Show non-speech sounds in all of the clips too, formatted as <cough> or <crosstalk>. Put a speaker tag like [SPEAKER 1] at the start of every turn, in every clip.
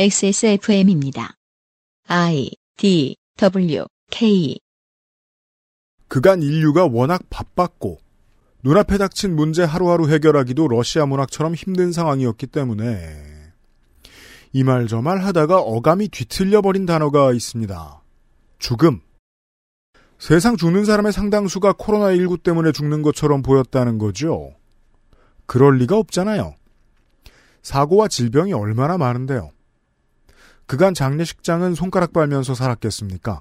[SPEAKER 1] XSFM입니다. I D W K
[SPEAKER 2] 그간 인류가 워낙 바빴고 눈앞에 닥친 문제 하루하루 해결하기도 러시아 문학처럼 힘든 상황이었기 때문에 이 말 저 말 하다가 어감이 뒤틀려 버린 단어가 있습니다. 죽음. 세상 죽는 사람의 상당수가 코로나19 때문에 죽는 것처럼 보였다는 거죠. 그럴 리가 없잖아요. 사고와 질병이 얼마나 많은데요. 그간 장례식장은 손가락 빨면서 살았겠습니까?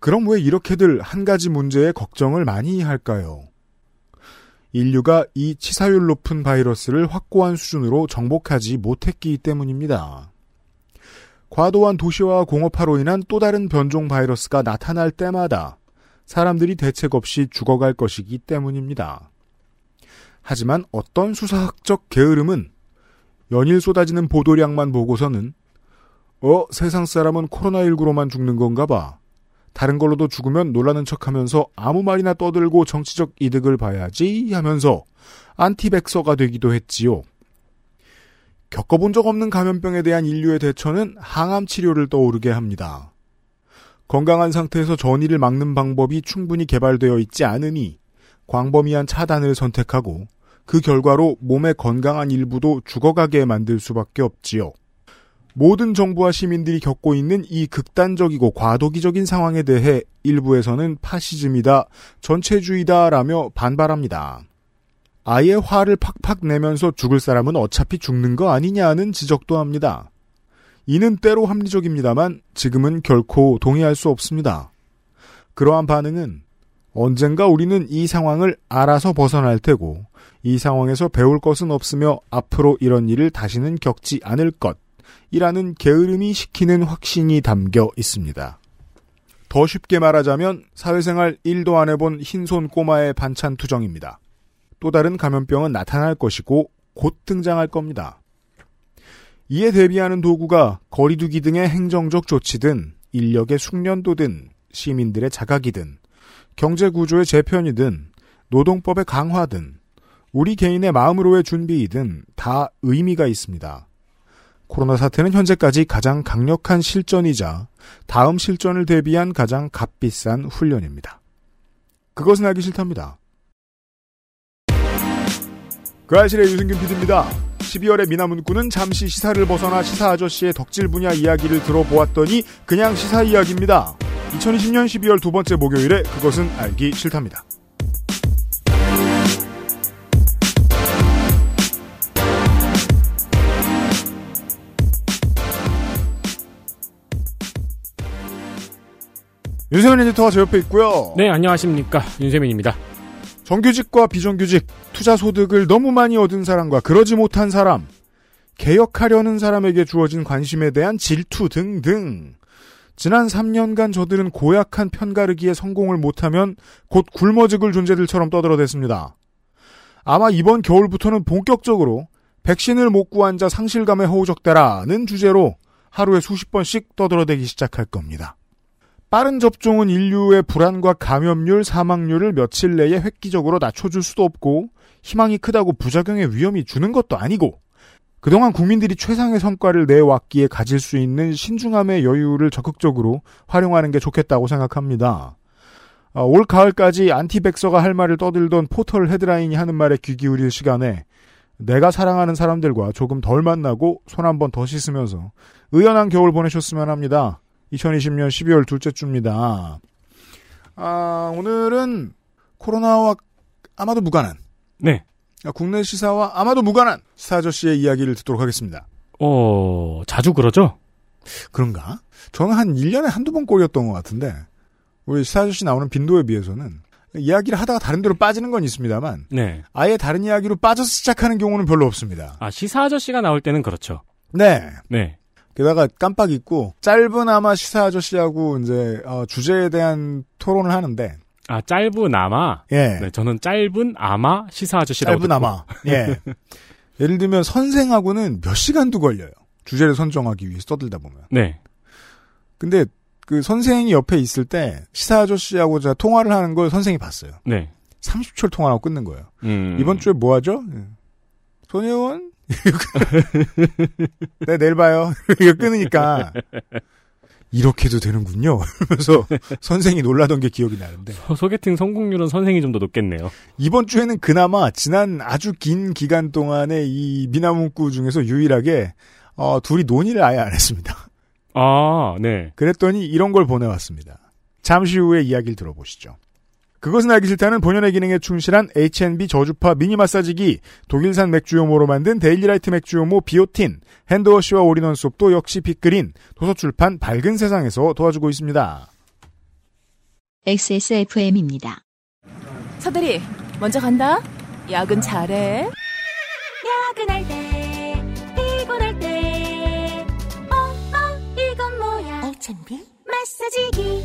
[SPEAKER 2] 그럼 왜 이렇게들 한 가지 문제에 걱정을 많이 할까요? 인류가 이 치사율 높은 바이러스를 확고한 수준으로 정복하지 못했기 때문입니다. 과도한 도시와 공업화로 인한 또 다른 변종 바이러스가 나타날 때마다 사람들이 대책 없이 죽어갈 것이기 때문입니다. 하지만 어떤 수사학적 게으름은 연일 쏟아지는 보도량만 보고서는 어, 세상 사람은 코로나19로만 죽는 건가 봐. 다른 걸로도 죽으면 놀라는 척 하면서 아무 말이나 떠들고 정치적 이득을 봐야지 하면서 안티백서가 되기도 했지요. 겪어본 적 없는 감염병에 대한 인류의 대처는 항암 치료를 떠오르게 합니다. 건강한 상태에서 전이를 막는 방법이 충분히 개발되어 있지 않으니 광범위한 차단을 선택하고 그 결과로 몸의 건강한 일부도 죽어가게 만들 수밖에 없지요. 모든 정부와 시민들이 겪고 있는 이 극단적이고 과도기적인 상황에 대해 일부에서는 파시즘이다, 전체주의다라며 반발합니다. 아예 화를 팍팍 내면서 죽을 사람은 어차피 죽는 거 아니냐는 지적도 합니다. 이는 때로 합리적입니다만 지금은 결코 동의할 수 없습니다. 그러한 반응은 언젠가 우리는 이 상황을 알아서 벗어날 테고 이 상황에서 배울 것은 없으며 앞으로 이런 일을 다시는 겪지 않을 것 이라는 게으름이 시키는 확신이 담겨 있습니다. 더 쉽게 말하자면 사회생활 1도 안 해본 흰손 꼬마의 반찬 투정입니다. 또 다른 감염병은 나타날 것이고 곧 등장할 겁니다. 이에 대비하는 도구가 거리두기 등의 행정적 조치든 인력의 숙련도든 시민들의 자각이든 경제 구조의 재편이든 노동법의 강화든 우리 개인의 마음으로의 준비이든 다 의미가 있습니다. 코로나 사태는 현재까지 가장 강력한 실전이자 다음 실전을 대비한 가장 값비싼 훈련입니다. 그것은 알기 싫답니다. 그 알실의 유승균 PD입니다. 12월의 미나문구는 잠시 시사를 벗어나 시사 아저씨의 덕질 분야 이야기를 들어보았더니 그냥 시사 이야기입니다. 2020년 12월 두 번째 목요일에 그것은 알기 싫답니다. 윤세민 에디터가 제 옆에 있고요.
[SPEAKER 3] 네, 안녕하십니까. 윤세민입니다.
[SPEAKER 2] 정규직과 비정규직, 투자 소득을 너무 많이 얻은 사람과 그러지 못한 사람, 개혁하려는 사람에게 주어진 관심에 대한 질투 등등. 지난 3년간 저들은 고약한 편가르기에 성공을 못하면 곧 굶어 죽을 존재들처럼 떠들어댔습니다. 아마 이번 겨울부터는 본격적으로 백신을 못 구한 자 상실감에 허우적대라는 주제로 하루에 수십 번씩 떠들어대기 시작할 겁니다. 빠른 접종은 인류의 불안과 감염률, 사망률을 며칠 내에 획기적으로 낮춰줄 수도 없고 희망이 크다고 부작용의 위험이 주는 것도 아니고 그동안 국민들이 최상의 성과를 내왔기에 가질 수 있는 신중함의 여유를 적극적으로 활용하는 게 좋겠다고 생각합니다. 아, 올 가을까지 안티백서가 할 말을 떠들던 포털 헤드라인이 하는 말에 귀 기울일 시간에 내가 사랑하는 사람들과 조금 덜 만나고 손 한 번 더 씻으면서 의연한 겨울 보내셨으면 합니다. 2020년 12월 둘째 주입니다. 아, 오늘은 코로나와 아마도 무관한 아,
[SPEAKER 3] 네.
[SPEAKER 2] 국내 시사와 아마도 무관한 시사 아저씨의 이야기를 듣도록 하겠습니다.
[SPEAKER 3] 어, 자주 그러죠?
[SPEAKER 2] 그런가? 저는 한 1년에 한두 번 꼴이었던 것 같은데, 우리 시사 아저씨 나오는 빈도에 비해서는, 이야기를 하다가 다른 데로 빠지는 건 있습니다만,
[SPEAKER 3] 네.
[SPEAKER 2] 아예 다른 이야기로 빠져서 시작하는 경우는 별로 없습니다.
[SPEAKER 3] 아, 시사 아저씨가 나올 때는 그렇죠.
[SPEAKER 2] 네.
[SPEAKER 3] 네.
[SPEAKER 2] 게다가 깜빡 잊고, 짧은아마 시사 아저씨하고 이제, 어, 주제에 대한 토론을 하는데,
[SPEAKER 3] 아, 짧은아마.
[SPEAKER 2] 예.
[SPEAKER 3] 네, 저는 짧은 아마 시사 아저씨라고.
[SPEAKER 2] 짧은아마. 예. <laughs> 예를 들면 선생하고는 몇 시간도 걸려요. 주제를 선정하기 위해서 떠들다 보면.
[SPEAKER 3] 듣고. 네.
[SPEAKER 2] 근데 그 선생이 옆에 있을 때 시사 아저씨하고 제가 통화를 하는 걸 선생이 봤어요.
[SPEAKER 3] 네.
[SPEAKER 2] 30초를 통화하고 끊는 거예요.
[SPEAKER 3] 음.
[SPEAKER 2] 이번 주에 뭐 하죠? 예. 손혜원 <laughs> 네, 내일 봐요. <laughs> 이거 <laughs> 끊으니까. 이렇게도 되는군요. <laughs> 그러면서 선생이 놀라던 게 기억이 나는데.
[SPEAKER 4] 소- 소개팅 성공률은 선생이 좀 더 높겠네요.
[SPEAKER 2] 이번 주에는 그나마 지난 아주 긴 기간 동안에 이 미나문구 중에서 유일하게 어, 둘이 논의를 아예 안 했습니다. <laughs>
[SPEAKER 4] 아, 네.
[SPEAKER 2] 그랬더니 이런 걸 보내왔습니다. 잠시 후에 이야기를 들어보시죠. 그것은 알기 싫다는 본연의 기능에 충실한 H&B 저주파 미니 마사지기, 독일산 맥주요모로 만든 데일리라이트 맥주요모 비오틴, 핸드워시와 올인원 수업도 역시 빅그린, 도서출판 밝은 세상에서 도와주고 있습니다.
[SPEAKER 1] XSFM입니다.
[SPEAKER 5] 서대리 먼저 간다 야근 잘해
[SPEAKER 6] 퇴근할 때 피곤할 때 멍멍 이건 뭐야
[SPEAKER 5] 어차피
[SPEAKER 6] 마사지기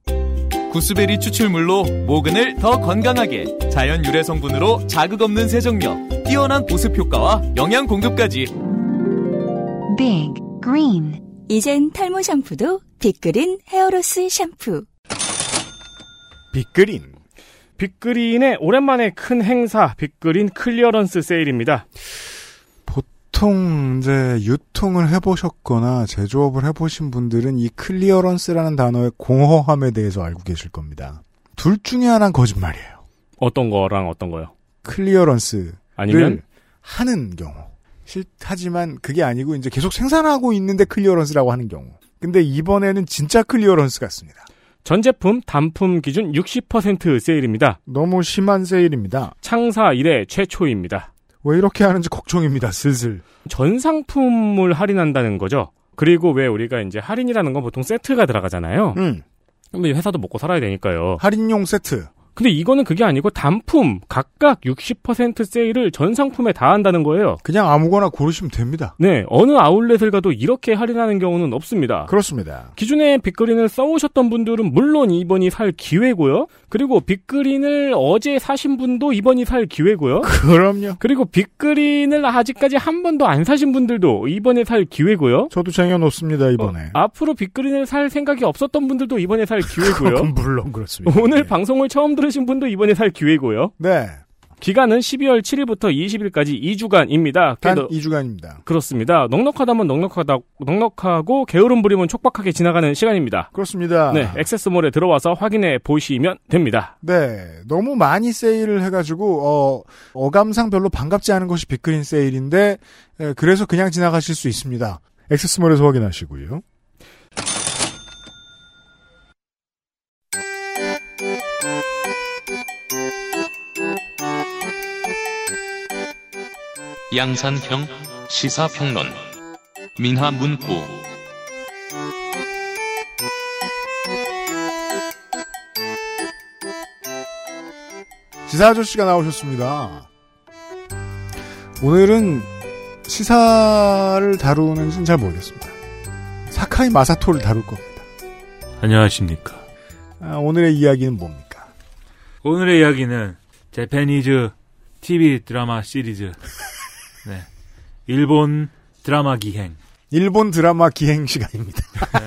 [SPEAKER 7] 구스베리 추출물로 모근을 더 건강하게 자연 유래 성분으로 자극 없는 세정력 뛰어난 보습 효과와 영양 공급까지
[SPEAKER 8] Big Green
[SPEAKER 6] 이젠 탈모 샴푸도 빅그린 헤어로스 샴푸
[SPEAKER 2] 빅그린.
[SPEAKER 4] 빅그린의 오랜만에 큰 행사, 빅그린 클리어런스 세일입니다.
[SPEAKER 2] 보통 이제 유통을 해보셨거나 제조업을 해보신 분들은 이 클리어런스라는 단어의 공허함에 대해서 알고 계실 겁니다. 둘 중에 하나는 거짓말이에요.
[SPEAKER 4] 어떤 거랑 어떤 거요?
[SPEAKER 2] 클리어런스를
[SPEAKER 3] 네.
[SPEAKER 4] 아니면
[SPEAKER 2] 하는 경우. 싫다지만 그게 아니고 이제 계속 생산하고 있는데 클리어런스라고 하는 경우. 근데 이번에는 진짜 클리어런스 같습니다.
[SPEAKER 4] 전 제품 단품 기준 60% 세일입니다.
[SPEAKER 2] 너무 심한 세일입니다.
[SPEAKER 4] 창사 이래 최초입니다.
[SPEAKER 2] 왜 이렇게 하는지 걱정입니다. 슬슬.
[SPEAKER 4] 전 상품을 할인한다는 거죠. 그리고 왜 우리가 이제 할인이라는 건 보통 세트가 들어가잖아요.
[SPEAKER 2] 음,
[SPEAKER 4] 근데 이 회사도 먹고 살아야 되니까요.
[SPEAKER 2] 할인용 세트.
[SPEAKER 4] 근데 이거는 그게 아니고 단품 각각 60% 세일을 전 상품에 다 한다는 거예요.
[SPEAKER 2] 그냥 아무거나 고르시면 됩니다.
[SPEAKER 4] 네, 어느 아울렛을 가도 이렇게 할인하는 경우는 없습니다.
[SPEAKER 2] 그렇습니다. <laughs>
[SPEAKER 4] 기존에 빅그린을 써오셨던 분들은 물론 이번이 살 기회고요. 그리고 빅그린을 어제 사신 분도 이번이 살 기회고요.
[SPEAKER 2] 그럼요.
[SPEAKER 4] 그리고 빅그린을 아직까지 한 번도 안 사신 분들도 이번에 살 기회고요.
[SPEAKER 2] 저도 쟁여놓습니다, 이번에.
[SPEAKER 4] 어, 앞으로 빅그린을 살 생각이 없었던 분들도 이번에 살 기회고요.
[SPEAKER 2] 그건 어, 물론 <laughs> 그렇습니다.
[SPEAKER 4] 오늘 예,
[SPEAKER 2] 예.
[SPEAKER 4] 방송을 처음 들으신 분도 이번에 살 기회고요.
[SPEAKER 2] 네.
[SPEAKER 4] 기간은 12월 7일부터 20일까지 2주간입니다.
[SPEAKER 2] 단 2주간입니다.
[SPEAKER 4] 그렇습니다. 넉넉하다면 넉넉하다, 넉넉하고 게으름 부리면 촉박하게 지나가는 시간입니다.
[SPEAKER 2] 그렇습니다.
[SPEAKER 4] 네, 액세스몰에 들어와서 확인해 보시면 됩니다.
[SPEAKER 2] 네. 너무 많이 세일을 해가지고, 어, 어감상 별로 반갑지 않은 것이 빅그린 세일인데, 에, 그래서 그냥 지나가실 수 있습니다. 액세스몰에서 확인하시고요.
[SPEAKER 9] 양산형 시사평론 민화문구
[SPEAKER 2] 지사 아저씨가 나오셨습니다. 오늘은 시사를 다루는지는 잘 모르겠습니다. 사카이 마사토를 다룰 겁니다.
[SPEAKER 10] 안녕하십니까.
[SPEAKER 2] 아, 오늘의 이야기는 뭡니까?
[SPEAKER 10] 오늘의 이야기는 재패니즈 TV 드라마 시리즈. 네. 일본 드라마 기행.
[SPEAKER 2] 일본 드라마 기행 시간입니다.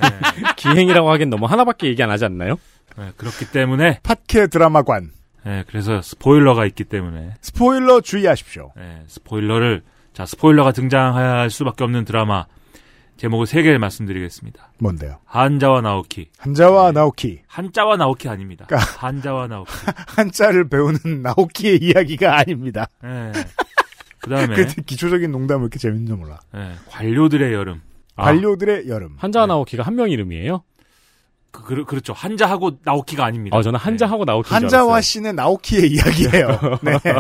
[SPEAKER 2] <laughs>
[SPEAKER 4] 기행이라고 하긴 너무 하나밖에 얘기 안 하지 않나요?
[SPEAKER 10] 네, 그렇기 때문에,
[SPEAKER 2] 팟캐 드라마관.
[SPEAKER 10] 네, 그래서 스포일러가 있기 때문에,
[SPEAKER 2] 스포일러 주의하십시오.
[SPEAKER 10] 네, 스포일러를, 자, 스포일러가 등장할 수밖에 없는 드라마. 제목을 세 개를 말씀드리겠습니다.
[SPEAKER 2] 뭔데요?
[SPEAKER 10] 한자와 나오키.
[SPEAKER 2] 한자와 나오키.
[SPEAKER 10] 한자와 나오키 아닙니다. 한자와 나오키.
[SPEAKER 2] 한자를 배우는 나오키의 이야기가 아닙니다.
[SPEAKER 10] 네. 그 다음에, 네,
[SPEAKER 2] 그 기초적인 농담 왜 이렇게 재밌는지 몰라.
[SPEAKER 10] 관료들의 여름.
[SPEAKER 4] 아,
[SPEAKER 2] 반려들의 여름.
[SPEAKER 4] 한자 나오키가 한 명 이름이에요?
[SPEAKER 10] 그, 그, 그렇죠. 한자하고 나오키가 아닙니다.
[SPEAKER 4] 아, 저는
[SPEAKER 10] 네.
[SPEAKER 4] 한자하고 나오키인 줄
[SPEAKER 2] 한자와
[SPEAKER 4] 알았어요.
[SPEAKER 2] 씨는 나오키의 이야기예요. 네. <laughs>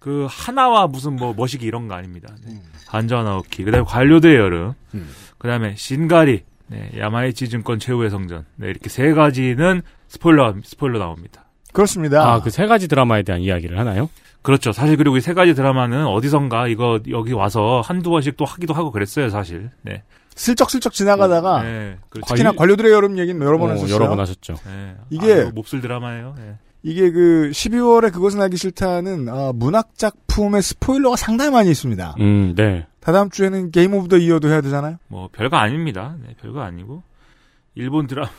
[SPEAKER 10] 그 하나와 무슨 뭐 머시기 이런 거 아닙니다. 네. 한자 나오키. 그다음에 관료들의 여름.
[SPEAKER 2] 음.
[SPEAKER 10] 그다음에 신가리. 네, 야마이치 증권 최후의 성전. 네, 이렇게 세 가지는 스포일러 스포일러 나옵니다.
[SPEAKER 2] 그렇습니다.
[SPEAKER 4] <laughs> 아, 그 세 가지 드라마에 대한 이야기를 하나요?
[SPEAKER 10] 그렇죠. 사실 그리고 이 세 가지 드라마는 어디선가 이거 여기 와서 한두 번씩 또 하기도 하고 그랬어요, 사실. 네.
[SPEAKER 2] 슬쩍슬쩍 지나가다가
[SPEAKER 10] 네, 그렇죠.
[SPEAKER 2] 특히나 관료들의 여름 얘기는 여러 번
[SPEAKER 4] 어,
[SPEAKER 2] 했었어요.
[SPEAKER 4] 여러 번 하셨죠.
[SPEAKER 10] 네.
[SPEAKER 2] 이게-
[SPEAKER 10] 아, 이거 몹쓸 드라마예요. 네.
[SPEAKER 2] 이게 그 12월에 그것은 알기 싫다는 아, 문학 작품의 스포일러가 상당히 많이 있습니다.
[SPEAKER 4] 음, 네.
[SPEAKER 2] 다다음 주에는 게임 오브 더 이어도 해야 되잖아요.
[SPEAKER 10] 뭐 별거 아닙니다. 네, 별거 아니고 일본 드라마.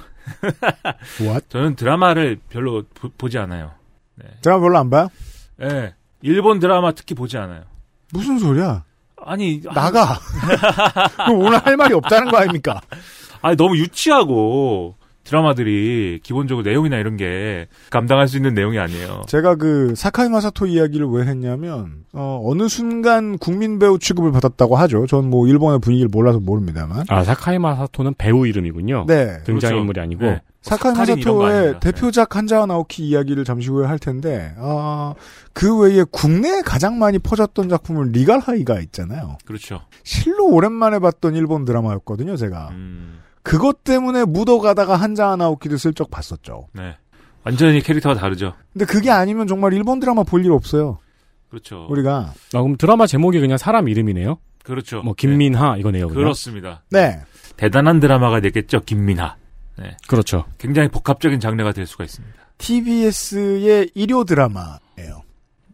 [SPEAKER 2] What?
[SPEAKER 10] 저는 드라마를 별로 보, 지 않아요.
[SPEAKER 2] 드라마 별로 안 봐요?
[SPEAKER 10] 예, 일본 드라마 특히 보지 않아요.
[SPEAKER 2] 무슨 소리야?
[SPEAKER 10] 아니
[SPEAKER 2] <laughs> 나가. 그럼 오늘 할 말이 없다는 거 아닙니까?
[SPEAKER 10] 아니 너무 유치하고 드라마들이 기본적으로 내용이나 이런 게 감당할 수 있는 내용이 아니에요.
[SPEAKER 2] 제가 그 사카이 마사토 이야기를 왜 했냐면 어, 어느 순간 국민 배우 취급을 받았다고 하죠. 전 뭐 일본의 분위기를 몰라서 모릅니다만.
[SPEAKER 4] 아, 사카이 마사토는 배우 이름이군요.
[SPEAKER 2] 네.
[SPEAKER 4] 등장인물이
[SPEAKER 10] 그렇죠.
[SPEAKER 4] 아니고.
[SPEAKER 10] 네.
[SPEAKER 2] 사카이
[SPEAKER 10] 사카린 이런 거 네.
[SPEAKER 2] 마사토의
[SPEAKER 10] 아닙니다.
[SPEAKER 2] 대표작 한자와 나오키 이야기를 잠시 후에 할 텐데 어, 그 외에 국내에 가장 많이 퍼졌던 작품은 리갈 하이가 있잖아요.
[SPEAKER 10] 그렇죠.
[SPEAKER 2] 실로 오랜만에 봤던 일본 드라마였거든요, 제가.
[SPEAKER 10] 음,
[SPEAKER 2] 그것 때문에 묻어가다가 한자와 나오키를 슬쩍 봤었죠.
[SPEAKER 10] 네. 완전히 캐릭터가 다르죠.
[SPEAKER 2] 근데 그게 아니면 정말 일본 드라마 볼 일 없어요.
[SPEAKER 10] 그렇죠.
[SPEAKER 2] 우리가
[SPEAKER 4] 아, 그럼 드라마 제목이 그냥 사람 이름이네요?
[SPEAKER 10] 그렇죠.
[SPEAKER 4] 뭐, 김민하, 이거네요.
[SPEAKER 10] 네.
[SPEAKER 4] 그냥?
[SPEAKER 10] 그렇습니다.
[SPEAKER 2] 네.
[SPEAKER 10] 대단한 드라마가 되겠죠, 김민하.
[SPEAKER 4] 그렇죠.
[SPEAKER 10] 굉장히 복합적인 장르가 될 수가 있습니다.
[SPEAKER 2] TBS의 일요 드라마예요.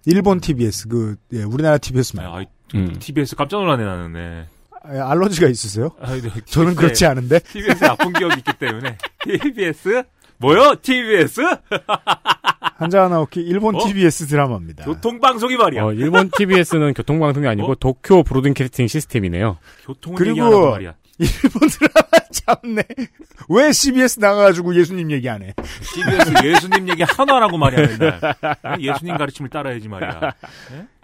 [SPEAKER 2] 일본 TBS 그 예, 우리나라 TBS 말고
[SPEAKER 10] 아, 이-
[SPEAKER 4] 음.
[SPEAKER 10] TBS 깜짝 놀라네 나는. 네.
[SPEAKER 2] 예, 알러지가 있으세요?
[SPEAKER 10] 아, 네.
[SPEAKER 2] 저는 그렇지 않은데
[SPEAKER 10] TBS 나쁜 기억이 있기 때문에 <laughs> TBS 뭐요? TBS
[SPEAKER 2] 한자 나오키 일본
[SPEAKER 10] 어?
[SPEAKER 2] TBS 드라마입니다.
[SPEAKER 10] 교통방송이 말이야.
[SPEAKER 4] 어, 일본 TBS는 교통방송이 아니고
[SPEAKER 10] 어?
[SPEAKER 4] 도쿄 브로드캐스팅 시스템이네요.
[SPEAKER 10] 교통을
[SPEAKER 2] 그리고-
[SPEAKER 10] 얘기하는 거 말이야.
[SPEAKER 2] 일본 드라마 <laughs> 참네. 왜 CBS 나가가지고 예수님 얘기 안 해?
[SPEAKER 10] TBS 예수님 얘기 하나라고 말이야 맨날. 예수님 가르침을 따라야지 말이야.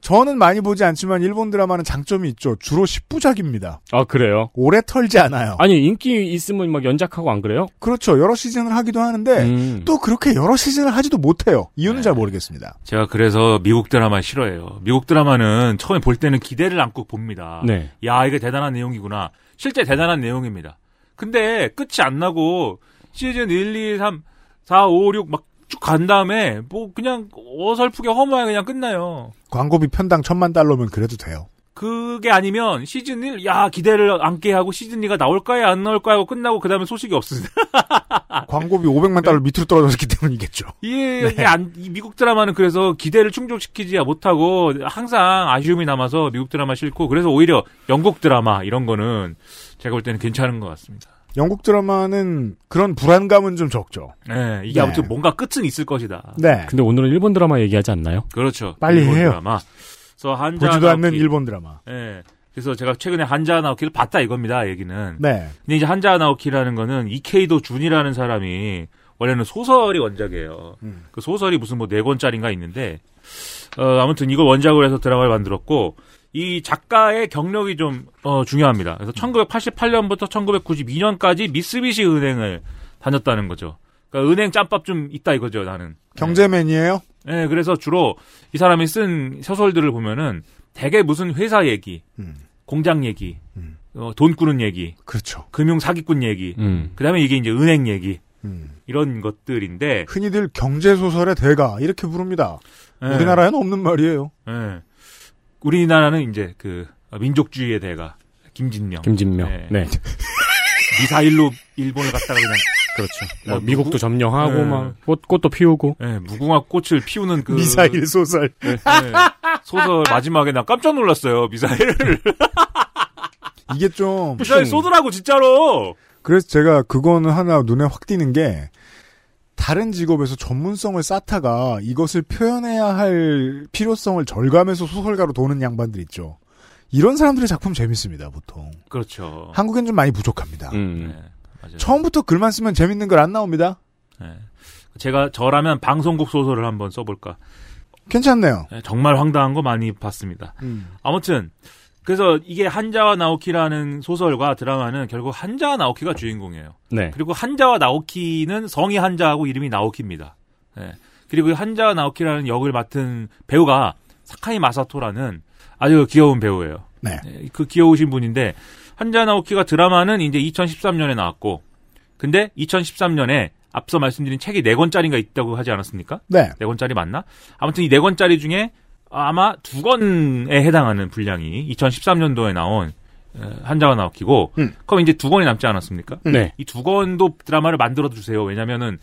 [SPEAKER 2] 저는 많이 보지 않지만 일본 드라마는 장점이 있죠. 주로 10부작입니다.
[SPEAKER 4] 아, 그래요?
[SPEAKER 2] 오래 털지 않아요.
[SPEAKER 4] 아니, 인기 있으면 막 연작하고 안 그래요?
[SPEAKER 2] 그렇죠. 여러 시즌을 하기도 하는데
[SPEAKER 4] 음.
[SPEAKER 2] 네. 또 그렇게 여러 시즌을 하지도 못해요. 이유는 잘 모르겠습니다.
[SPEAKER 10] 제가 그래서 미국 드라마 싫어해요. 미국 드라마는 처음에 볼 때는 기대를 안고 봅니다.
[SPEAKER 4] 네.
[SPEAKER 10] 야 이게 대단한 내용이구나. 실제 대단한 내용입니다. 근데 끝이 안 나고 시즌 1, 2, 3, 4, 5, 6 막 쭉 간 다음에 뭐 그냥 어설프게 허무하게 그냥 끝나요.
[SPEAKER 2] 광고비 편당 천만 달러면 그래도 돼요.
[SPEAKER 10] 그게 아니면 시즌 1, 야, 기대를 안게 하고 시즌 2가 나올까요? 안 나올까요? 하고 끝나고 그 다음에 소식이 없습니다.
[SPEAKER 2] 광고비 500만 달러 밑으로 떨어졌기 때문이겠죠.
[SPEAKER 10] 이게, 이게 안, 이 미국 드라마는 그래서 기대를 충족시키지 못하고 항상 아쉬움이 남아서 미국 드라마 싫고 그래서 오히려 영국 드라마 이런 거는 제가 볼 때는 괜찮은 것 같습니다.
[SPEAKER 2] 영국 드라마는 그런 불안감은 좀 적죠.
[SPEAKER 10] 네, 이게
[SPEAKER 2] 네.
[SPEAKER 10] 아무튼 뭔가 끝은 있을 것이다.
[SPEAKER 2] 네.
[SPEAKER 4] 근데 오늘은 일본 드라마 얘기하지 않나요?
[SPEAKER 10] 그렇죠.
[SPEAKER 2] 빨리
[SPEAKER 10] 일본
[SPEAKER 2] 해요.
[SPEAKER 10] 드라마. 그래서 한자
[SPEAKER 2] 보지도 않는
[SPEAKER 10] 나오키.
[SPEAKER 2] 일본 드라마.
[SPEAKER 10] 예. 그래서 제가 최근에 한자 나오키를 봤다 이겁니다. 얘기는.
[SPEAKER 2] 네.
[SPEAKER 10] 근데 이제 한자 나오키라는 거는 이케이도 준이라는 사람이 원래는 소설이 원작이에요.
[SPEAKER 2] 음.
[SPEAKER 10] 그 소설이 무슨 뭐 네 권짜리인가 있는데 어, 아무튼 이걸 원작으로 해서 드라마를 만들었고 이 작가의 경력이 좀 어, 중요합니다. 그래서 1988년부터 1992년까지 미쓰비시 은행을 다녔다는 거죠. 그러니까 은행 짬밥 좀 있다 이거죠, 나는.
[SPEAKER 2] 경제맨이에요?
[SPEAKER 10] 네, 그래서 주로 이 사람이 쓴 소설들을 보면은 되게 무슨 회사 얘기,
[SPEAKER 2] 음.
[SPEAKER 10] 공장 얘기,
[SPEAKER 2] 음.
[SPEAKER 10] 어, 돈 꾸는 얘기,
[SPEAKER 2] 그렇죠.
[SPEAKER 10] 금융 사기꾼 얘기,
[SPEAKER 4] 음.
[SPEAKER 10] 그다음에 이게 이제 은행 얘기
[SPEAKER 2] 음.
[SPEAKER 10] 이런 것들인데
[SPEAKER 2] 흔히들 경제소설의 대가 이렇게 부릅니다.
[SPEAKER 10] 예,
[SPEAKER 2] 우리나라에는 없는 말이에요.
[SPEAKER 10] 예. 우리나라는 이제 그 민족주의의 대가 김진명
[SPEAKER 4] 김진명.
[SPEAKER 10] 예.
[SPEAKER 4] 네. <laughs>
[SPEAKER 10] 미사일로 일본을 갔다가 그냥
[SPEAKER 4] 그렇죠.
[SPEAKER 10] 뭐
[SPEAKER 4] 뭐 미국도
[SPEAKER 10] 누구-
[SPEAKER 4] 점령하고
[SPEAKER 10] 네.
[SPEAKER 4] 막 꽃, 꽃도 피우고.
[SPEAKER 10] 예, 무궁화 꽃을 피우는 그
[SPEAKER 2] 미사일 소설.
[SPEAKER 10] 예, 예. 소설 마지막에 나 깜짝 놀랐어요 미사일을
[SPEAKER 2] 이게 좀
[SPEAKER 10] 미사일 쏘더라고 진짜로
[SPEAKER 2] 그래서 제가 그거는 하나 눈에 확 띄는 게 다른 직업에서 전문성을 쌓다가 이것을 표현해야 할 필요성을 절감해서 소설가로 도는 양반들 있죠. 이런 사람들의 작품 재밌습니다, 보통.
[SPEAKER 10] 그렇죠
[SPEAKER 2] 한국엔 좀 많이 부족합니다.
[SPEAKER 10] 예,
[SPEAKER 4] 음.
[SPEAKER 10] 맞아요.
[SPEAKER 2] 처음부터 글만 쓰면 재밌는 걸 안 나옵니다.
[SPEAKER 10] 예. 제가 저라면 방송국 소설을 한번 써볼까
[SPEAKER 2] 괜찮네요.
[SPEAKER 10] 예, 정말 황당한 거 많이 봤습니다 아무튼 그래서 이게 한자와 나오키라는 소설과 드라마는 결국 한자와 나오키가 주인공이에요.
[SPEAKER 4] 네.
[SPEAKER 10] 그리고 한자와 나오키는 성이 한자하고 이름이 나오키입니다. 예. 그리고 이 한자와 나오키라는 역을 맡은 배우가 사카이 마사토라는 아주 귀여운 배우예요.
[SPEAKER 2] 네.
[SPEAKER 10] 예, 그 귀여우신 분인데 한자와 나오키가 드라마는 이제 2013년에 나왔고 근데 2013년에 앞서 말씀드린 책이 네 권짜리가 있다고 하지 않았습니까?
[SPEAKER 2] 네.
[SPEAKER 10] 네 권짜리 맞나? 아무튼 이 네 권짜리 중에 아마 두 권에 해당하는 분량이 2013년도에 나온 어, 한자가 나왔기고 그럼 이제 두 권이 남지 않았습니까?
[SPEAKER 2] 음.
[SPEAKER 4] 네.
[SPEAKER 10] 이 두 권도 드라마를 만들어 주세요. 왜냐면은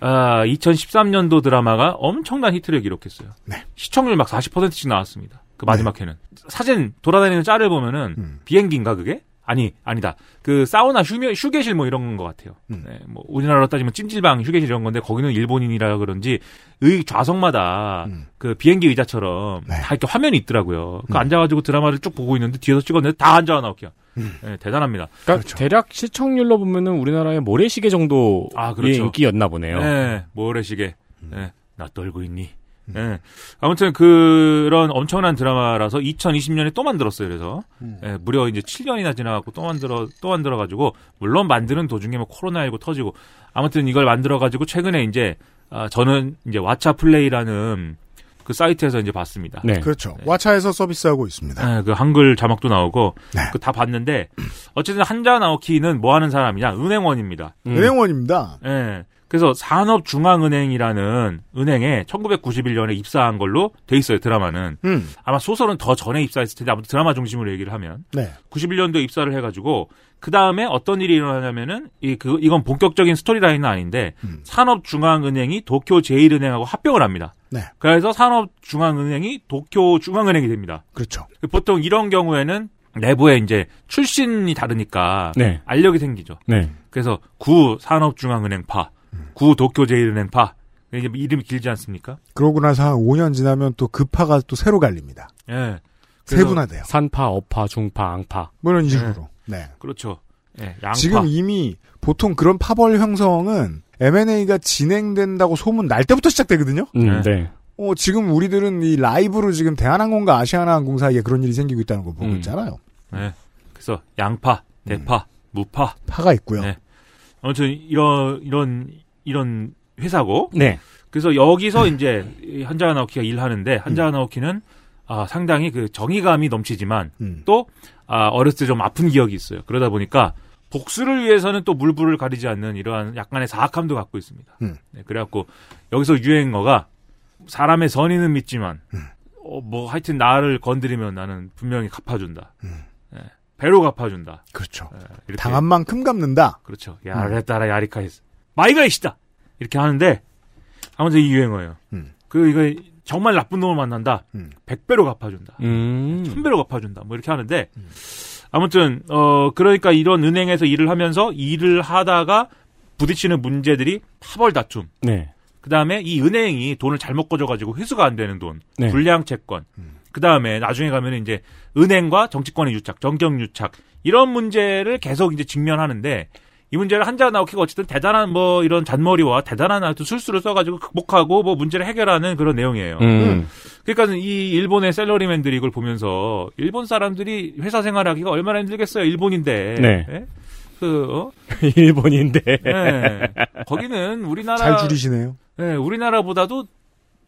[SPEAKER 10] 아, 2013년도 드라마가 엄청난 히트를 기록했어요. 시청률 막 40%씩 나왔습니다. 그 마지막 회는 사진 돌아다니는 짤을 보면은 비행기인가 그게? 아니 아니다. 그 사우나 휴게실뭐 이런 것 같아요. 네, 뭐 우리나라로 따지면 찜질방 휴게실 이런 건데 거기는 일본인이라 그런지 의 좌석마다 그 비행기 의자처럼 다 이렇게 화면이 있더라고요. 그 앉아가지고 드라마를 쭉 보고 있는데 뒤에서 찍었는데 다 앉아 나올게요. 네, 대단합니다.
[SPEAKER 4] 그러니까
[SPEAKER 2] 그렇죠.
[SPEAKER 4] 대략 시청률로 보면은 우리나라의 모래시계 정도의
[SPEAKER 10] 그렇죠.
[SPEAKER 4] 인기였나 보네요.
[SPEAKER 10] 네, 모래시계. 네, 나 떨고 있니? 네. 아무튼 그런 엄청난 드라마라서 2020년에 또 만들었어요. 그래서 예, 무려 이제 7년이나 지나갖고 또 만들어 또 만들어 가지고 물론 만드는 도중에 뭐 코로나19 터지고 아무튼 이걸 만들어 가지고 최근에 이제 아, 저는 이제 왓챠 플레이라는 그 사이트에서 이제 봤습니다.
[SPEAKER 4] 네.
[SPEAKER 2] 그렇죠.
[SPEAKER 10] 네.
[SPEAKER 2] 와차에서 서비스하고 있습니다.
[SPEAKER 10] 예, 그 한글 자막도 나오고 그 다 봤는데 어쨌든 한자 나오키는 뭐 하는 사람이냐? 은행원입니다.
[SPEAKER 2] 은행원입니다.
[SPEAKER 10] 예. 그래서 산업중앙은행이라는 은행에 1991년에 입사한 걸로 돼 있어요 드라마는
[SPEAKER 2] 음.
[SPEAKER 10] 아마 소설은 더 전에 입사했을 텐데 아무튼 드라마 중심으로 얘기를 하면
[SPEAKER 2] 네.
[SPEAKER 10] 91년도에 입사를 해가지고 그 다음에 어떤 일이 일어나냐면은 이 그 이건 본격적인 스토리라인은 아닌데 산업중앙은행이 도쿄제일은행하고 합병을 합니다.
[SPEAKER 2] 네.
[SPEAKER 10] 그래서 산업중앙은행이 도쿄중앙은행이 됩니다.
[SPEAKER 2] 그렇죠.
[SPEAKER 10] 보통 이런 경우에는 내부에 이제 출신이 다르니까
[SPEAKER 4] 네.
[SPEAKER 10] 알력이 생기죠.
[SPEAKER 4] 네.
[SPEAKER 10] 그래서 구 산업중앙은행파, 구 도쿄제일은행파 이제 이름이 길지 않습니까?
[SPEAKER 2] 그러고 나서 한 5년 지나면 또 급파가 또 새로 갈립니다.
[SPEAKER 10] 예. 그래서-
[SPEAKER 2] 세분화돼요.
[SPEAKER 4] 산파, 어파, 중파, 앙파.
[SPEAKER 2] 뭐 이런 식으로. 네.
[SPEAKER 10] 그렇죠. 예, 양파.
[SPEAKER 2] 지금 이미 보통 그런 파벌 형성은 M&A가 진행된다고 소문 날 때부터 시작되거든요.
[SPEAKER 4] 음, 네.
[SPEAKER 2] 어, 지금 우리들은 이 라이브로 지금 대한항공과 아시아나항공 사이에 그런 일이 생기고 있다는 걸 보고
[SPEAKER 10] 음.
[SPEAKER 2] 있잖아요.
[SPEAKER 10] 예. 그래서 양파, 대파,
[SPEAKER 2] 음.
[SPEAKER 10] 무파.
[SPEAKER 2] 파가 있고요.
[SPEAKER 10] 네. 아무튼 이런 이런 이런 회사고.
[SPEAKER 4] 네.
[SPEAKER 10] 그래서 여기서
[SPEAKER 2] 음.
[SPEAKER 10] 이제 이 한자와 나오키가 일하는데 한자와 나오키는 아, 상당히 그 정의감이 넘치지만
[SPEAKER 2] 음.
[SPEAKER 10] 또 아, 어렸을 때 좀 아픈 기억이 있어요. 그러다 보니까 복수를 위해서는 또 물불을 가리지 않는 이러한 약간의 사악함도 갖고 있습니다.
[SPEAKER 2] 음.
[SPEAKER 10] 네, 그래갖고 여기서 유행어가 사람의 선의는 믿지만
[SPEAKER 2] 음.
[SPEAKER 10] 어, 뭐 하여튼 나를 건드리면 나는 분명히 갚아준다. 예, 배로 갚아준다.
[SPEAKER 2] 그렇죠.
[SPEAKER 10] 이렇게
[SPEAKER 2] 음. 당한 만큼 갚는다.
[SPEAKER 10] 그렇죠. 야레따라 야리카이스. 마이가이시다! 이렇게 하는데, 아무튼 이 유행어예요.
[SPEAKER 2] 음.
[SPEAKER 10] 그, 이거, 정말 나쁜 놈을 만난다.
[SPEAKER 2] 음.
[SPEAKER 10] 100배로 갚아준다.
[SPEAKER 4] 음.
[SPEAKER 10] 1000배로 갚아준다. 뭐 이렇게 하는데, 아무튼, 어, 그러니까 이런 은행에서 일을 하면서 일을 하다가 부딪히는 문제들이 파벌 다툼.
[SPEAKER 4] 네.
[SPEAKER 10] 그 다음에 이 은행이 돈을 잘못 꿔줘가지고 회수가 안 되는 돈.
[SPEAKER 4] 네.
[SPEAKER 10] 불량 채권. 그 다음에 나중에 가면 이제 은행과 정치권의 유착, 정경 유착 이런 문제를 계속 이제 직면하는데 이 문제를 한자 나오키가 어쨌든 대단한 뭐 이런 잔머리와 대단한 아주 술수를 써가지고 극복하고 뭐 문제를 해결하는 그런 내용이에요.
[SPEAKER 4] 음.
[SPEAKER 10] 그러니까 이 일본의 셀러리맨들이 이걸 보면서 일본 사람들이 회사 생활하기가 얼마나 힘들겠어요. 일본인데.
[SPEAKER 4] 네.
[SPEAKER 10] 예? 그 어?
[SPEAKER 4] <laughs> 일본인데.
[SPEAKER 2] <laughs>
[SPEAKER 10] 예. 거기는 우리나라
[SPEAKER 2] 잘 줄이시네요.
[SPEAKER 10] 예, 우리나라보다도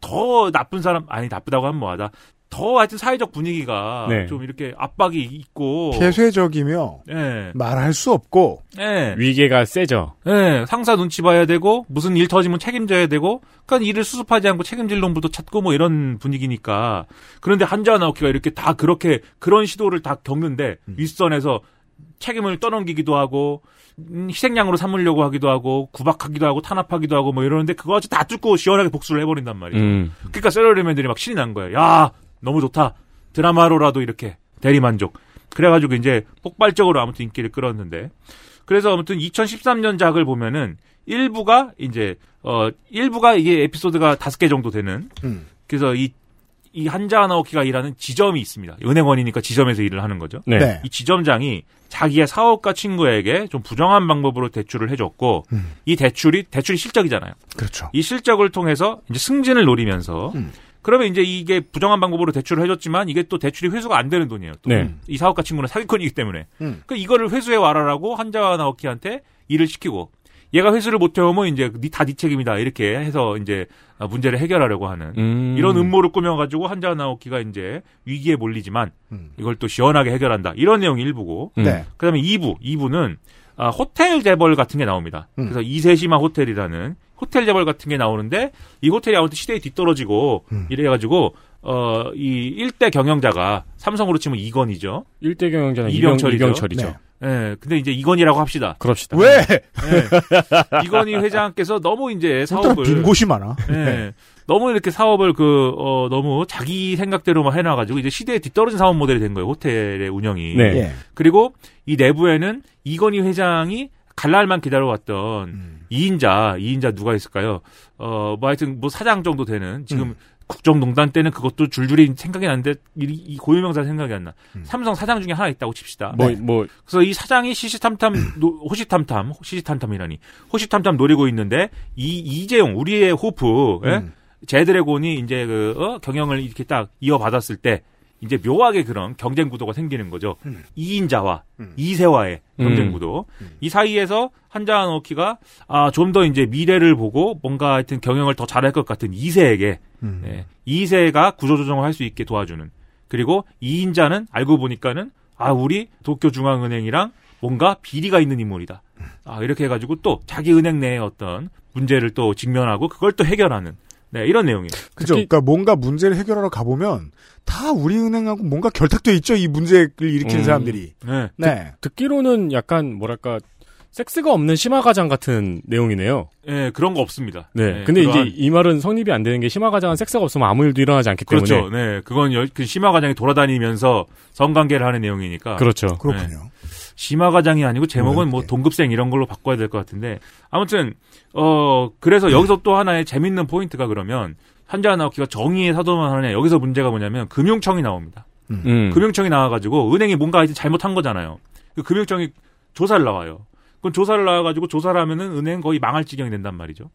[SPEAKER 10] 더 나쁜 사람 아니 나쁘다고 하면 뭐하다 더 하여튼 사회적 분위기가
[SPEAKER 4] 네.
[SPEAKER 10] 좀 이렇게 압박이 있고
[SPEAKER 2] 폐쇄적이며
[SPEAKER 4] 네.
[SPEAKER 10] 예,
[SPEAKER 2] 말할 수 없고
[SPEAKER 10] 예,
[SPEAKER 4] 위계가 세죠.
[SPEAKER 10] 예, 상사 눈치 봐야 되고 무슨 일 터지면 책임져야 되고 그러니까 일을 수습하지 않고 책임질 놈부터 찾고 뭐 이런 분위기니까 그런데 한자 나오키가 이렇게 다 그렇게 그런 시도를 다 겪는데 윗선에서 책임을 떠넘기기도 하고 음, 희생양으로 삼으려고 하기도 하고 구박하기도 하고 탄압하기도 하고 뭐 이러는데 그거 아주 다 뚫고 시원하게 복수를 해버린단 말이에요.
[SPEAKER 4] 음.
[SPEAKER 10] 그러니까 셀러리맨들이 막 신이 난 거예요. 야 너무 좋다 드라마로라도 이렇게 대리만족. 그래가지고 이제 폭발적으로 아무튼 인기를 끌었는데 그래서 아무튼 2013년 작을 보면은 일부가 이제 어 일부가 이게 에피소드가 다섯 개 정도 되는
[SPEAKER 2] 음.
[SPEAKER 10] 그래서 이 이 한자 나오키가 일하는 지점이 있습니다. 은행원이니까 지점에서 일을 하는 거죠.
[SPEAKER 4] 네.
[SPEAKER 2] 네.
[SPEAKER 10] 이 지점장이 자기의 사업가 친구에게 좀 부정한 방법으로 대출을 해줬고 이 대출이 대출이 실적이잖아요.
[SPEAKER 2] 음. 그렇죠.
[SPEAKER 10] 이 실적을 통해서 이제 승진을 노리면서
[SPEAKER 2] 음.
[SPEAKER 10] 그러면 이제 이게 부정한 방법으로 대출을 해줬지만 이게 또 대출이 회수가 안 되는 돈이에요. 또. 음.
[SPEAKER 4] 네.
[SPEAKER 10] 이 사업가 친구는 사기꾼이기 때문에
[SPEAKER 2] 음.
[SPEAKER 10] 그 이거를 회수해 와라라고 한자와 나오키한테 일을 시키고 얘가 회수를 못 해오면 이제 다네 책임이다 이렇게 해서 이제 문제를 해결하려고 하는
[SPEAKER 4] 음.
[SPEAKER 10] 이런 음모를 꾸며가지고 한자와 나오키가 이제 위기에 몰리지만
[SPEAKER 2] 음.
[SPEAKER 10] 이걸 또 시원하게 해결한다 이런 내용이 1부고
[SPEAKER 4] 음.
[SPEAKER 2] 네.
[SPEAKER 10] 그다음에 2부, 2부는 아, 호텔 재벌 같은 게 나옵니다.
[SPEAKER 2] 음.
[SPEAKER 10] 그래서 이세시마 호텔이라는 호텔 재벌 같은 게 나오는데 이 호텔이 아무튼 시대에 뒤떨어지고
[SPEAKER 2] 음.
[SPEAKER 10] 이래가지고 어, 이 1대 경영자가 삼성으로 치면 이건이죠.
[SPEAKER 4] 1대 경영자는
[SPEAKER 10] 이병철이죠.
[SPEAKER 4] 이병- 이병철이죠.
[SPEAKER 10] 네. 예, 근데 이제 이건이라고 합시다.
[SPEAKER 4] 그럽시다.
[SPEAKER 2] 왜?
[SPEAKER 10] 예. 이건희 회장께서 너무
[SPEAKER 2] <laughs>
[SPEAKER 10] 이제
[SPEAKER 2] 일단
[SPEAKER 10] 사업을
[SPEAKER 2] 빈 곳이 많아.
[SPEAKER 4] 네.
[SPEAKER 2] 네.
[SPEAKER 10] 예. 너무 이렇게 사업을 그, 어, 너무 자기 생각대로만 해놔가지고 이제 시대에 뒤떨어진 사업 모델이 된 거예요. 호텔의 운영이.
[SPEAKER 4] 네.
[SPEAKER 2] 예.
[SPEAKER 10] 그리고 이 내부에는 이건희 회장이 갈날만
[SPEAKER 4] 음.
[SPEAKER 2] 음.
[SPEAKER 10] 기다려왔던 이인자이인자 누가 있을까요? 어, 뭐 하여튼 뭐 사장 정도 되는 지금
[SPEAKER 2] 음.
[SPEAKER 10] 국정농단 때는 그것도 줄줄이 생각이 나는데 이, 이 고유명사 생각이 안 나.
[SPEAKER 2] 음.
[SPEAKER 10] 삼성 사장 중에 하나 있다고 칩시다. 네.
[SPEAKER 4] 뭐, 뭐,
[SPEAKER 10] 그래서 이
[SPEAKER 2] <clears throat>
[SPEAKER 10] 사장이 시시탐탐 노- 호시탐탐 호시탐탐이라니 호시탐탐 노리고 있는데 이 이재용 우리의 호프 예?
[SPEAKER 2] 음.
[SPEAKER 10] 제드래곤이 이제 그 어? 경영을 이렇게 딱 이어받았을 때 이제 묘하게 그런 경쟁 구도가 생기는 거죠. 이인자와 이세와의 경쟁
[SPEAKER 4] 음.
[SPEAKER 10] 구도. 이 사이에서 한자 노키가 아, 좀 더 이제 미래를 보고 뭔가 하여튼 경영을 더 잘할 것 같은 이세에게
[SPEAKER 2] 음.
[SPEAKER 4] 네.
[SPEAKER 10] 예, 이세가 구조조정을 할 수 있게 도와주는. 그리고 이인자는 알고 보니까는 아 우리 도쿄중앙은행이랑 뭔가 비리가 있는 인물이다. 아 이렇게 해가지고 또 자기 은행 내의 어떤 문제를 또 직면하고 그걸 또 해결하는. 네 이런 내용이에요.
[SPEAKER 2] 그죠.
[SPEAKER 4] 특히-
[SPEAKER 2] 그러니까 뭔가 문제를 해결하러 가보면 다 우리은행하고 뭔가 결탁돼 있죠. 이 문제를 일으킨
[SPEAKER 4] 음.
[SPEAKER 2] 사람들이.
[SPEAKER 10] 네.
[SPEAKER 2] 네.
[SPEAKER 4] 듣기로는 약간, 뭐랄까, 섹스가 없는 심화과장 같은 내용이네요.
[SPEAKER 10] 예, 그런 거 없습니다.
[SPEAKER 4] 네.
[SPEAKER 10] 예,
[SPEAKER 4] 근데
[SPEAKER 10] 그러한-
[SPEAKER 4] 이제 이 말은 성립이 안 되는 게 심화과장은 섹스가 없으면 아무 일도 일어나지 않기 때문에.
[SPEAKER 10] 그렇죠. 네, 그건 여, 그 심화 과장이 돌아다니면서 성관계를 하는 내용이니까.
[SPEAKER 4] 그렇죠.
[SPEAKER 2] 그렇군요.
[SPEAKER 10] 심화 과장이 아니고 제목은 뭐
[SPEAKER 2] 네.
[SPEAKER 10] 동급생 이런 걸로 바꿔야 될 것 같은데 아무튼 어 그래서 여기서 또 하나의 재밌는 포인트가 그러면 현재 나오기가 정의의 사도만 하느냐 여기서 문제가 뭐냐면 금융청이 나옵니다.
[SPEAKER 4] 음.
[SPEAKER 10] 금융청이 나와가지고 은행이 뭔가 이제 잘못한 거잖아요. 그 금융청이 조사를 나와요. 그럼 조사를 나와가지고 조사를 하면은 은행 거의 망할 지경이 된단 말이죠.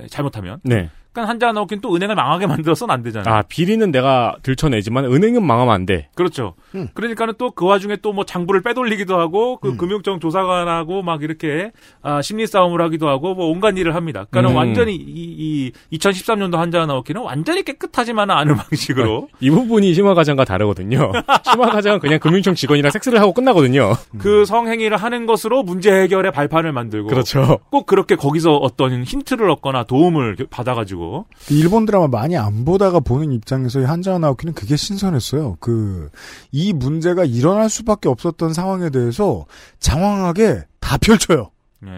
[SPEAKER 10] 예, 잘못하면.
[SPEAKER 4] 네.
[SPEAKER 10] 그러니까 한자 나오긴 또 은행을 망하게 <laughs> 만들어서는 안 되잖아요.
[SPEAKER 4] 아, 비리는 내가 들춰내지만 은행은 망하면 안 돼.
[SPEAKER 10] 그렇죠.
[SPEAKER 2] 음.
[SPEAKER 10] 그러니까는 또 그 와중에 또 뭐 장부를 빼돌리기도 하고 그
[SPEAKER 2] 음.
[SPEAKER 10] 금융청 조사관하고 막 이렇게 아, 심리 싸움을 하기도 하고 뭐 온갖 일을 합니다.
[SPEAKER 4] 음.
[SPEAKER 10] 그러니까는 완전히 이, 이 2013년도 한자 나오기는 완전히 깨끗하지만 은 않은 방식으로
[SPEAKER 4] 이 부분이 심화과장과 다르거든요. 심화과장은 그냥 금융청 직원이랑 섹스를 하고 끝나거든요.
[SPEAKER 10] 그 성행위를 하는 것으로 문제 해결의 발판을 만들고
[SPEAKER 4] 음. 그렇죠.
[SPEAKER 10] 꼭 그렇게 거기서 어떤 힌트를 얻거나 도움을 받아가지고
[SPEAKER 2] 일본 드라마 많이 안 보다가 보는 입장에서의 한자와 나오키는 그게 신선했어요. 그, 이 문제가 일어날 수밖에 없었던 상황에 대해서 장황하게 다 펼쳐요.
[SPEAKER 10] 네.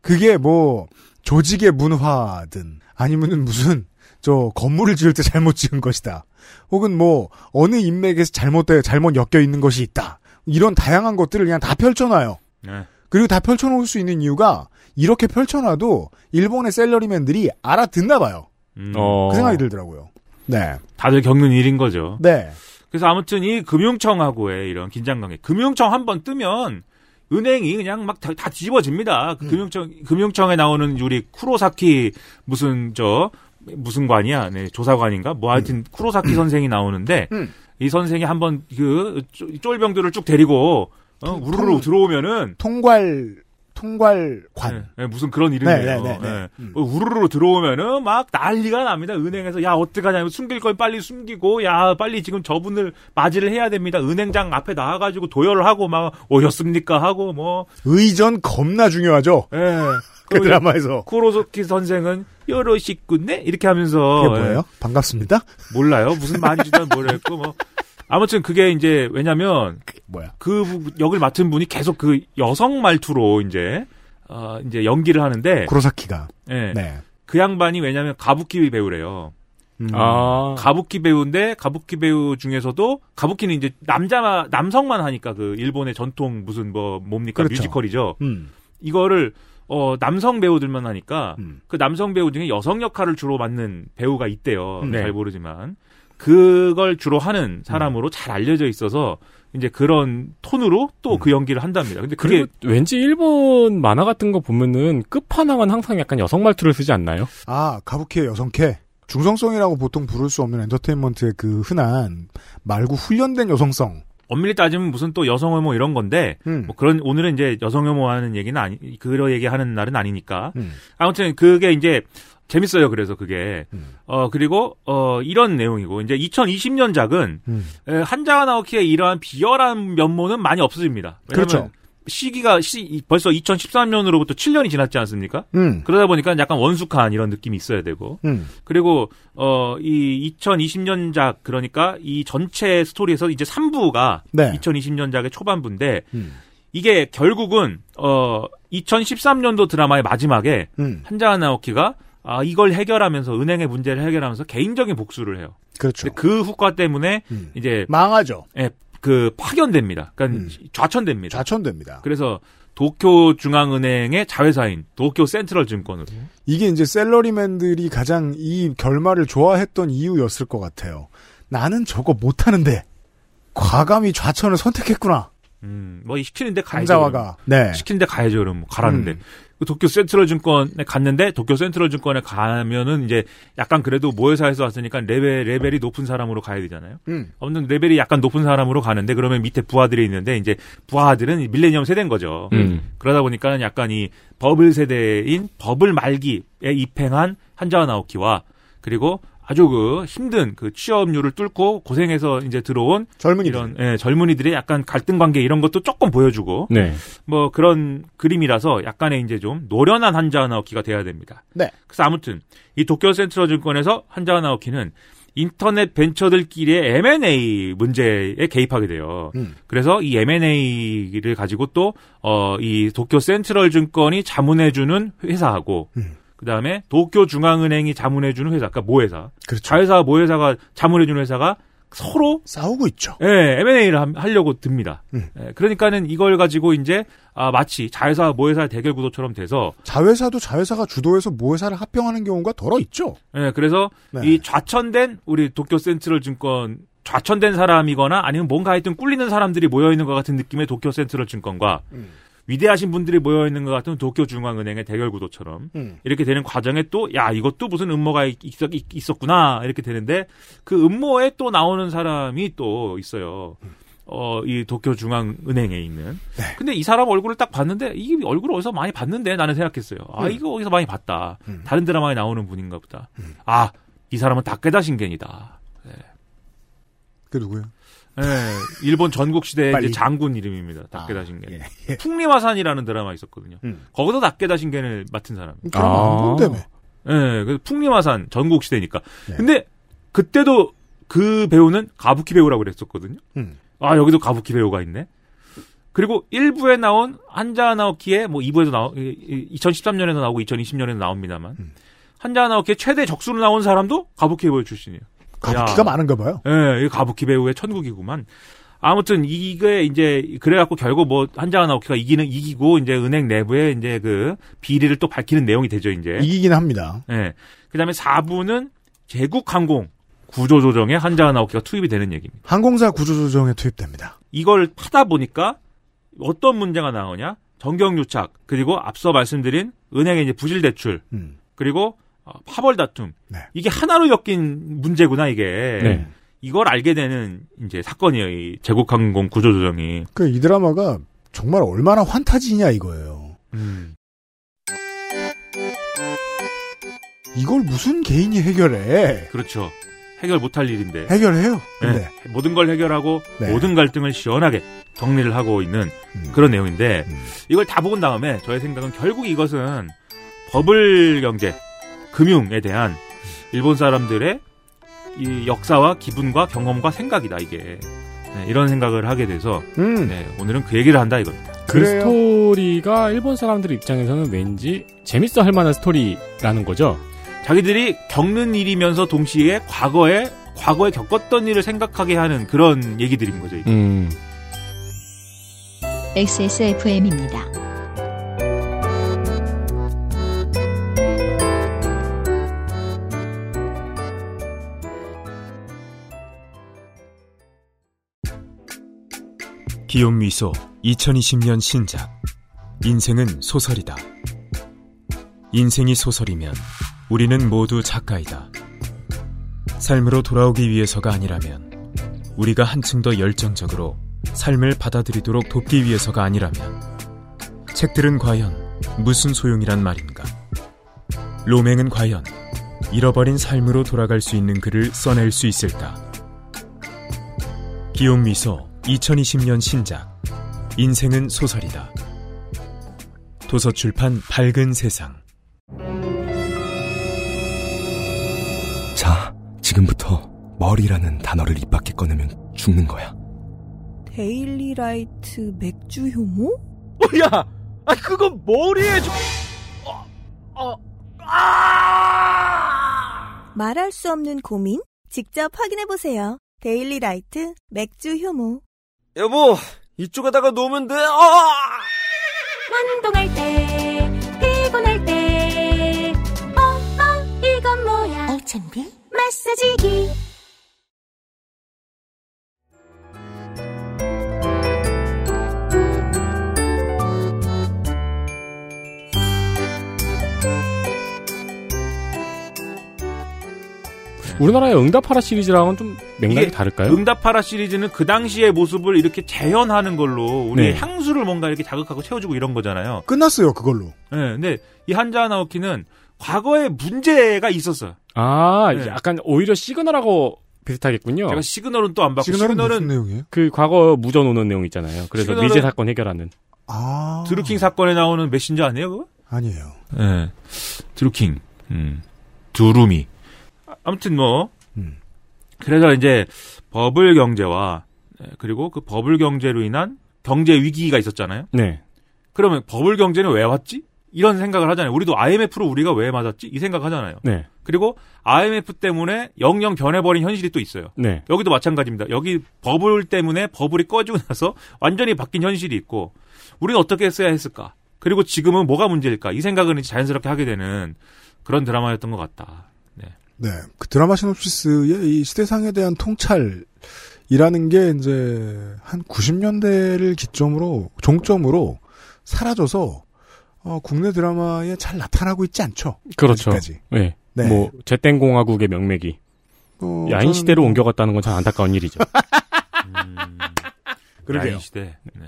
[SPEAKER 2] 그게 뭐, 조직의 문화든, 아니면은 무슨, 저, 건물을 지을 때 잘못 지은 것이다. 혹은 뭐, 어느 인맥에서 잘못돼, 잘못 엮여 있는 것이 있다. 이런 다양한 것들을 그냥 다 펼쳐놔요.
[SPEAKER 10] 네.
[SPEAKER 2] 그리고 다 펼쳐놓을 수 있는 이유가, 이렇게 펼쳐놔도, 일본의 셀러리맨들이 알아듣나 봐요.
[SPEAKER 10] 음,
[SPEAKER 4] 어.
[SPEAKER 2] 그 생각이 들더라고요. 네.
[SPEAKER 10] 다들 겪는 일인 거죠.
[SPEAKER 2] 네.
[SPEAKER 10] 그래서 아무튼 이 금융청하고의 이런 긴장관계. 금융청 한 번 뜨면 은행이 그냥 막 다 뒤집어집니다. 그 금융청 금융청에 나오는 우리 쿠로사키 무슨 저 무슨 관이야? 네, 조사관인가? 뭐 하여튼 쿠로사키 선생이 나오는데
[SPEAKER 2] 음.
[SPEAKER 10] 이 선생이 한번 그 쫄- 쫄병들을 쭉 데리고 어, 우르르
[SPEAKER 2] 통-
[SPEAKER 10] 들어오면은
[SPEAKER 2] 통괄, 통괄관.
[SPEAKER 10] 예, 예, 무슨 그런 이름이에요.
[SPEAKER 2] 네, 네, 네, 네.
[SPEAKER 10] 예. 어, 우르르 들어오면은 막 난리가 납니다. 은행에서 야 어떡하냐 숨길 걸 빨리 숨기고 야 빨리 지금 저분을 맞이를 해야 됩니다. 은행장 앞에 나와가지고 도열을 하고 막 오셨습니까 하고 뭐
[SPEAKER 2] 의전 겁나 중요하죠.
[SPEAKER 10] 예.
[SPEAKER 2] 그 드라마에서.
[SPEAKER 10] 쿠로소키 선생은 어, 여러시군네 이렇게 하면서
[SPEAKER 2] 그게 뭐예요? 반갑습니다.
[SPEAKER 10] 예, 몰라요 무슨 말인지도 모르겠고 뭐 아무튼 그게 이제 왜냐면
[SPEAKER 2] 뭐야.
[SPEAKER 10] 그 부- 역을 맡은 분이 계속 그 여성 말투로 이제 어 이제 연기를 하는데
[SPEAKER 2] 구로사키가.
[SPEAKER 10] 예.
[SPEAKER 2] 네.
[SPEAKER 10] 그 양반이 왜냐면 가부키 배우래요.
[SPEAKER 2] 음.
[SPEAKER 10] 음.
[SPEAKER 4] 아.
[SPEAKER 10] 가부키 배우인데 가부키 배우 중에서 가부키는 이제 남자 남성만 하니까 그 일본의 전통 무슨 뭐 뭡니까
[SPEAKER 2] 그렇죠.
[SPEAKER 10] 뮤지컬이죠.
[SPEAKER 2] 음.
[SPEAKER 10] 이거를 어 남성 배우들만 하니까
[SPEAKER 2] 음.
[SPEAKER 10] 그 남성 배우 중에 여성 역할을 주로 맡는 배우가 있대요.
[SPEAKER 2] 네.
[SPEAKER 10] 잘 모르지만 그걸 주로 하는 사람으로
[SPEAKER 2] 음.
[SPEAKER 10] 잘 알려져 있어서 이제 그런 톤으로 또
[SPEAKER 2] 음.
[SPEAKER 10] 그 연기를 한답니다. 근데 그게
[SPEAKER 4] 그리고 왠지 일본 만화 같은 거 보면은 끝판왕은 항상 약간 여성 말투를 쓰지 않나요?
[SPEAKER 2] 아, 가부키의 여성캐. 중성성이라고 보통 부를 수 없는 엔터테인먼트의 그 흔한 말고 훈련된 여성성.
[SPEAKER 10] 엄밀히 따지면 무슨 또 여성 혐오 이런 건데
[SPEAKER 2] 음.
[SPEAKER 10] 뭐 그런 오늘은 이제 여성 혐오하는 얘기는 아니 그런 얘기하는 날은 아니니까
[SPEAKER 2] 음.
[SPEAKER 10] 아무튼 그게 이제 재밌어요. 그래서 그게
[SPEAKER 2] 음.
[SPEAKER 10] 어 그리고 어 이런 내용이고 이제 2020년작은
[SPEAKER 2] 음.
[SPEAKER 10] 한자와 나오키의 이러한 비열한 면모는 많이 없어집니다. 왜냐면
[SPEAKER 2] 그렇죠.
[SPEAKER 10] 시기가 시, 벌써 2013년으로부터 7년이 지났지 않습니까?
[SPEAKER 2] 음.
[SPEAKER 10] 그러다 보니까 약간 원숙한 이런 느낌이 있어야 되고
[SPEAKER 2] 음.
[SPEAKER 10] 그리고 어 이 2020년작 그러니까 이 전체 스토리에서 이제 3부가
[SPEAKER 2] 네.
[SPEAKER 10] 2020년작의 초반부인데
[SPEAKER 2] 음.
[SPEAKER 10] 이게 결국은 어 2013년도 드라마의 마지막에
[SPEAKER 2] 음.
[SPEAKER 10] 한자와 나오키가 아 이걸 해결하면서 은행의 문제를 해결하면서 개인적인 복수를 해요.
[SPEAKER 2] 그렇죠.
[SPEAKER 10] 근데 그 후과 때문에
[SPEAKER 2] 음.
[SPEAKER 10] 이제
[SPEAKER 2] 망하죠.
[SPEAKER 10] 예, 그 파견됩니다. 그러니까
[SPEAKER 2] 음.
[SPEAKER 10] 좌천됩니다.
[SPEAKER 2] 좌천됩니다.
[SPEAKER 10] 그래서 도쿄 중앙은행의 자회사인 도쿄 센트럴 증권으로.
[SPEAKER 2] 이게 이제 셀러리맨들이 가장 이 결말을 좋아했던 이유였을 것 같아요. 나는 저거 못하는데 과감히 좌천을 선택했구나.
[SPEAKER 10] 음, 뭐 시키는데 가야죠.
[SPEAKER 2] 한자와가 네. 음.
[SPEAKER 10] 시키는데 가야죠. 그럼 뭐 가라는데. 그 도쿄 센트럴 증권에 갔는데 도쿄 센트럴 증권에 가면은 이제 약간 그래도 모회사에서 왔으니까 레벨 레벨이 높은 사람으로 가야 되잖아요.
[SPEAKER 2] 음.
[SPEAKER 10] 아무튼 레벨이 약간 높은 사람으로 가는데 그러면 밑에 부하들이 있는데 이제 부하들은 이 밀레니엄 세대인 거죠.
[SPEAKER 11] 음.
[SPEAKER 10] 그러다 보니까는 약간 이 버블 세대인 버블 말기에 입행한 한자와 나오키와 그리고 아주 그 힘든 그 취업률을 뚫고 고생해서 이제 들어온
[SPEAKER 2] 젊은이들.
[SPEAKER 10] 이런 예, 젊은이들의 약간 갈등 관계 이런 것도 조금 보여주고
[SPEAKER 4] 네.
[SPEAKER 10] 뭐 그런 그림이라서 약간의 이제 좀 노련한 한자와 나오키가 돼야 됩니다.
[SPEAKER 2] 네.
[SPEAKER 10] 그래서 아무튼 이 도쿄 센트럴 증권에서 한자와 나오키는 인터넷 벤처들끼리의 M&A 문제에 개입하게 돼요.
[SPEAKER 2] 음.
[SPEAKER 10] 그래서 이 M&A를 가지고 또, 어, 이 도쿄 센트럴 증권이 자문해주는 회사하고, 그 다음에 도쿄 중앙은행이 자문해주는 회사, 그러니까 모회사. 자회사와 모회사가 자문해주는 회사가 서로
[SPEAKER 2] 그렇죠. 싸우고 있죠.
[SPEAKER 10] 예, M&A를 하려고 듭니다.
[SPEAKER 2] 그렇죠. 음.
[SPEAKER 10] 예, 그러니까는 이걸 가지고 이제, 아, 마치 자회사와 모회사의 대결 구도처럼 돼서,
[SPEAKER 2] 자회사도 자회사가 주도해서 모회사를 합병하는 경우가 덜어 있죠.
[SPEAKER 10] 예, 그래서
[SPEAKER 2] 네.
[SPEAKER 10] 이 좌천된 우리 도쿄 센트럴 증권 좌천된 사람이거나 아니면 뭔가 하여튼 꿀리는 사람들이 모여 있는 것 같은 느낌의 도쿄 센트럴 증권과
[SPEAKER 2] 음.
[SPEAKER 10] 위대하신 분들이 모여 있는 것 같은 도쿄 중앙은행의 대결 구도처럼
[SPEAKER 2] 음.
[SPEAKER 10] 이렇게 되는 과정에 또 야 이것도 무슨 음모가 있, 었구나 이렇게 되는데 그 음모에 또 나오는 사람이 또 있어요.
[SPEAKER 2] 음.
[SPEAKER 10] 어, 이 도쿄 중앙은행에 있는.
[SPEAKER 2] 네.
[SPEAKER 10] 근데 이 사람 얼굴을 딱 봤는데, 이 얼굴을 어디서 많이 봤는데? 나는 생각했어요. 아,
[SPEAKER 4] 음.
[SPEAKER 10] 이거 어디서 많이 봤다.
[SPEAKER 2] 음.
[SPEAKER 10] 다른 드라마에 나오는 분인가 보다. 아, 이 사람은 다케다 신겐이다.
[SPEAKER 2] 그 누구예요?
[SPEAKER 10] 예, 일본 전국시대
[SPEAKER 2] 빨리.
[SPEAKER 10] 이제 장군 이름입니다. 다케다 신겐.
[SPEAKER 2] 예.
[SPEAKER 10] 풍리마산이라는 드라마 있었거든요.
[SPEAKER 2] 음.
[SPEAKER 10] 거기서 다케다 신겐을 맡은 사람.
[SPEAKER 2] 드라마 안 아. 본다며.
[SPEAKER 10] 예, 그래서 풍리마산 전국시대니까.
[SPEAKER 2] 네.
[SPEAKER 10] 근데 그때도 그 배우는 가부키 배우라고 그랬었거든요.
[SPEAKER 2] 음.
[SPEAKER 10] 아 여기도 가부키 배우가 있네. 그리고 1부에 나온 한자 나오키의 뭐 2부에도 나오 2013년에도 나오고 2020년에도 나옵니다만
[SPEAKER 2] 음.
[SPEAKER 10] 한자 나오키의 최대 적수로 나온 사람도 가부키 배우 출신이에요.
[SPEAKER 2] 가부키가 아, 많은가 봐요.
[SPEAKER 10] 예, 이 가부키 배우의 천국이구만. 아무튼 이게 이제 그래갖고 결국 뭐 한자 나오키가 이기는 이기고 이제 은행 내부에 이제 그 비리를 또 밝히는 내용이 되죠 이제.
[SPEAKER 2] 이기긴 합니다.
[SPEAKER 10] 예. 그다음에 4부는 제국항공 구조조정에 한자와 나오키가 투입이 되는 얘기입니다.
[SPEAKER 2] 항공사 구조조정에 투입됩니다.
[SPEAKER 10] 이걸 파다 보니까 어떤 문제가 나오냐? 정경유착 그리고 앞서 말씀드린 은행의 이제 부실 대출
[SPEAKER 2] 음.
[SPEAKER 10] 그리고 어, 파벌 다툼 이게 하나로 엮인 문제구나 이게
[SPEAKER 2] 네.
[SPEAKER 10] 이걸 알게 되는 이제 사건이에요. 이 제국항공 구조조정이
[SPEAKER 2] 그 이 드라마가 정말 얼마나 환타지냐 이거예요. 음. 이걸 무슨 개인이 해결해?
[SPEAKER 10] 그렇죠. 해결 못할 일인데
[SPEAKER 2] 해결해요. 근데
[SPEAKER 10] 네. 모든 걸 해결하고
[SPEAKER 2] 네.
[SPEAKER 10] 모든 갈등을 시원하게 정리를 하고 있는
[SPEAKER 2] 음.
[SPEAKER 10] 그런 내용인데 이걸 다 보고 난 다음에 저의 생각은 결국 이것은 버블 경제 금융에 대한 일본 사람들의 이 역사와 기분과 경험과 생각이다 이게 네, 이런 생각을 하게 돼서
[SPEAKER 2] 음.
[SPEAKER 10] 네, 오늘은 그 얘기를 한다 이겁니다.
[SPEAKER 4] 그 스토리가 일본 사람들 입장에서는 왠지 재밌어 할 만한 스토리라는 거죠.
[SPEAKER 10] 자기들이 겪는 일이면서 동시에 과거에 과거에 겪었던 일을 생각하게 하는 그런 얘기들인 거죠. 이게.
[SPEAKER 1] XSFM입니다.
[SPEAKER 12] 기욤미소 2020년 신작 인생은 소설이다. 인생이 소설이면 우리는 모두 작가이다. 삶으로 돌아오기 위해서가 아니라면 우리가 한층 더 열정적으로 삶을 받아들이도록 돕기 위해서가 아니라면 책들은 과연 무슨 소용이란 말인가? 로맹은 과연 잃어버린 삶으로 돌아갈 수 있는 글을 써낼 수 있을까? 기욤미소 2020년 신작 인생은 소설이다. 도서출판 밝은 세상.
[SPEAKER 11] 자, 지금부터 머리라는 단어를 입 밖에 꺼내면 죽는 거야.
[SPEAKER 13] 데일리라이트 맥주 효모?
[SPEAKER 14] 야, 아 그건 머리에 좀
[SPEAKER 13] 말할 수 없는 고민? 직접 확인해보세요. 데일리라이트 맥주 효모.
[SPEAKER 14] 여보 이쪽에다가 놓으면 돼. 아!
[SPEAKER 6] 운동할 때, 피곤할 때, 멍멍 이건 뭐야?
[SPEAKER 15] HMB?
[SPEAKER 6] 마사지기.
[SPEAKER 4] 우리나라의 응답하라 시리즈랑은 좀 맥락이 다를까요?
[SPEAKER 10] 응답하라 시리즈는 그 당시의 모습을 이렇게 재현하는 걸로 우리의
[SPEAKER 4] 네.
[SPEAKER 10] 향수를 뭔가 이렇게 자극하고 채워주고 이런 거잖아요.
[SPEAKER 2] 끝났어요 그걸로.
[SPEAKER 10] 예, 근데 이 한자 나오키는 과거에 문제가 있었어요.
[SPEAKER 4] 아,
[SPEAKER 10] 네.
[SPEAKER 4] 약간 오히려 시그널하고 비슷하겠군요.
[SPEAKER 10] 제가 시그널은 또 안 받고
[SPEAKER 4] 어. 시그널은
[SPEAKER 10] 시그널은,
[SPEAKER 4] 무슨 그 과거 무전 오는 내용 있잖아요. 그래서
[SPEAKER 10] 시그널은-
[SPEAKER 4] 미제 사건 해결하는.
[SPEAKER 10] 드루킹 사건에 나오는 메신저 아니에요 그거?
[SPEAKER 2] 아. 아니에요.
[SPEAKER 10] 예, 드루킹, 음, 두루미. 아, 아무튼 뭐 그래서 이제 버블 경제와 예, 그리고 그 버블 경제로 인한 경제 위기가 있었잖아요.
[SPEAKER 4] 네.
[SPEAKER 10] 그러면 버블 경제는 왜 왔지? 이런 생각을 하잖아요. 우리도 IMF로 우리가 왜 맞았지? 이 생각하잖아요.
[SPEAKER 4] 네.
[SPEAKER 10] 그리고 IMF 때문에 영영 변해버린 현실이 또 있어요.
[SPEAKER 4] 네.
[SPEAKER 10] 여기도 마찬가지입니다. 여기 버블 때문에 버블이 꺼지고 나서 완전히 바뀐 현실이 있고 우리는 어떻게 써야 했을까? 그리고 지금은 뭐가 문제일까? 이 생각은 이제 자연스럽게 하게 되는 그런 드라마였던 것 같다.
[SPEAKER 2] 네, 그 드라마 시놉시스의 이 시대상에 대한 통찰이라는 게 이제 한 90년대를 기점으로 종점으로 사라져서 어, 국내 드라마에 잘 나타나고 있지 않죠.
[SPEAKER 4] 그렇죠.
[SPEAKER 2] 아직까지.
[SPEAKER 4] 네.
[SPEAKER 2] 네.
[SPEAKER 4] 뭐 제땡공화국의 명맥이
[SPEAKER 2] 어,
[SPEAKER 4] 야인
[SPEAKER 2] 저는-
[SPEAKER 4] 시대로 옮겨갔다는 건 참 안타까운 일이죠. <laughs>
[SPEAKER 2] 그러게요.
[SPEAKER 10] 아인 시대. 네.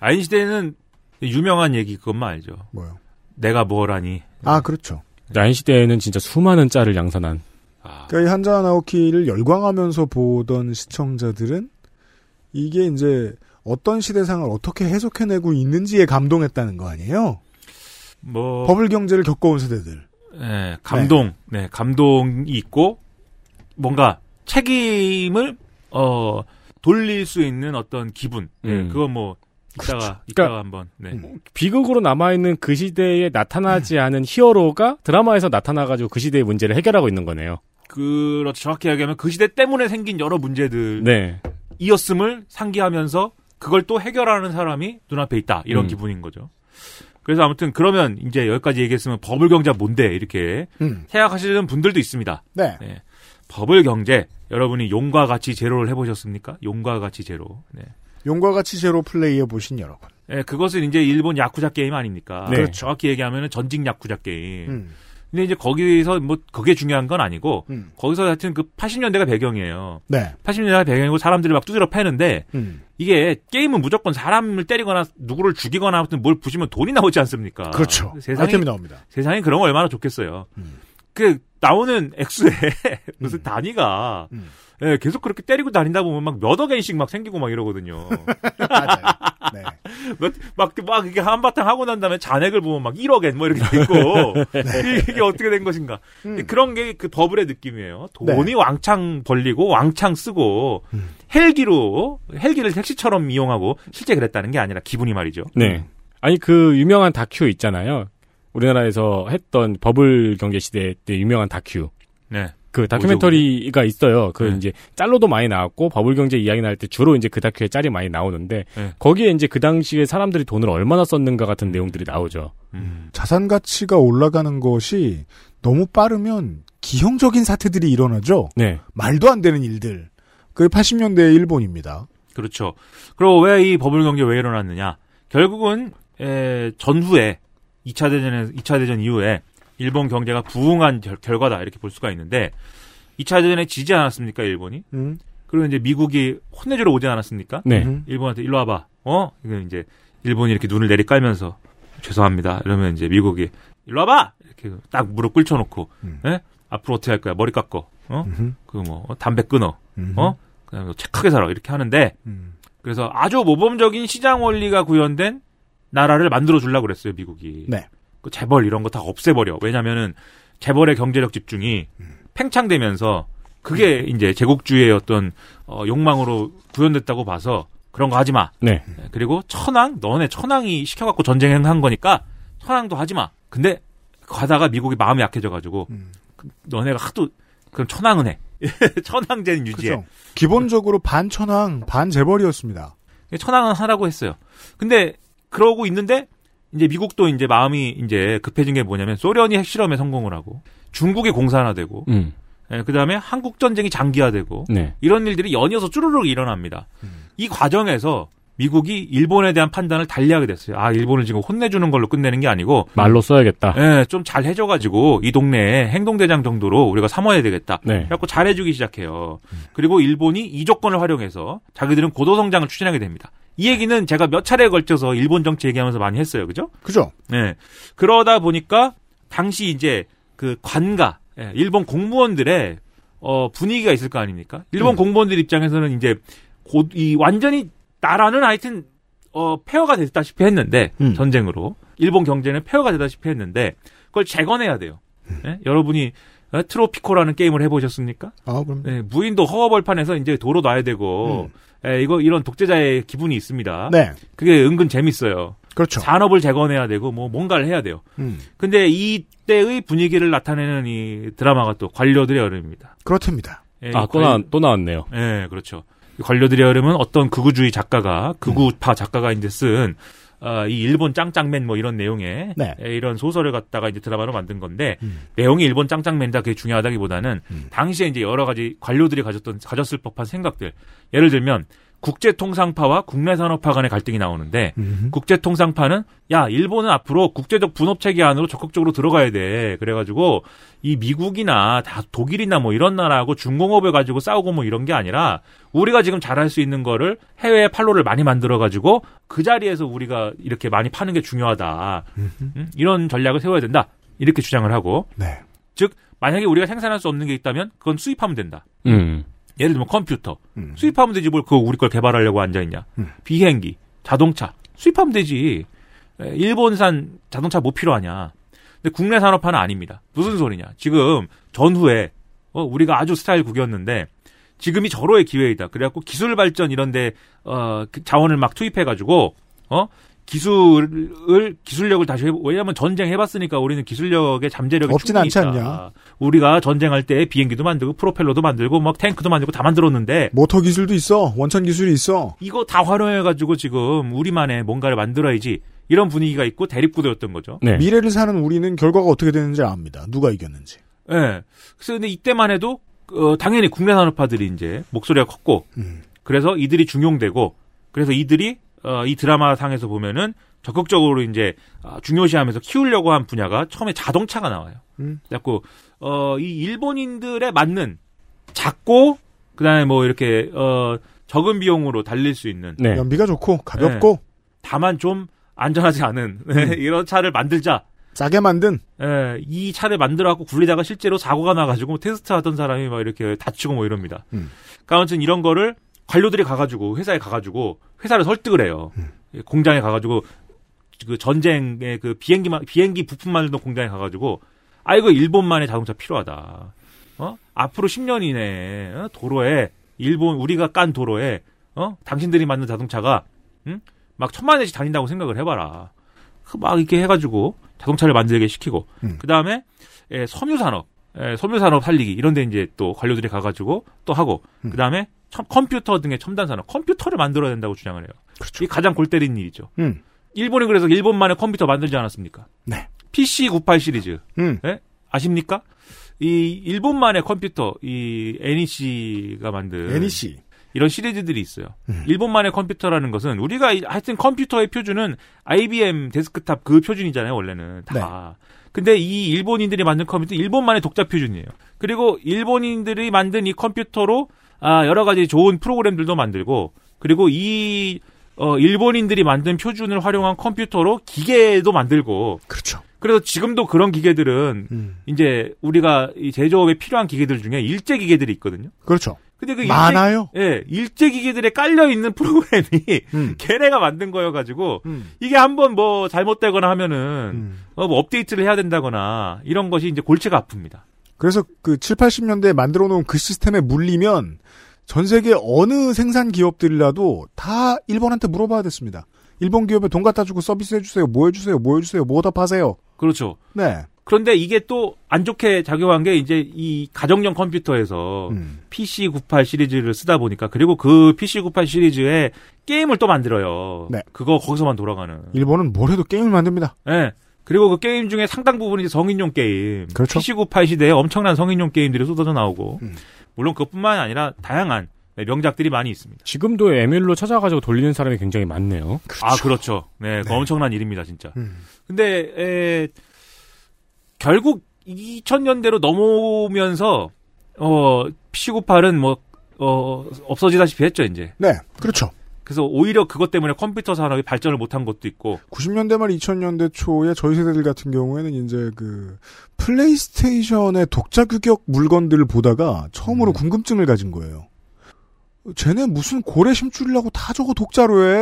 [SPEAKER 10] 아인 시대는 유명한 얘기 그것만 알죠.
[SPEAKER 2] 뭐요?
[SPEAKER 10] 내가 뭘 하니?
[SPEAKER 2] 아 그렇죠.
[SPEAKER 4] 야인 시대에는 진짜 수많은 짤을 양산한.
[SPEAKER 2] 그러니까 이 한자 나오키를 열광하면서 보던 시청자들은 이게 이제 어떤 시대상을 어떻게 해석해내고 있는지에 감동했다는 거 아니에요?
[SPEAKER 10] 뭐
[SPEAKER 2] 버블 경제를 겪어온 세대들.
[SPEAKER 10] 네, 감동, 네. 감동이 있고 뭔가 책임을 어 돌릴 수 있는 어떤 기분. 네,
[SPEAKER 4] 음.
[SPEAKER 10] 그건 뭐 이따가 이따가
[SPEAKER 4] 그러니까-
[SPEAKER 10] 한번. 네.
[SPEAKER 4] 비극으로 남아있는 그 시대에 나타나지
[SPEAKER 2] 네.
[SPEAKER 4] 않은 히어로가 드라마에서 나타나가지고 그 시대의 문제를 해결하고 있는 거네요.
[SPEAKER 10] 그렇죠. 정확히 이야기하면 그 시대 때문에 생긴 여러 문제들
[SPEAKER 4] 네.
[SPEAKER 10] 이었음을 상기하면서 그걸 또 해결하는 사람이 눈앞에 있다. 이런
[SPEAKER 4] 음.
[SPEAKER 10] 기분인 거죠. 그래서 아무튼 그러면 이제 여기까지 얘기했으면 버블 경제 뭔데 이렇게
[SPEAKER 2] 음.
[SPEAKER 10] 생각하시는 분들도 있습니다.
[SPEAKER 2] 네.
[SPEAKER 10] 버블 경제 여러분이 용과 같이 제로를 해보셨습니까? 용과 같이 제로. 네.
[SPEAKER 2] 용과 같이 제로 플레이해 보신 여러분.
[SPEAKER 10] 예, 그것은 이제 일본 야쿠자 게임 아닙니까?
[SPEAKER 2] 네. 그렇죠.
[SPEAKER 10] 정확히 얘기하면 전직 야쿠자 게임.
[SPEAKER 2] 음.
[SPEAKER 10] 근데 이제 거기서 뭐 그게 중요한 건 아니고
[SPEAKER 2] 음.
[SPEAKER 10] 거기서 하여튼 그 80년대가 배경이에요.
[SPEAKER 2] 네.
[SPEAKER 10] 80년대 배경이고 사람들이 막 두드려 패는데
[SPEAKER 2] 음.
[SPEAKER 10] 이게 게임은 무조건 사람을 때리거나 누구를 죽이거나 아무튼 뭘 부시면 돈이 나오지 않습니까?
[SPEAKER 2] 그렇죠. 음.
[SPEAKER 10] 세상에
[SPEAKER 2] 아이템이 <laughs> 나옵니다.
[SPEAKER 10] 세상에 그런 거 얼마나 좋겠어요. 그 나오는 액수에 <laughs> 무슨
[SPEAKER 2] 음.
[SPEAKER 10] 단위가 예, 계속 그렇게 때리고 다니다 보면 막 몇 억엔씩 막 생기고 막 이러거든요.
[SPEAKER 2] <laughs> 네.
[SPEAKER 10] 몇- 그 막, 막, 이게 한바탕 하고 난 다음에 잔액을 보면 막 1억엔 뭐 이렇게 돼 있고. 이게 어떻게 된 것인가. 그런 게 그 버블의 느낌이에요. 돈이 왕창 벌리고, 왕창 쓰고, 헬기로, 헬기를 택시처럼 이용하고, 실제 그랬다는 게 아니라 기분이 말이죠.
[SPEAKER 4] 네.
[SPEAKER 2] 음.
[SPEAKER 4] 아니 그 유명한 다큐 있잖아요. 우리나라에서 했던 버블 경제 시대 때 유명한 다큐.
[SPEAKER 10] 네.
[SPEAKER 4] 그 다큐멘터리가 있어요. 그 이제 짤로도 많이 나왔고 버블 경제 이야기 나올 때 주로 이제 그 다큐에 짤이 많이 나오는데
[SPEAKER 10] 네.
[SPEAKER 4] 거기에 이제 그 당시에 사람들이 돈을 얼마나 썼는가 같은 내용들이 나오죠.
[SPEAKER 10] 음.
[SPEAKER 2] 자산 가치가 올라가는 것이 너무 빠르면 기형적인 사태들이 일어나죠.
[SPEAKER 4] 네.
[SPEAKER 2] 말도 안 되는 일들. 그게 80년대의 일본입니다.
[SPEAKER 10] 그렇죠. 그리고 왜 이 버블 경제 왜 일어났느냐? 결국은 에, 전후에 2차 대전에 2차 대전 이후에 일본 경제가 부흥한 결, 과다 이렇게 볼 수가 있는데 2차 대전에 지지 않았습니까 일본이?
[SPEAKER 2] 음.
[SPEAKER 10] 그리고 이제 미국이 혼내주러 오지 않았습니까?
[SPEAKER 4] 네.
[SPEAKER 10] 일본한테 일로 와봐. 어? 이건 이제 일본이 이렇게 눈을 내리깔면서 죄송합니다. 이러면 이제 미국이 일로 와봐 이렇게 딱 무릎 꿇쳐놓고 예? 앞으로 어떻게 할 거야? 머리 깎어. 어?
[SPEAKER 2] 음흠.
[SPEAKER 10] 그 뭐 담배 끊어.
[SPEAKER 2] 음흠.
[SPEAKER 10] 어? 그다음에 너 착하게 살아 이렇게 하는데 그래서 아주 모범적인 시장 원리가 구현된 나라를 만들어 주려고 그랬어요, 미국이.
[SPEAKER 2] 네.
[SPEAKER 10] 그 재벌 이런 거 다 없애버려. 왜냐면은 재벌의 경제력 집중이
[SPEAKER 2] 음.
[SPEAKER 10] 팽창되면서 그게 이제 제국주의의 어떤 어, 욕망으로 구현됐다고 봐서 그런 거 하지 마.
[SPEAKER 4] 네.
[SPEAKER 10] 그리고 천황 너네 천황이 시켜갖고 전쟁한 거니까 천황도 하지 마. 근데 가다가 미국이 마음이 약해져가지고 그 너네가 하도 그럼 천황은 해. <laughs> 천황제는 유지해.
[SPEAKER 2] 그죠. 기본적으로 반천황, 반재벌이었습니다.
[SPEAKER 10] 천황은 하라고 했어요. 근데 그러고 있는데 이제 미국도 이제 마음이 이제 급해진 게 뭐냐면 소련이 핵실험에 성공을 하고 중국이 공산화되고
[SPEAKER 4] 음.
[SPEAKER 10] 예, 그다음에 한국 전쟁이 장기화되고
[SPEAKER 4] 네.
[SPEAKER 10] 이런 일들이 연이어서 쭈르륵 일어납니다. 이 과정에서 미국이 일본에 대한 판단을 달리하게 됐어요. 아, 일본을 지금 혼내주는 걸로 끝내는 게 아니고
[SPEAKER 4] 말로 써야겠다.
[SPEAKER 10] 예, 좀 잘 해줘가지고 이 동네에 행동대장 정도로 우리가 삼아야 되겠다.
[SPEAKER 4] 네.
[SPEAKER 10] 그래갖고 잘해주기 시작해요. 그리고 일본이 이 조건을 활용해서 자기들은 고도성장을 추진하게 됩니다. 이 얘기는 제가 몇 차례에 걸쳐서 일본 정치 얘기하면서 많이 했어요. 그죠?
[SPEAKER 2] 그죠?
[SPEAKER 10] 네. 그러다 보니까 당시 이제 그 관가, 예, 일본 공무원들의 어, 분위기가 있을 거 아닙니까? 일본 공무원들 입장에서는 이제 곧 이 완전히 나라는 하여튼 어, 폐허가 됐다시피 했는데 전쟁으로 일본 경제는 폐허가 되다시피 했는데 그걸 재건해야 돼요. 예? 여러분이 어, 트로피코라는 게임을 해보셨습니까?
[SPEAKER 2] 아, 그럼.
[SPEAKER 10] 예, 무인도 허허벌판에서 이제 도로 놔야 되고 예, 이거 이런 독재자의 기분이 있습니다.
[SPEAKER 2] 네.
[SPEAKER 10] 그게 은근 재밌어요.
[SPEAKER 2] 그렇죠.
[SPEAKER 10] 산업을 재건해야 되고 뭐 뭔가를 해야 돼요.
[SPEAKER 2] 음.
[SPEAKER 10] 근데 이때의 분위기를 나타내는 이 드라마가 또 관료들의 여름입니다.
[SPEAKER 2] 그렇답니다.
[SPEAKER 10] 예,
[SPEAKER 4] 아,
[SPEAKER 10] 이
[SPEAKER 4] 또,
[SPEAKER 10] 관-
[SPEAKER 4] 나, 또 나왔네요.
[SPEAKER 10] 예, 그렇죠. 이 관료들의 여름은 어떤 극우주의 작가가 극우파 작가가 이제 쓴 아, 이 일본 짱짱맨 뭐 이런 내용의
[SPEAKER 2] 네.
[SPEAKER 10] 예, 이런 소설을 갖다가 이제 드라마로 만든 건데 내용이 일본 짱짱맨다 그게 중요하다기보다는 당시에 이제 여러 가지 관료들이 가졌던 가졌을 법한 생각들 예를 들면 국제통상파와 국내산업파 간의 갈등이 나오는데
[SPEAKER 2] 음.
[SPEAKER 10] 국제통상파는 야 일본은 앞으로 국제적 분업 체계 안으로 적극적으로 들어가야 돼 그래가지고 이 미국이나 다 독일이나 뭐 이런 나라하고 중공업을 가지고 싸우고 뭐 이런 게 아니라 우리가 지금 잘할 수 있는 거를 해외에 판로를 많이 만들어가지고 그 자리에서 우리가 이렇게 많이 파는 게 중요하다 음? 이런 전략을 세워야 된다 이렇게 주장을 하고
[SPEAKER 2] 네.
[SPEAKER 10] 즉 만약에 우리가 생산할 수 없는 게 있다면 그건 수입하면 된다
[SPEAKER 4] 음.
[SPEAKER 10] 예를 들면 컴퓨터
[SPEAKER 2] 음.
[SPEAKER 10] 수입하면 되지 뭘 그거 우리 걸 개발하려고 앉아 있냐 비행기 자동차 수입하면 되지 에, 일본산 자동차 뭐 필요하냐 근데 국내 산업화는 아닙니다 무슨 소리냐 지금 전후에 어, 우리가 아주 스타일 구겼는데 지금이 절호의 기회이다 그래갖고 기술 발전 이런데 어, 그 자원을 막 투입해가지고 어 기술을 기술력을 다시 해보, 왜냐하면 전쟁 해봤으니까 우리는 기술력의 잠재력이
[SPEAKER 2] 없진
[SPEAKER 10] 충분히
[SPEAKER 2] 않지
[SPEAKER 10] 있다.
[SPEAKER 2] 않냐.
[SPEAKER 10] 우리가 전쟁할 때 비행기도 만들고 프로펠러도 만들고 막 탱크도 만들고 다 만들었는데
[SPEAKER 2] 모터 기술도 있어. 원천 기술이 있어.
[SPEAKER 10] 이거 다 활용해가지고 지금 우리만의 뭔가를 만들어야지 이런 분위기가 있고 대립구도였던 거죠.
[SPEAKER 2] 미래를 사는 우리는 결과가 어떻게 되는지 압니다. 누가 이겼는지.
[SPEAKER 10] 예. 그래서 근데 이때만 해도 어, 당연히 국내 산업화들이 이제 목소리가 컸고
[SPEAKER 2] 음.
[SPEAKER 10] 그래서 이들이 중용되고 그래서 이들이 어, 이 드라마 상에서 보면은 적극적으로 이제 아, 중요시하면서 키우려고 한 분야가 처음에 자동차가 나와요.
[SPEAKER 2] 음.
[SPEAKER 10] 자꾸 어, 이 일본인들에 맞는 작고 그다음에 뭐 이렇게 어, 적은 비용으로 달릴 수 있는
[SPEAKER 4] 네.
[SPEAKER 2] 연비가 좋고 가볍고
[SPEAKER 10] 네. 다만 좀 안전하지 않은 <laughs> 네, 이런 차를 만들자.
[SPEAKER 2] 싸게 만든
[SPEAKER 10] 예, 이 차를 만들어갖고 굴리다가 실제로 사고가 나가지고 테스트하던 사람이 막 이렇게 다치고 뭐 이럽니다.
[SPEAKER 2] 음.
[SPEAKER 10] 그러니까 아무튼 이런 거를 관료들이 가가지고 회사에 가가지고 회사를 설득을 해요. 예, 공장에 가가지고 그 전쟁의 그 비행기만 비행기 부품 만드는 공장에 가가지고 아 이거 일본만의 자동차 필요하다. 어 앞으로 10년 이내에 어? 도로에 일본 우리가 깐 도로에 어 당신들이 만든 자동차가 응? 막 천만 대씩 다닌다고 생각을 해봐라. 그막 이렇게 해가지고 자동차를 만들게 시키고 그 다음에 섬유 산업, 예, 섬유 산업 살리기 이런데 이제 또 관료들이 가가지고 또 하고 그 다음에 컴퓨터 등의 첨단 산업, 컴퓨터를 만들어야 된다고 주장을 해요. 이 가장 골 때리는 일이죠.
[SPEAKER 2] 그렇죠. 음.
[SPEAKER 10] 일본이 그래서 일본만의 컴퓨터 만들지 않았습니까?
[SPEAKER 2] 네.
[SPEAKER 10] PC98 시리즈.
[SPEAKER 2] 음.
[SPEAKER 10] 예? 아십니까? 이 일본만의 컴퓨터, 이 NEC가 만든
[SPEAKER 2] NEC.
[SPEAKER 10] 이런 시리즈들이 있어요. 일본만의 컴퓨터라는 것은 우리가 이- 하여튼 컴퓨터의 표준은 IBM 데스크탑 그 표준이잖아요, 원래는 다. 근데 이 일본인들이 만든 컴퓨터 일본만의 독자 표준이에요. 그리고 일본인들이 만든 이 컴퓨터로 아, 여러 가지 좋은 프로그램들도 만들고 그리고 이 어, 일본인들이 만든 표준을 활용한 컴퓨터로 기계도 만들고
[SPEAKER 2] 그렇죠. 음.
[SPEAKER 10] 그래서 지금도 그런 음. 기계들은 이제 우리가 이 제조업에 필요한 기계들 중에 일제 기계들이 있거든요.
[SPEAKER 2] 그렇죠.
[SPEAKER 10] 근데 그 일제-
[SPEAKER 2] 많아요?
[SPEAKER 10] 예, 일제 기기들에 깔려 있는 프로그램이 <laughs>
[SPEAKER 2] 음.
[SPEAKER 10] 걔네가 만든 거여가지고 이게 한번 뭐 잘못되거나 하면은
[SPEAKER 2] 음.
[SPEAKER 10] 어, 뭐 업데이트를 해야 된다거나 이런 것이 이제 골치가 아픕니다.
[SPEAKER 2] 그래서 그 7, 80년대에 만들어 놓은 그 시스템에 물리면 전 세계 어느 생산 기업들이라도 다 일본한테 물어봐야 됐습니다. 일본 기업에 돈 갖다 주고 서비스 해주세요. 뭐 해주세요. 뭐 해주세요. 뭐 어디다 파세요.
[SPEAKER 10] 그렇죠.
[SPEAKER 2] 네.
[SPEAKER 10] 그런데 이게 또 안 좋게 작용한 게 이제 이 가정용 컴퓨터에서
[SPEAKER 2] 음.
[SPEAKER 10] PC98 시리즈를 쓰다 보니까 그리고 그 PC98 시리즈에 게임을 또 만들어요.
[SPEAKER 2] 네.
[SPEAKER 10] 그거 거기서만 돌아가는.
[SPEAKER 2] 일본은 뭘 해도 게임을 만듭니다.
[SPEAKER 10] 예. 그리고 그 게임 중에 상당 부분이 이제 성인용 게임.
[SPEAKER 2] 그렇죠.
[SPEAKER 10] PC98 시대에 엄청난 성인용 게임들이 쏟아져 나오고. 물론 그것뿐만 아니라 다양한 네, 명작들이 많이 있습니다.
[SPEAKER 4] 지금도 에뮬로 찾아가지고 돌리는 사람이 굉장히 많네요.
[SPEAKER 10] 아, 그렇죠. 네, 그거 엄청난 일입니다, 진짜.
[SPEAKER 2] 음.
[SPEAKER 10] 근데 에, 결국 2000년대로 넘어오면서 어 PC98은 뭐 어, 없어지다시피 했죠 이제.
[SPEAKER 2] 네, 그렇죠.
[SPEAKER 10] 그래서 오히려 그것 때문에 컴퓨터 산업이 발전을 못한 것도 있고
[SPEAKER 2] 90년대 말 2000년대 초에 저희 세대들 같은 경우에는 이제 그 플레이스테이션의 독자 규격 물건들을 보다가 처음으로 궁금증을 가진 거예요. 쟤네 무슨 고래 심줄이라고 다 저거 독자로
[SPEAKER 10] 네.
[SPEAKER 2] 해.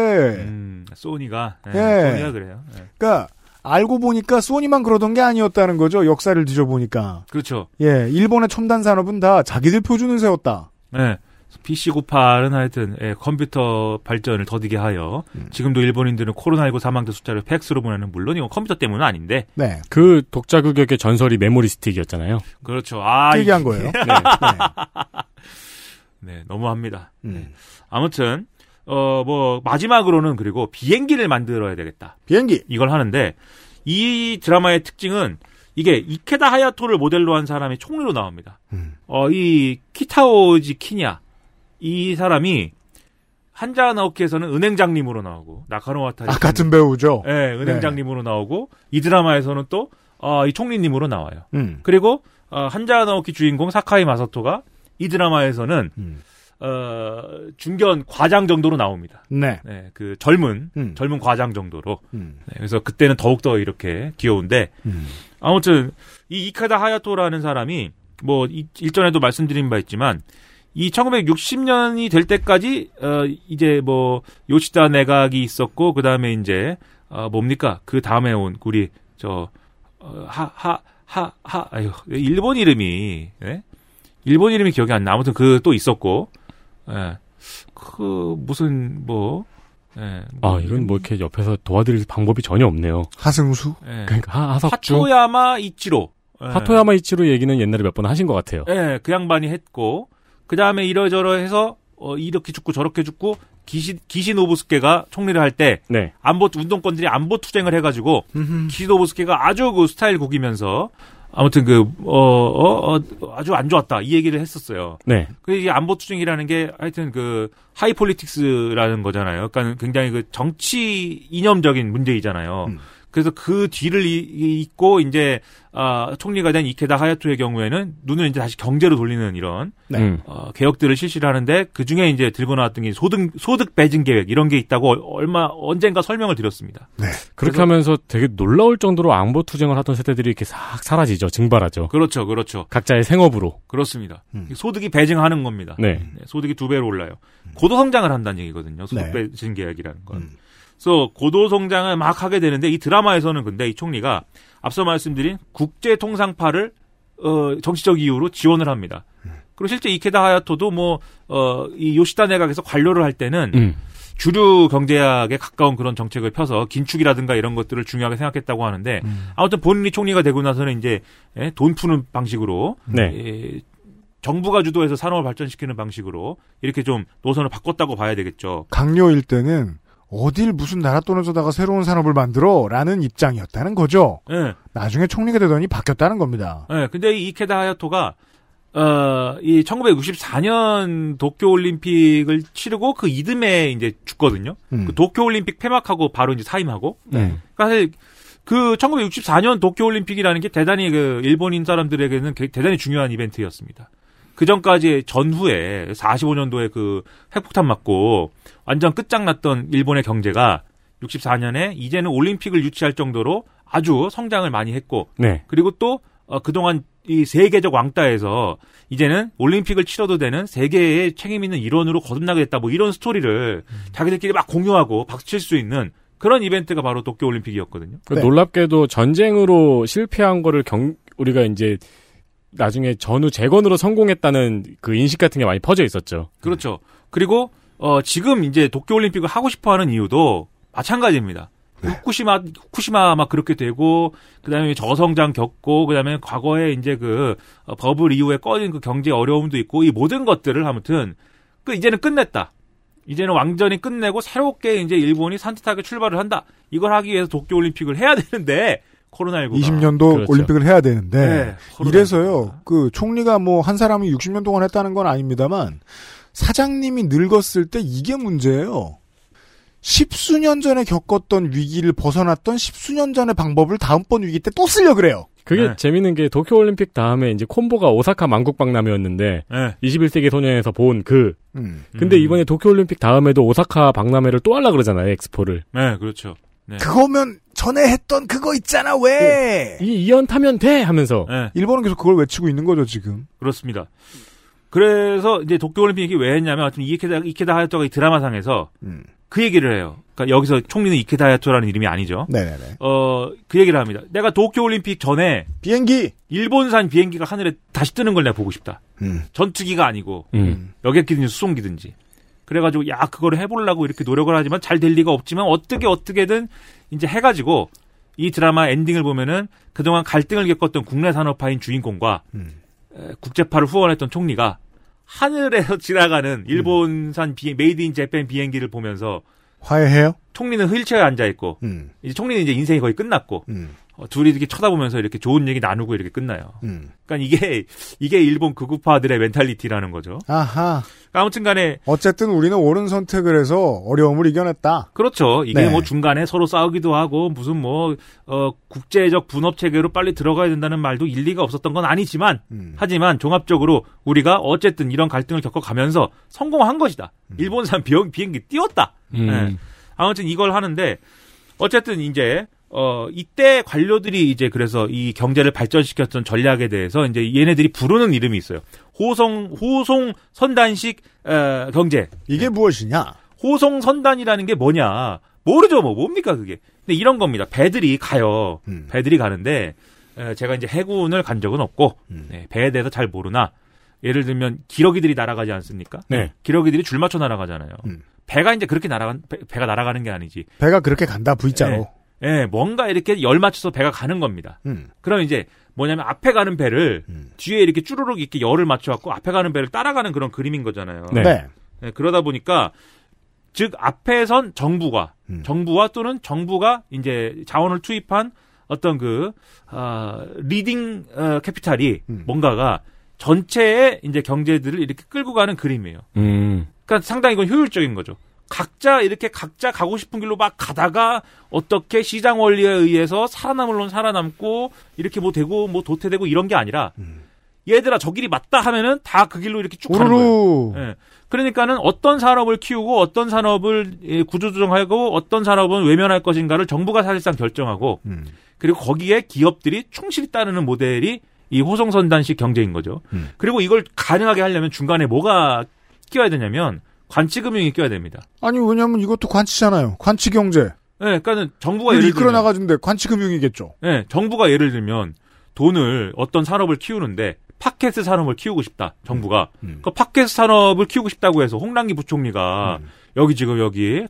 [SPEAKER 10] 음. 소니가 예,
[SPEAKER 2] 예.
[SPEAKER 10] 소니가 그래요. 예.
[SPEAKER 2] 그러니까 알고 보니까 소니만 그러던 게 아니었다는 거죠. 역사를 뒤져보니까.
[SPEAKER 10] 그렇죠.
[SPEAKER 2] 예, 일본의 첨단 산업은 다 자기들 표준을 세웠다.
[SPEAKER 10] 예. PC98은 하여튼 예, 컴퓨터 발전을 더디게 하여 지금도 일본인들은 코로나19 사망자 숫자를 팩스로 보내는 물론 이건 컴퓨터 때문은 아닌데
[SPEAKER 2] 네.
[SPEAKER 4] 그 독자 규격의 전설이 메모리 <laughs> 스틱이었잖아요.
[SPEAKER 10] 그렇죠. 아,
[SPEAKER 4] 특이한
[SPEAKER 10] 이-
[SPEAKER 4] 거예요.
[SPEAKER 10] 네.
[SPEAKER 4] 네.
[SPEAKER 10] 네, 너무합니다.
[SPEAKER 2] 음.
[SPEAKER 10] 네. 아무튼 어 뭐 마지막으로는 그리고 비행기를 만들어야 되겠다.
[SPEAKER 2] 비행기
[SPEAKER 10] 이걸 하는데 이 드라마의 특징은 이게 이케다 하야토를 모델로 한 사람이 총리로 나옵니다. 어 이 키타오지 키냐 이 사람이 한자 나오키에서는 은행장님으로 나오고 나카노와타
[SPEAKER 2] 아, 같은 배우죠.
[SPEAKER 10] 예, 은행장님으로 나오고 이 드라마에서는 또 어, 이 총리님으로 나와요.
[SPEAKER 2] 음.
[SPEAKER 10] 그리고 어, 한자 나오키 주인공 사카이 마사토가 이 드라마에서는
[SPEAKER 2] 음.
[SPEAKER 10] 어, 중견 과장 정도로 나옵니다.
[SPEAKER 2] 네.
[SPEAKER 10] 네, 그 젊은
[SPEAKER 2] 음.
[SPEAKER 10] 젊은 과장 정도로.
[SPEAKER 2] 음.
[SPEAKER 10] 네, 그래서 그때는 더욱 더 이렇게 귀여운데 아무튼 이 이카다 하야토라는 사람이 뭐 이- 일전에도 말씀드린 바 있지만 이 1960년이 될 때까지 어 이제 뭐 요시다 내각이 있었고 그 다음에 이제 어 뭡니까 그 다음에 온 우리 어, 저하하하하 아유 일본 이름이 예? 일본 이름이 기억이 안 나. 아무튼 그 또 있었고 예. 그 무슨 뭐 예.
[SPEAKER 4] 아, 이건 뭐 이렇게 옆에서 도와드릴 방법이 전혀 없네요.
[SPEAKER 2] 하승수?
[SPEAKER 10] 예.
[SPEAKER 4] 그러니까 하, 하석주.
[SPEAKER 10] 하토야마 이치로. 예.
[SPEAKER 4] 하토야마 이치로 얘기는 옛날에 몇 번 하신 것 같아요.
[SPEAKER 10] 예, 그 양반이 했고 그 다음에 이러저러 해서 어, 이렇게 죽고 저렇게 죽고 기시 기시 노부스케가 총리를 할 때
[SPEAKER 4] 네.
[SPEAKER 10] 안보 운동권들이 안보 투쟁을 해가지고 기시 노부스케가 아주 그 스타일 구기면서 아무튼 그 어, 어, 어, 아주 안 좋았다 이 얘기를 했었어요.
[SPEAKER 4] 네.
[SPEAKER 10] 그 이게 안보 투쟁이라는 게 하여튼 그 하이 폴리틱스라는 거잖아요. 그러니까 굉장히 그 정치 이념적인 문제이잖아요.
[SPEAKER 4] 음.
[SPEAKER 10] 그래서 그 뒤를 이- 이- 잇고 이제 아, 총리가 된 이케다 하야토의 경우에는 눈을 이제 다시 경제로 돌리는 이런
[SPEAKER 4] 네. 음.
[SPEAKER 10] 어, 개혁들을 실시를 하는데 그 중에 이제 들고 나왔던 게 소득 소득 배진 계획 이런 게 있다고 얼- 얼마 언젠가 설명을 드렸습니다.
[SPEAKER 4] 그렇게
[SPEAKER 10] 그래서-
[SPEAKER 4] 하면서 되게 놀라울 정도로 안보 투쟁을 하던 세대들이 이렇게 싹 사라지죠. 증발하죠.
[SPEAKER 10] 그렇죠, 그렇죠.
[SPEAKER 4] 각자의 생업으로.
[SPEAKER 10] 그렇습니다. 소득이 배증하는 겁니다.
[SPEAKER 4] 음. 네.
[SPEAKER 10] 소득이 두 배로 올라요. 고도 성장을 한다는 얘기거든요. 소득
[SPEAKER 4] 네. 음.
[SPEAKER 10] 배증 계약이라는 건.
[SPEAKER 2] 음.
[SPEAKER 10] 그래서 고도 성장을 막 하게 되는데 이 드라마에서는 근데 이 총리가 앞서 말씀드린 국제 통상파를 어, 정치적 이유로 지원을 합니다. 그리고 실제 이케다 하야토도 뭐, 어, 이 요시다 내각에서 관료를 할 때는
[SPEAKER 4] 음.
[SPEAKER 10] 주류 경제학에 가까운 그런 정책을 펴서 긴축이라든가 이런 것들을 중요하게 생각했다고 하는데
[SPEAKER 4] 음.
[SPEAKER 10] 아무튼 본인이 총리가 되고 나서는 이제 예, 돈 푸는 방식으로
[SPEAKER 4] 네.
[SPEAKER 10] 예, 정부가 주도해서 산업을 발전시키는 방식으로 이렇게 좀 노선을 바꿨다고 봐야 되겠죠.
[SPEAKER 2] 강요일 때는 어딜 무슨 나라 돈을 쏟다가 새로운 산업을 만들어라는 입장이었다는 거죠.
[SPEAKER 10] 예.
[SPEAKER 2] 나중에 총리가 되더니 바뀌었다는 겁니다.
[SPEAKER 10] 예, 근데 이 이케다 하야토가 어, 이 1964년 도쿄 올림픽을 치르고 그 이듬해 이제 죽거든요.
[SPEAKER 2] 음.
[SPEAKER 10] 그 도쿄 올림픽 폐막하고 바로 이제 사임하고
[SPEAKER 4] 네.
[SPEAKER 10] 그러니까 사실 그 1964년 도쿄올림픽이라는 게 대단히 그 일본인 사람들에게는 게- 대단히 중요한 이벤트였습니다. 그 전까지 전후에 45년도에 그 핵폭탄 맞고 완전 끝장났던 일본의 경제가 64년에 이제는 올림픽을 유치할 정도로 아주 성장을 많이 했고
[SPEAKER 4] 네.
[SPEAKER 10] 그리고 또 어, 그동안 이 세계적 왕따에서 이제는 올림픽을 치러도 되는 세계의 책임 있는 일원으로 거듭나게 됐다. 뭐 이런 스토리를 자기들끼리 막 공유하고 박수칠 수 있는 그런 이벤트가 바로 도쿄 올림픽이었거든요.
[SPEAKER 4] 그 놀랍게도 전쟁으로 실패한 거를 경, 우리가 이제 나중에 전후 재건으로 성공했다는 그 인식 같은 게 많이 퍼져 있었죠.
[SPEAKER 10] 그렇죠. 그리고 어, 지금 이제 도쿄 올림픽을 하고 싶어 하는 이유도 마찬가지입니다.
[SPEAKER 2] 네.
[SPEAKER 10] 후쿠시마 후쿠시마 막 그렇게 되고 그다음에 저성장 겪고 그다음에 과거에 이제 그 어, 버블 이후에 꺼진 그 경제 어려움도 있고 이 모든 것들을 아무튼 그 이제는 끝냈다. 이제는 완전히 끝내고 새롭게 이제 일본이 산뜻하게 출발을 한다. 이걸 하기 위해서 도쿄 올림픽을 해야 되는데 코로나19가
[SPEAKER 2] 20년도
[SPEAKER 10] 그렇죠.
[SPEAKER 2] 올림픽을 해야 되는데
[SPEAKER 10] 네, 코로나19.
[SPEAKER 2] 이래서요. 그 총리가 뭐 한 사람이 60년 동안 했다는 건 아닙니다만 사장님이 늙었을 때 이게 문제예요. 십수년 전에 겪었던 위기를 벗어났던 십수년 전의 방법을 다음번 위기 때 또 쓰려 그래요.
[SPEAKER 4] 그게 재밌는 게 도쿄올림픽 다음에 이제 콤보가 오사카 만국박람회였는데
[SPEAKER 10] 네,
[SPEAKER 4] 21세기 소녀에서 본 그.
[SPEAKER 2] 음.
[SPEAKER 4] 근데 이번에 도쿄올림픽 다음에도 오사카 박람회를 또 하려 그러잖아요 엑스포를.
[SPEAKER 10] 네, 그렇죠. 네.
[SPEAKER 2] 그거면 전에 했던 그거 있잖아 왜?
[SPEAKER 10] 네.
[SPEAKER 4] 이 이연 타면 돼 하면서
[SPEAKER 2] 일본은 계속 그걸 외치고 있는 거죠 지금.
[SPEAKER 10] 그렇습니다. 그래서 이제 도쿄올림픽이 왜 했냐면 하여튼 이케다 이케다 하야토가 이 드라마상에서
[SPEAKER 2] 음.
[SPEAKER 10] 그 얘기를 해요. 그러니까 여기서 총리는 이케다 하야토라는 이름이 아니죠.
[SPEAKER 2] 네네네.
[SPEAKER 10] 어, 그 얘기를 합니다. 내가 도쿄올림픽 전에
[SPEAKER 2] 비행기
[SPEAKER 10] 일본산 비행기가 하늘에 다시 뜨는 걸 내가 보고 싶다.
[SPEAKER 2] 음,
[SPEAKER 10] 전투기가 아니고
[SPEAKER 4] 음.
[SPEAKER 10] 여객기든지 수송기든지. 그래가지고 야 그거를 해보려고 이렇게 노력을 하지만 잘 될 리가 없지만 어떻게 어떻게든 이제 해가지고 이 드라마 엔딩을 보면은 그동안 갈등을 겪었던 국내 산업화인 주인공과
[SPEAKER 2] 음.
[SPEAKER 10] 에, 국제파를 후원했던 총리가 하늘에서 <laughs> 지나가는 일본산 비행, 메이드 인 재팬 비행기를 보면서
[SPEAKER 2] 화해해요?
[SPEAKER 10] 총리는 휠체어에 앉아 있고
[SPEAKER 2] 음,
[SPEAKER 10] 이제 총리는 이제 인생이 거의 끝났고 어, 둘이 이렇게 쳐다보면서 이렇게 좋은 얘기 나누고 이렇게 끝나요.
[SPEAKER 2] 음.
[SPEAKER 10] 그러니까 이게 <laughs> 이게 일본 극우파들의 멘탈리티라는 거죠. 그러니까
[SPEAKER 2] 아하.
[SPEAKER 10] 아무튼간에
[SPEAKER 2] 어쨌든 우리는 옳은 선택을 해서 어려움을 이겨냈다.
[SPEAKER 10] 그렇죠. 이게
[SPEAKER 2] 네.
[SPEAKER 10] 뭐 중간에 서로 싸우기도 하고 무슨 뭐 어, 국제적 분업 체계로 빨리 들어가야 된다는 말도 일리가 없었던 건 아니지만
[SPEAKER 2] 음.
[SPEAKER 10] 하지만 종합적으로 우리가 어쨌든 이런 갈등을 겪어가면서 성공한 것이다. 일본산 비행, 비행기 띄웠다.
[SPEAKER 4] 음.
[SPEAKER 10] 예. 아무튼 이걸 하는데 어쨌든 이제 어 이때 관료들이 이제 그래서 이 경제를 발전시켰던 전략에 대해서 이제 얘네들이 부르는 이름이 있어요. 호송 호송 선단식 어, 경제.
[SPEAKER 2] 이게 무엇이냐?
[SPEAKER 10] 호송 선단이라는 게 뭐냐? 모르죠 뭐 뭡니까 그게. 근데 이런 겁니다. 배들이 가요. 배들이 가는데 에, 제가 이제 해군을 간 적은 없고
[SPEAKER 2] 음.
[SPEAKER 10] 네, 배에 대해서 잘 모르나 예를 들면 기러기들이 날아가지 않습니까?
[SPEAKER 2] 네.
[SPEAKER 10] 기러기들이 줄 맞춰 날아가잖아요. 배가 이제 그렇게 날아간 배, 가 날아가는 게 아니지.
[SPEAKER 2] 배가 그렇게 간다 V자로.
[SPEAKER 10] 예, 예, 뭔가 이렇게 열 맞춰서 배가 가는 겁니다.
[SPEAKER 2] 음.
[SPEAKER 10] 그럼 이제 뭐냐면 앞에 가는 배를 뒤에 이렇게 쭈루룩 이렇게 열을 맞춰갖고 앞에 가는 배를 따라가는 그런 그림인 거잖아요.
[SPEAKER 2] 네. 네.
[SPEAKER 10] 예, 그러다 보니까 즉 앞에선 정부가
[SPEAKER 2] 음.
[SPEAKER 10] 정부와 또는 정부가 이제 자원을 투입한 어떤 그 아, 리딩 어, 캐피탈이
[SPEAKER 2] 음.
[SPEAKER 10] 뭔가가 전체의 이제 경제들을 이렇게 끌고 가는 그림이에요.
[SPEAKER 4] 음.
[SPEAKER 10] 그러니까 상당히 이건 효율적인 거죠. 각자 이렇게 각자 가고 싶은 길로 막 가다가 어떻게 시장 원리에 의해서 살아남을론 살아남고 이렇게 뭐 되고 뭐 도태되고 이런 게 아니라 얘들아 저 길이 맞다 하면은 다 그 길로 이렇게 쭉 가는 거예요.
[SPEAKER 2] 음. 우르르.
[SPEAKER 10] 예. 그러니까는 어떤 산업을 키우고 어떤 산업을 예, 구조조정하고 어떤 산업은 외면할 것인가를 정부가 사실상 결정하고
[SPEAKER 2] 음.
[SPEAKER 10] 그리고 거기에 기업들이 충실히 따르는 모델이 이 호송선단식 경제인 거죠.
[SPEAKER 2] 음.
[SPEAKER 10] 그리고 이걸 가능하게 하려면 중간에 뭐가 끼워야 되냐면 관치금융이 끼워야 됩니다.
[SPEAKER 2] 아니 왜냐면 이것도 관치잖아요. 관치 경제.
[SPEAKER 10] 예, 그러니까는 정부가
[SPEAKER 2] 우리
[SPEAKER 10] 예를
[SPEAKER 2] 이끌어
[SPEAKER 10] 들면
[SPEAKER 2] 나가준데 관치 금융이겠죠.
[SPEAKER 10] 예, 정부가 예를 들면 돈을 어떤 산업을 키우는데 팟캐스트 산업을 키우고 싶다. 정부가
[SPEAKER 2] 음.
[SPEAKER 10] 그 팟캐스트 산업을 키우고 싶다고 해서 홍남기
[SPEAKER 2] 음.
[SPEAKER 10] 부총리가 여기 지금 여기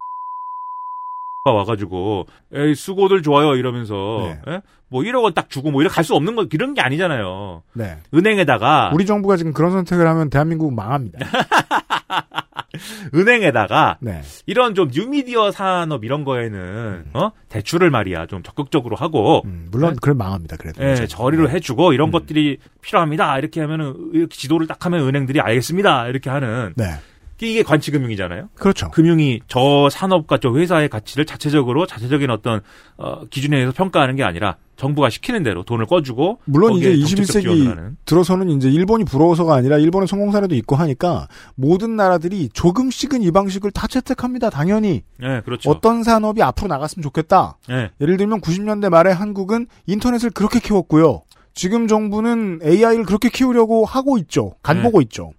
[SPEAKER 10] 가 와가지고 에이 수고들 좋아요 이러면서 예? 뭐 1억 원 딱 주고 뭐 이래 갈 수 없는 거 이런 게 아니잖아요.
[SPEAKER 2] 네.
[SPEAKER 10] 은행에다가
[SPEAKER 2] 우리 정부가 지금 그런 선택을 하면 대한민국 망합니다.
[SPEAKER 10] <laughs> 은행에다가
[SPEAKER 2] 네.
[SPEAKER 10] 이런 좀 뉴미디어 산업 이런 거에는 어? 대출을 말이야 좀 적극적으로 하고
[SPEAKER 2] 음. 물론 그걸 망합니다. 그래도. 네.
[SPEAKER 10] 예, 네. 저리로 해주고 이런 것들이 필요합니다. 이렇게 하면은 이렇게 지도를 딱 하면 은행들이 알겠습니다. 이렇게 하는
[SPEAKER 2] 네.
[SPEAKER 10] 이게 관치금융이잖아요.
[SPEAKER 2] 그렇죠.
[SPEAKER 10] 금융이 저 산업과 저 회사의 가치를 자체적으로 자체적인 어떤 어, 기준에 의해서 평가하는 게 아니라 정부가 시키는 대로 돈을 꿔주고
[SPEAKER 2] 물론
[SPEAKER 10] 거기에
[SPEAKER 2] 이제
[SPEAKER 10] 정책적 지원을
[SPEAKER 2] 21세기
[SPEAKER 10] 하는.
[SPEAKER 2] 들어서는 이제 일본이 부러워서가 아니라 일본의 성공 사례도 있고 하니까 모든 나라들이 조금씩은 이 방식을 다 채택합니다. 당연히
[SPEAKER 10] 예, 그렇죠.
[SPEAKER 2] 어떤 산업이 앞으로 나갔으면 좋겠다.
[SPEAKER 10] 예.
[SPEAKER 2] 예를 들면 90년대 말에 한국은 인터넷을 그렇게 키웠고요. 지금 정부는 AI를 그렇게 키우려고 하고 있죠. 간보고 있죠.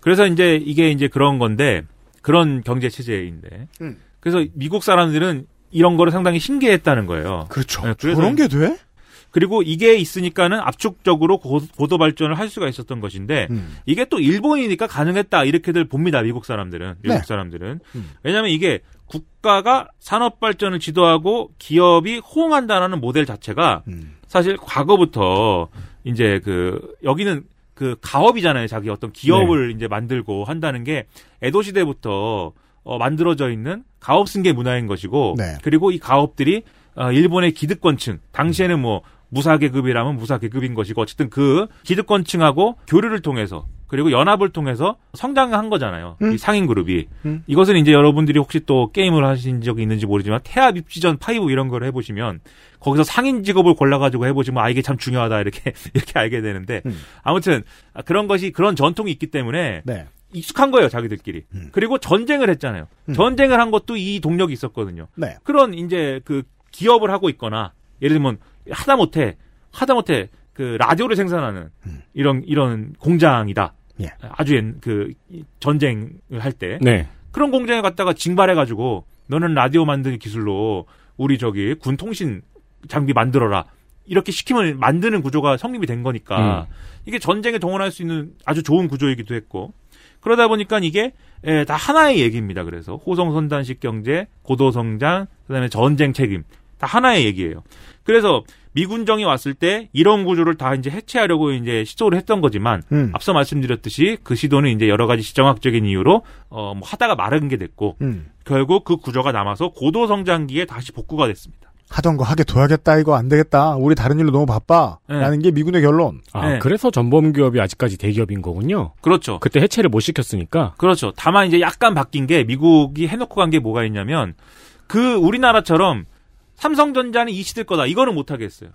[SPEAKER 10] 그래서 이제 이게 이제 그런 건데 그런 경제 체제인데.
[SPEAKER 2] 음.
[SPEAKER 10] 그래서 미국 사람들은 이런 거를 상당히 신기했다는 거예요.
[SPEAKER 2] 그렇죠.
[SPEAKER 10] 그런
[SPEAKER 2] 게 돼?
[SPEAKER 10] 그리고 이게 있으니까는 압축적으로 고- 고도 발전을 할 수가 있었던 것인데
[SPEAKER 2] 음.
[SPEAKER 10] 이게 또 일본이니까 가능했다 이렇게들 봅니다 미국 사람들은 미국
[SPEAKER 4] 네.
[SPEAKER 10] 사람들은
[SPEAKER 4] 음.
[SPEAKER 10] 왜냐하면 이게 국가가 산업 발전을 지도하고 기업이 호응한다라는 모델 자체가
[SPEAKER 4] 음.
[SPEAKER 10] 사실 과거부터 이제 그 여기는 그 가업이잖아요 자기 어떤
[SPEAKER 4] 네.
[SPEAKER 10] 기업을 이제 만들고 한다는 게 에도 시대부터 어, 만들어져 있는 가업 승계 문화인 것이고
[SPEAKER 2] 네.
[SPEAKER 10] 그리고 이 가업들이 어, 일본의 기득권층 당시에는 뭐 무사 계급이라면 무사 계급인 것이고 어쨌든 그 기득권층하고 교류를 통해서 그리고 연합을 통해서 성장한 거잖아요. 이 상인 그룹이
[SPEAKER 2] 음.
[SPEAKER 10] 이것은 이제 여러분들이 혹시 또 게임을 하신 적이 있는지 모르지만 태아 입시전 파이브 이런 걸 해보시면 거기서 상인 직업을 골라가지고 해보시면 아 이게 참 중요하다 이렇게 <laughs> 이렇게 알게 되는데
[SPEAKER 2] 음.
[SPEAKER 10] 아무튼 아, 그런 것이 그런 전통이 있기 때문에
[SPEAKER 2] 네.
[SPEAKER 10] 익숙한 거예요 자기들끼리 음. 그리고 전쟁을 했잖아요 전쟁을 한 것도 이 동력이 있었거든요
[SPEAKER 2] 음. 네.
[SPEAKER 10] 그런 이제 그 기업을 하고 있거나 예를 들면 하다못해 하다못해 그 라디오를 생산하는 이런 이런 공장이다
[SPEAKER 2] 음. 예.
[SPEAKER 10] 아주 옛- 그 이- 전쟁을 할 때
[SPEAKER 4] 네.
[SPEAKER 10] 그런 공장에 갔다가 징발해가지고 너는 라디오 만드는 기술로 우리 저기 군 통신 장비 만들어라 이렇게 시키면 만드는 구조가 성립이 된 거니까 이게 전쟁에 동원할 수 있는 아주 좋은 구조이기도 했고 그러다 보니까 이게 예, 다 하나의 얘기입니다. 그래서 호성선단식 경제, 고도성장, 그다음에 전쟁 책임 다 하나의 얘기예요. 그래서 미군정이 왔을 때 이런 구조를 다 이제 해체하려고 이제 시도를 했던 거지만
[SPEAKER 2] 음.
[SPEAKER 10] 앞서 말씀드렸듯이 그 시도는 이제 여러 가지 지정학적인 이유로 어, 뭐 하다가 마른 게 됐고
[SPEAKER 2] 음.
[SPEAKER 10] 결국 그 구조가 남아서 고도성장기에 다시 복구가 됐습니다.
[SPEAKER 2] 하던 거 하게 둬야겠다. 이거 안 되겠다. 우리 다른 일로 너무 바빠.
[SPEAKER 10] 네.
[SPEAKER 2] 라는 게 미군의 결론.
[SPEAKER 4] 아, 그래서 전범기업이 아직까지 대기업인 거군요.
[SPEAKER 10] 그렇죠.
[SPEAKER 4] 그때 해체를 못 시켰으니까.
[SPEAKER 10] 그렇죠. 다만 이제 약간 바뀐 게 미국이 해놓고 간 게 뭐가 있냐면 그 우리나라처럼 삼성전자는 이씨들 거다. 이거는 못 하겠어요.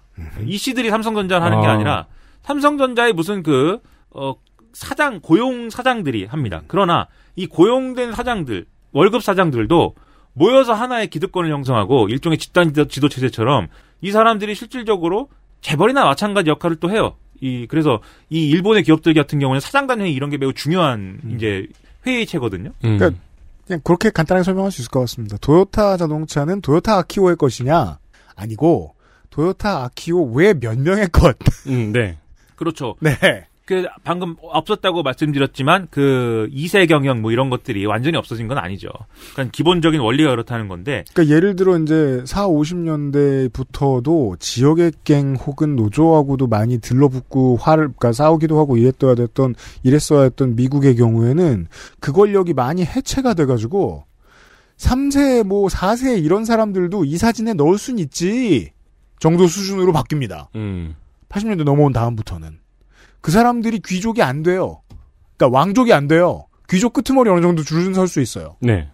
[SPEAKER 10] 이씨들이 삼성전자를 하는 게
[SPEAKER 4] 아.
[SPEAKER 10] 아니라 삼성전자의 무슨 그 어, 사장 고용 사장들이 합니다. 그러나 이 고용된 사장들 월급 사장들도 모여서 하나의 기득권을 형성하고 일종의 집단 지도, 지도 체제처럼 이 사람들이 실질적으로 재벌이나 마찬가지 역할을 또 해요. 이 그래서 이 일본의 기업들 같은 경우는 사장단 회의 이런 게 매우 중요한 이제 회의체거든요.
[SPEAKER 2] 그러니까 그냥 그렇게 간단하게 설명할 수 있을 것 같습니다. 도요타 자동차는 도요타 아키오의 것이냐? 아니고 도요타 아키오 외 몇 명의 것.
[SPEAKER 4] 네.
[SPEAKER 10] 그렇죠.
[SPEAKER 2] 네.
[SPEAKER 10] 그 방금 없었다고 말씀드렸지만 그 이세 경영 뭐 이런 것들이 완전히 없어진 건 아니죠. 그러니까 기본적인 원리가 그렇다는 건데
[SPEAKER 2] 그러니까 예를 들어 이제 4, 50년대부터도 지역의 갱 혹은 노조하고도 많이 들러붙고 화를 그러니까 싸우기도 하고 이랬어야 됐던 이랬어야 했던 미국의 경우에는 그 권력이 많이 해체가 돼 가지고 3세 뭐 4세 이런 사람들도 이 사진에 넣을 순 있지. 정도 수준으로 바뀝니다. 80년대 넘어온 다음부터는 그 사람들이 귀족이 안 돼요. 그러니까 왕족이 안 돼요. 귀족 끄트머리 어느 정도 줄은 설 수 있어요.
[SPEAKER 4] 네.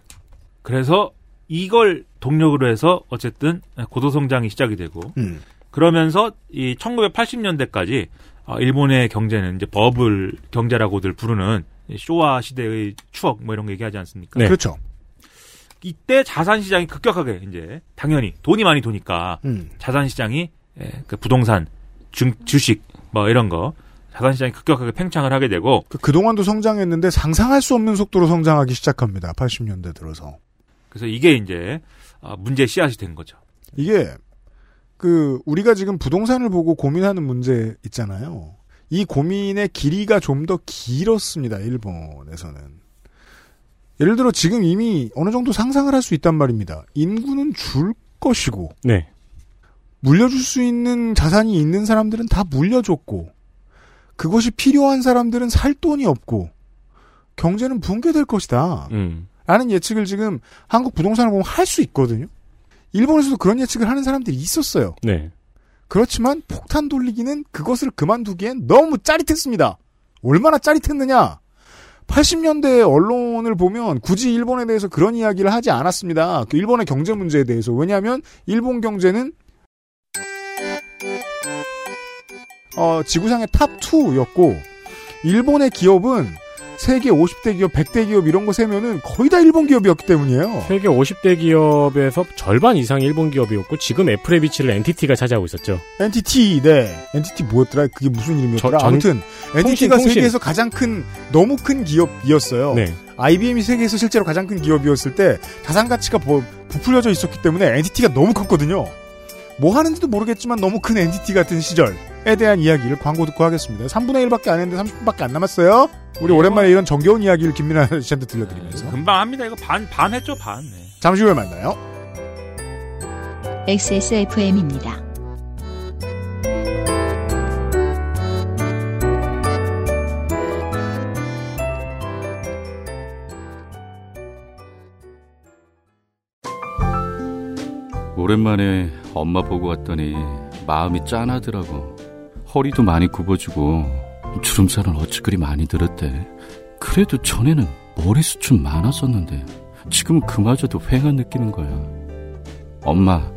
[SPEAKER 10] 그래서 이걸 동력으로 해서 어쨌든 고도 성장이 시작이 되고
[SPEAKER 2] 음.
[SPEAKER 10] 그러면서 이 1980년대까지 아, 일본의 경제는 이제 버블 경제라고들 부르는 이 쇼와 시대의 추억 뭐 이런 거 얘기하지 않습니까?
[SPEAKER 2] 네. 그렇죠.
[SPEAKER 10] 이때 자산 시장이 급격하게 이제 당연히 돈이 많이 도니까
[SPEAKER 2] 음.
[SPEAKER 10] 자산 시장이 예, 그 부동산, 중, 주식 뭐 이런 거 자산 시장이 급격하게 팽창을 하게 되고
[SPEAKER 2] 그- 그동안도 성장했는데 상상할 수 없는 속도로 성장하기 시작합니다. 80년대 들어서.
[SPEAKER 10] 그래서 이게 이제 아, 문제의 씨앗이 된 거죠.
[SPEAKER 2] 이게 그 우리가 지금 부동산을 보고 고민하는 문제 있잖아요. 이 고민의 길이가 좀 더 길었습니다. 일본에서는. 예를 들어 지금 이미 어느 정도 상상을 할 수 있단 말입니다. 인구는 줄 것이고
[SPEAKER 4] 네.
[SPEAKER 2] 물려줄 수 있는 자산이 있는 사람들은 다 물려줬고 그것이 필요한 사람들은 살 돈이 없고 경제는 붕괴될 것이다. 라는 예측을 지금 한국 부동산을 보면 할 수 있거든요. 일본에서도 그런 예측을 하는 사람들이 있었어요.
[SPEAKER 4] 네.
[SPEAKER 2] 그렇지만 폭탄 돌리기는 그것을 그만두기엔 너무 짜릿했습니다. 얼마나 짜릿했느냐? 80년대 언론을 보면 굳이 일본에 대해서 그런 이야기를 하지 않았습니다. 그 일본의 경제 문제에 대해서. 왜냐하면 일본 경제는 어, 지구상의 탑2였고 일본의 기업은 세계 50대 기업, 100대 기업 이런 거 세면은 거의 다 일본 기업이었기 때문이에요.
[SPEAKER 16] 세계 50대 기업에서 절반 이상이 일본 기업이었고 지금 애플의 비치를 엔티티가 차지하고 있었죠.
[SPEAKER 2] NTT, 네. NTT 뭐였더라? 그게 무슨
[SPEAKER 16] 저-
[SPEAKER 2] 이름이었더라?
[SPEAKER 16] 전-
[SPEAKER 2] 아무튼 NTT가
[SPEAKER 16] 통신, 통신.
[SPEAKER 2] 세계에서 가장 큰 너무 큰 기업이었어요.
[SPEAKER 16] 네.
[SPEAKER 2] IBM이 세계에서 실제로 가장 큰 기업이었을 때 자산 가치가 부- 부풀려져 있었기 때문에 NTT가 너무 컸거든요. 뭐 하는지도 모르겠지만 너무 큰 NTT 같은 시절에 대한 이야기를 광고 듣고 하겠습니다. 3분의 1밖에 안 했는데 30분밖에 안 남았어요.
[SPEAKER 16] 네.
[SPEAKER 2] 우리 오랜만에 이런 정겨운 이야기를 김민아 씨한테 들려드리면서
[SPEAKER 10] 금방 합니다. 이거 반, 반 했죠, 반. 네.
[SPEAKER 2] 잠시 후에 만나요.
[SPEAKER 1] XSFM입니다.
[SPEAKER 17] 오랜만에 엄마 보고 왔더니 마음이 짠하더라고. 허리도 많이 굽어지고 주름살은 어찌 그리 많이 들었대. 그래도 전에는 머리숱 좀 많았었는데 지금은 그마저도 휑한 느끼는 거야. 엄마,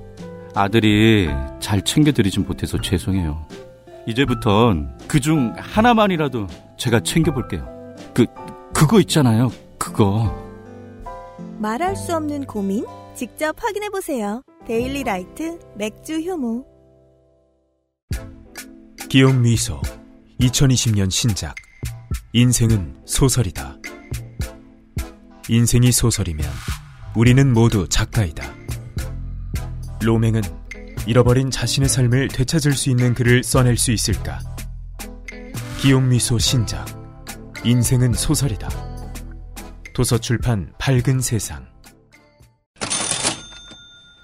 [SPEAKER 17] 아들이 잘 챙겨드리진 못해서 죄송해요. 이제부턴 그중 하나만이라도 제가 챙겨볼게요. 그, 그거 있잖아요. 그거.
[SPEAKER 6] 말할 수 없는 고민 직접 확인해 보세요. 데일리 라이트 맥주 효모.
[SPEAKER 12] 기억 미소 2020년 신작 인생은 소설이다. 인생이 소설이면 우리는 모두 작가이다. 로맹은 잃어버린 자신의 삶을 되찾을 수 있는 글을 써낼 수 있을까? 기억 미소 신작 인생은 소설이다. 도서출판 밝은 세상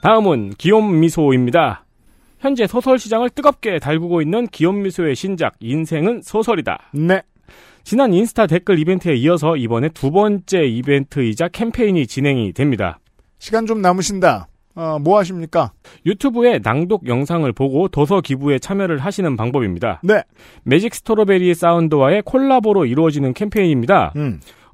[SPEAKER 4] 다음은 기욤미소입니다. 현재 소설 시장을 뜨겁게 달구고 있는 기욤미소의 신작 인생은 소설이다.
[SPEAKER 2] 네.
[SPEAKER 4] 지난 인스타 댓글 이벤트에 이어서 이번에 두 번째 이벤트이자 캠페인이 진행이 됩니다.
[SPEAKER 2] 시간 좀 남으신다. 뭐 하십니까?
[SPEAKER 4] 유튜브에 낭독 영상을 보고 도서 기부에 참여를 하시는 방법입니다.
[SPEAKER 2] 네.
[SPEAKER 4] 매직 스토로베리 사운드와의 콜라보로 이루어지는 캠페인입니다.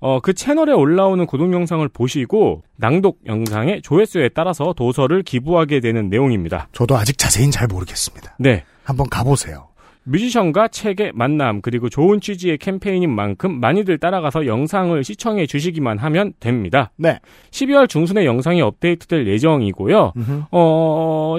[SPEAKER 4] 어, 그 채널에 올라오는 구독 영상을 보시고 낭독 영상의 조회수에 따라서 도서를 기부하게 되는 내용입니다.
[SPEAKER 2] 저도 아직 자세히는 잘 모르겠습니다.
[SPEAKER 4] 네.
[SPEAKER 2] 한번 가보세요.
[SPEAKER 4] 뮤지션과 책의 만남 그리고 좋은 취지의 캠페인인 만큼 많이들 따라가서 영상을 시청해 주시기만 하면 됩니다.
[SPEAKER 2] 네.
[SPEAKER 4] 12월 중순에 영상이 업데이트될 예정이고요. 어,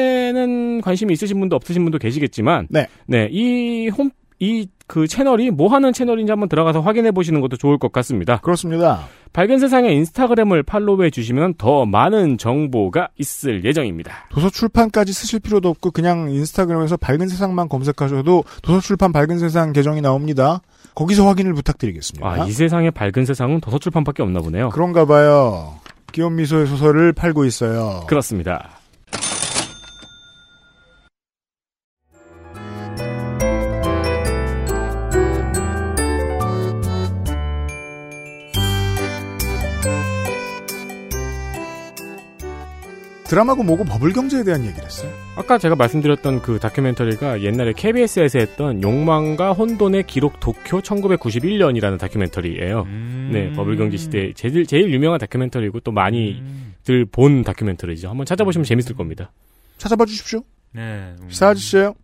[SPEAKER 4] 책에는 관심이 있으신 분도 없으신 분도 계시겠지만
[SPEAKER 2] 네.
[SPEAKER 4] 이 홈, 이 그 채널이 뭐 하는 채널인지 한번 들어가서 확인해 보시는 것도 좋을 것 같습니다.
[SPEAKER 2] 그렇습니다.
[SPEAKER 4] 밝은 세상의 인스타그램을 팔로우해 주시면 더 많은 정보가 있을 예정입니다.
[SPEAKER 2] 도서 출판까지 쓰실 필요도 없고 그냥 인스타그램에서 밝은 세상만 검색하셔도 도서 출판 밝은 세상 계정이 나옵니다. 거기서 확인을 부탁드리겠습니다.
[SPEAKER 4] 아, 이 세상의 밝은 세상은 도서출판밖에 없나 보네요.
[SPEAKER 2] 그런가 봐요. 기욤 미소의 소설을 팔고 있어요.
[SPEAKER 4] 그렇습니다.
[SPEAKER 2] 드라마고 뭐고 버블 경제에 대한 얘기를 했어요.
[SPEAKER 16] 아까 제가 말씀드렸던 그 다큐멘터리가 옛날에 KBS에서 했던 욕망과 혼돈의 기록 도쿄 1991년이라는 다큐멘터리예요.
[SPEAKER 2] 음.
[SPEAKER 4] 음.
[SPEAKER 16] 네, 버블경제 시대 제일 제일 유명한 다큐멘터리고 또 많이들 본 다큐멘터리죠. 한번 찾아보시면 재밌을 겁니다.
[SPEAKER 2] 찾아봐 주십시오.
[SPEAKER 10] 네.
[SPEAKER 2] 시사 아저씨예요.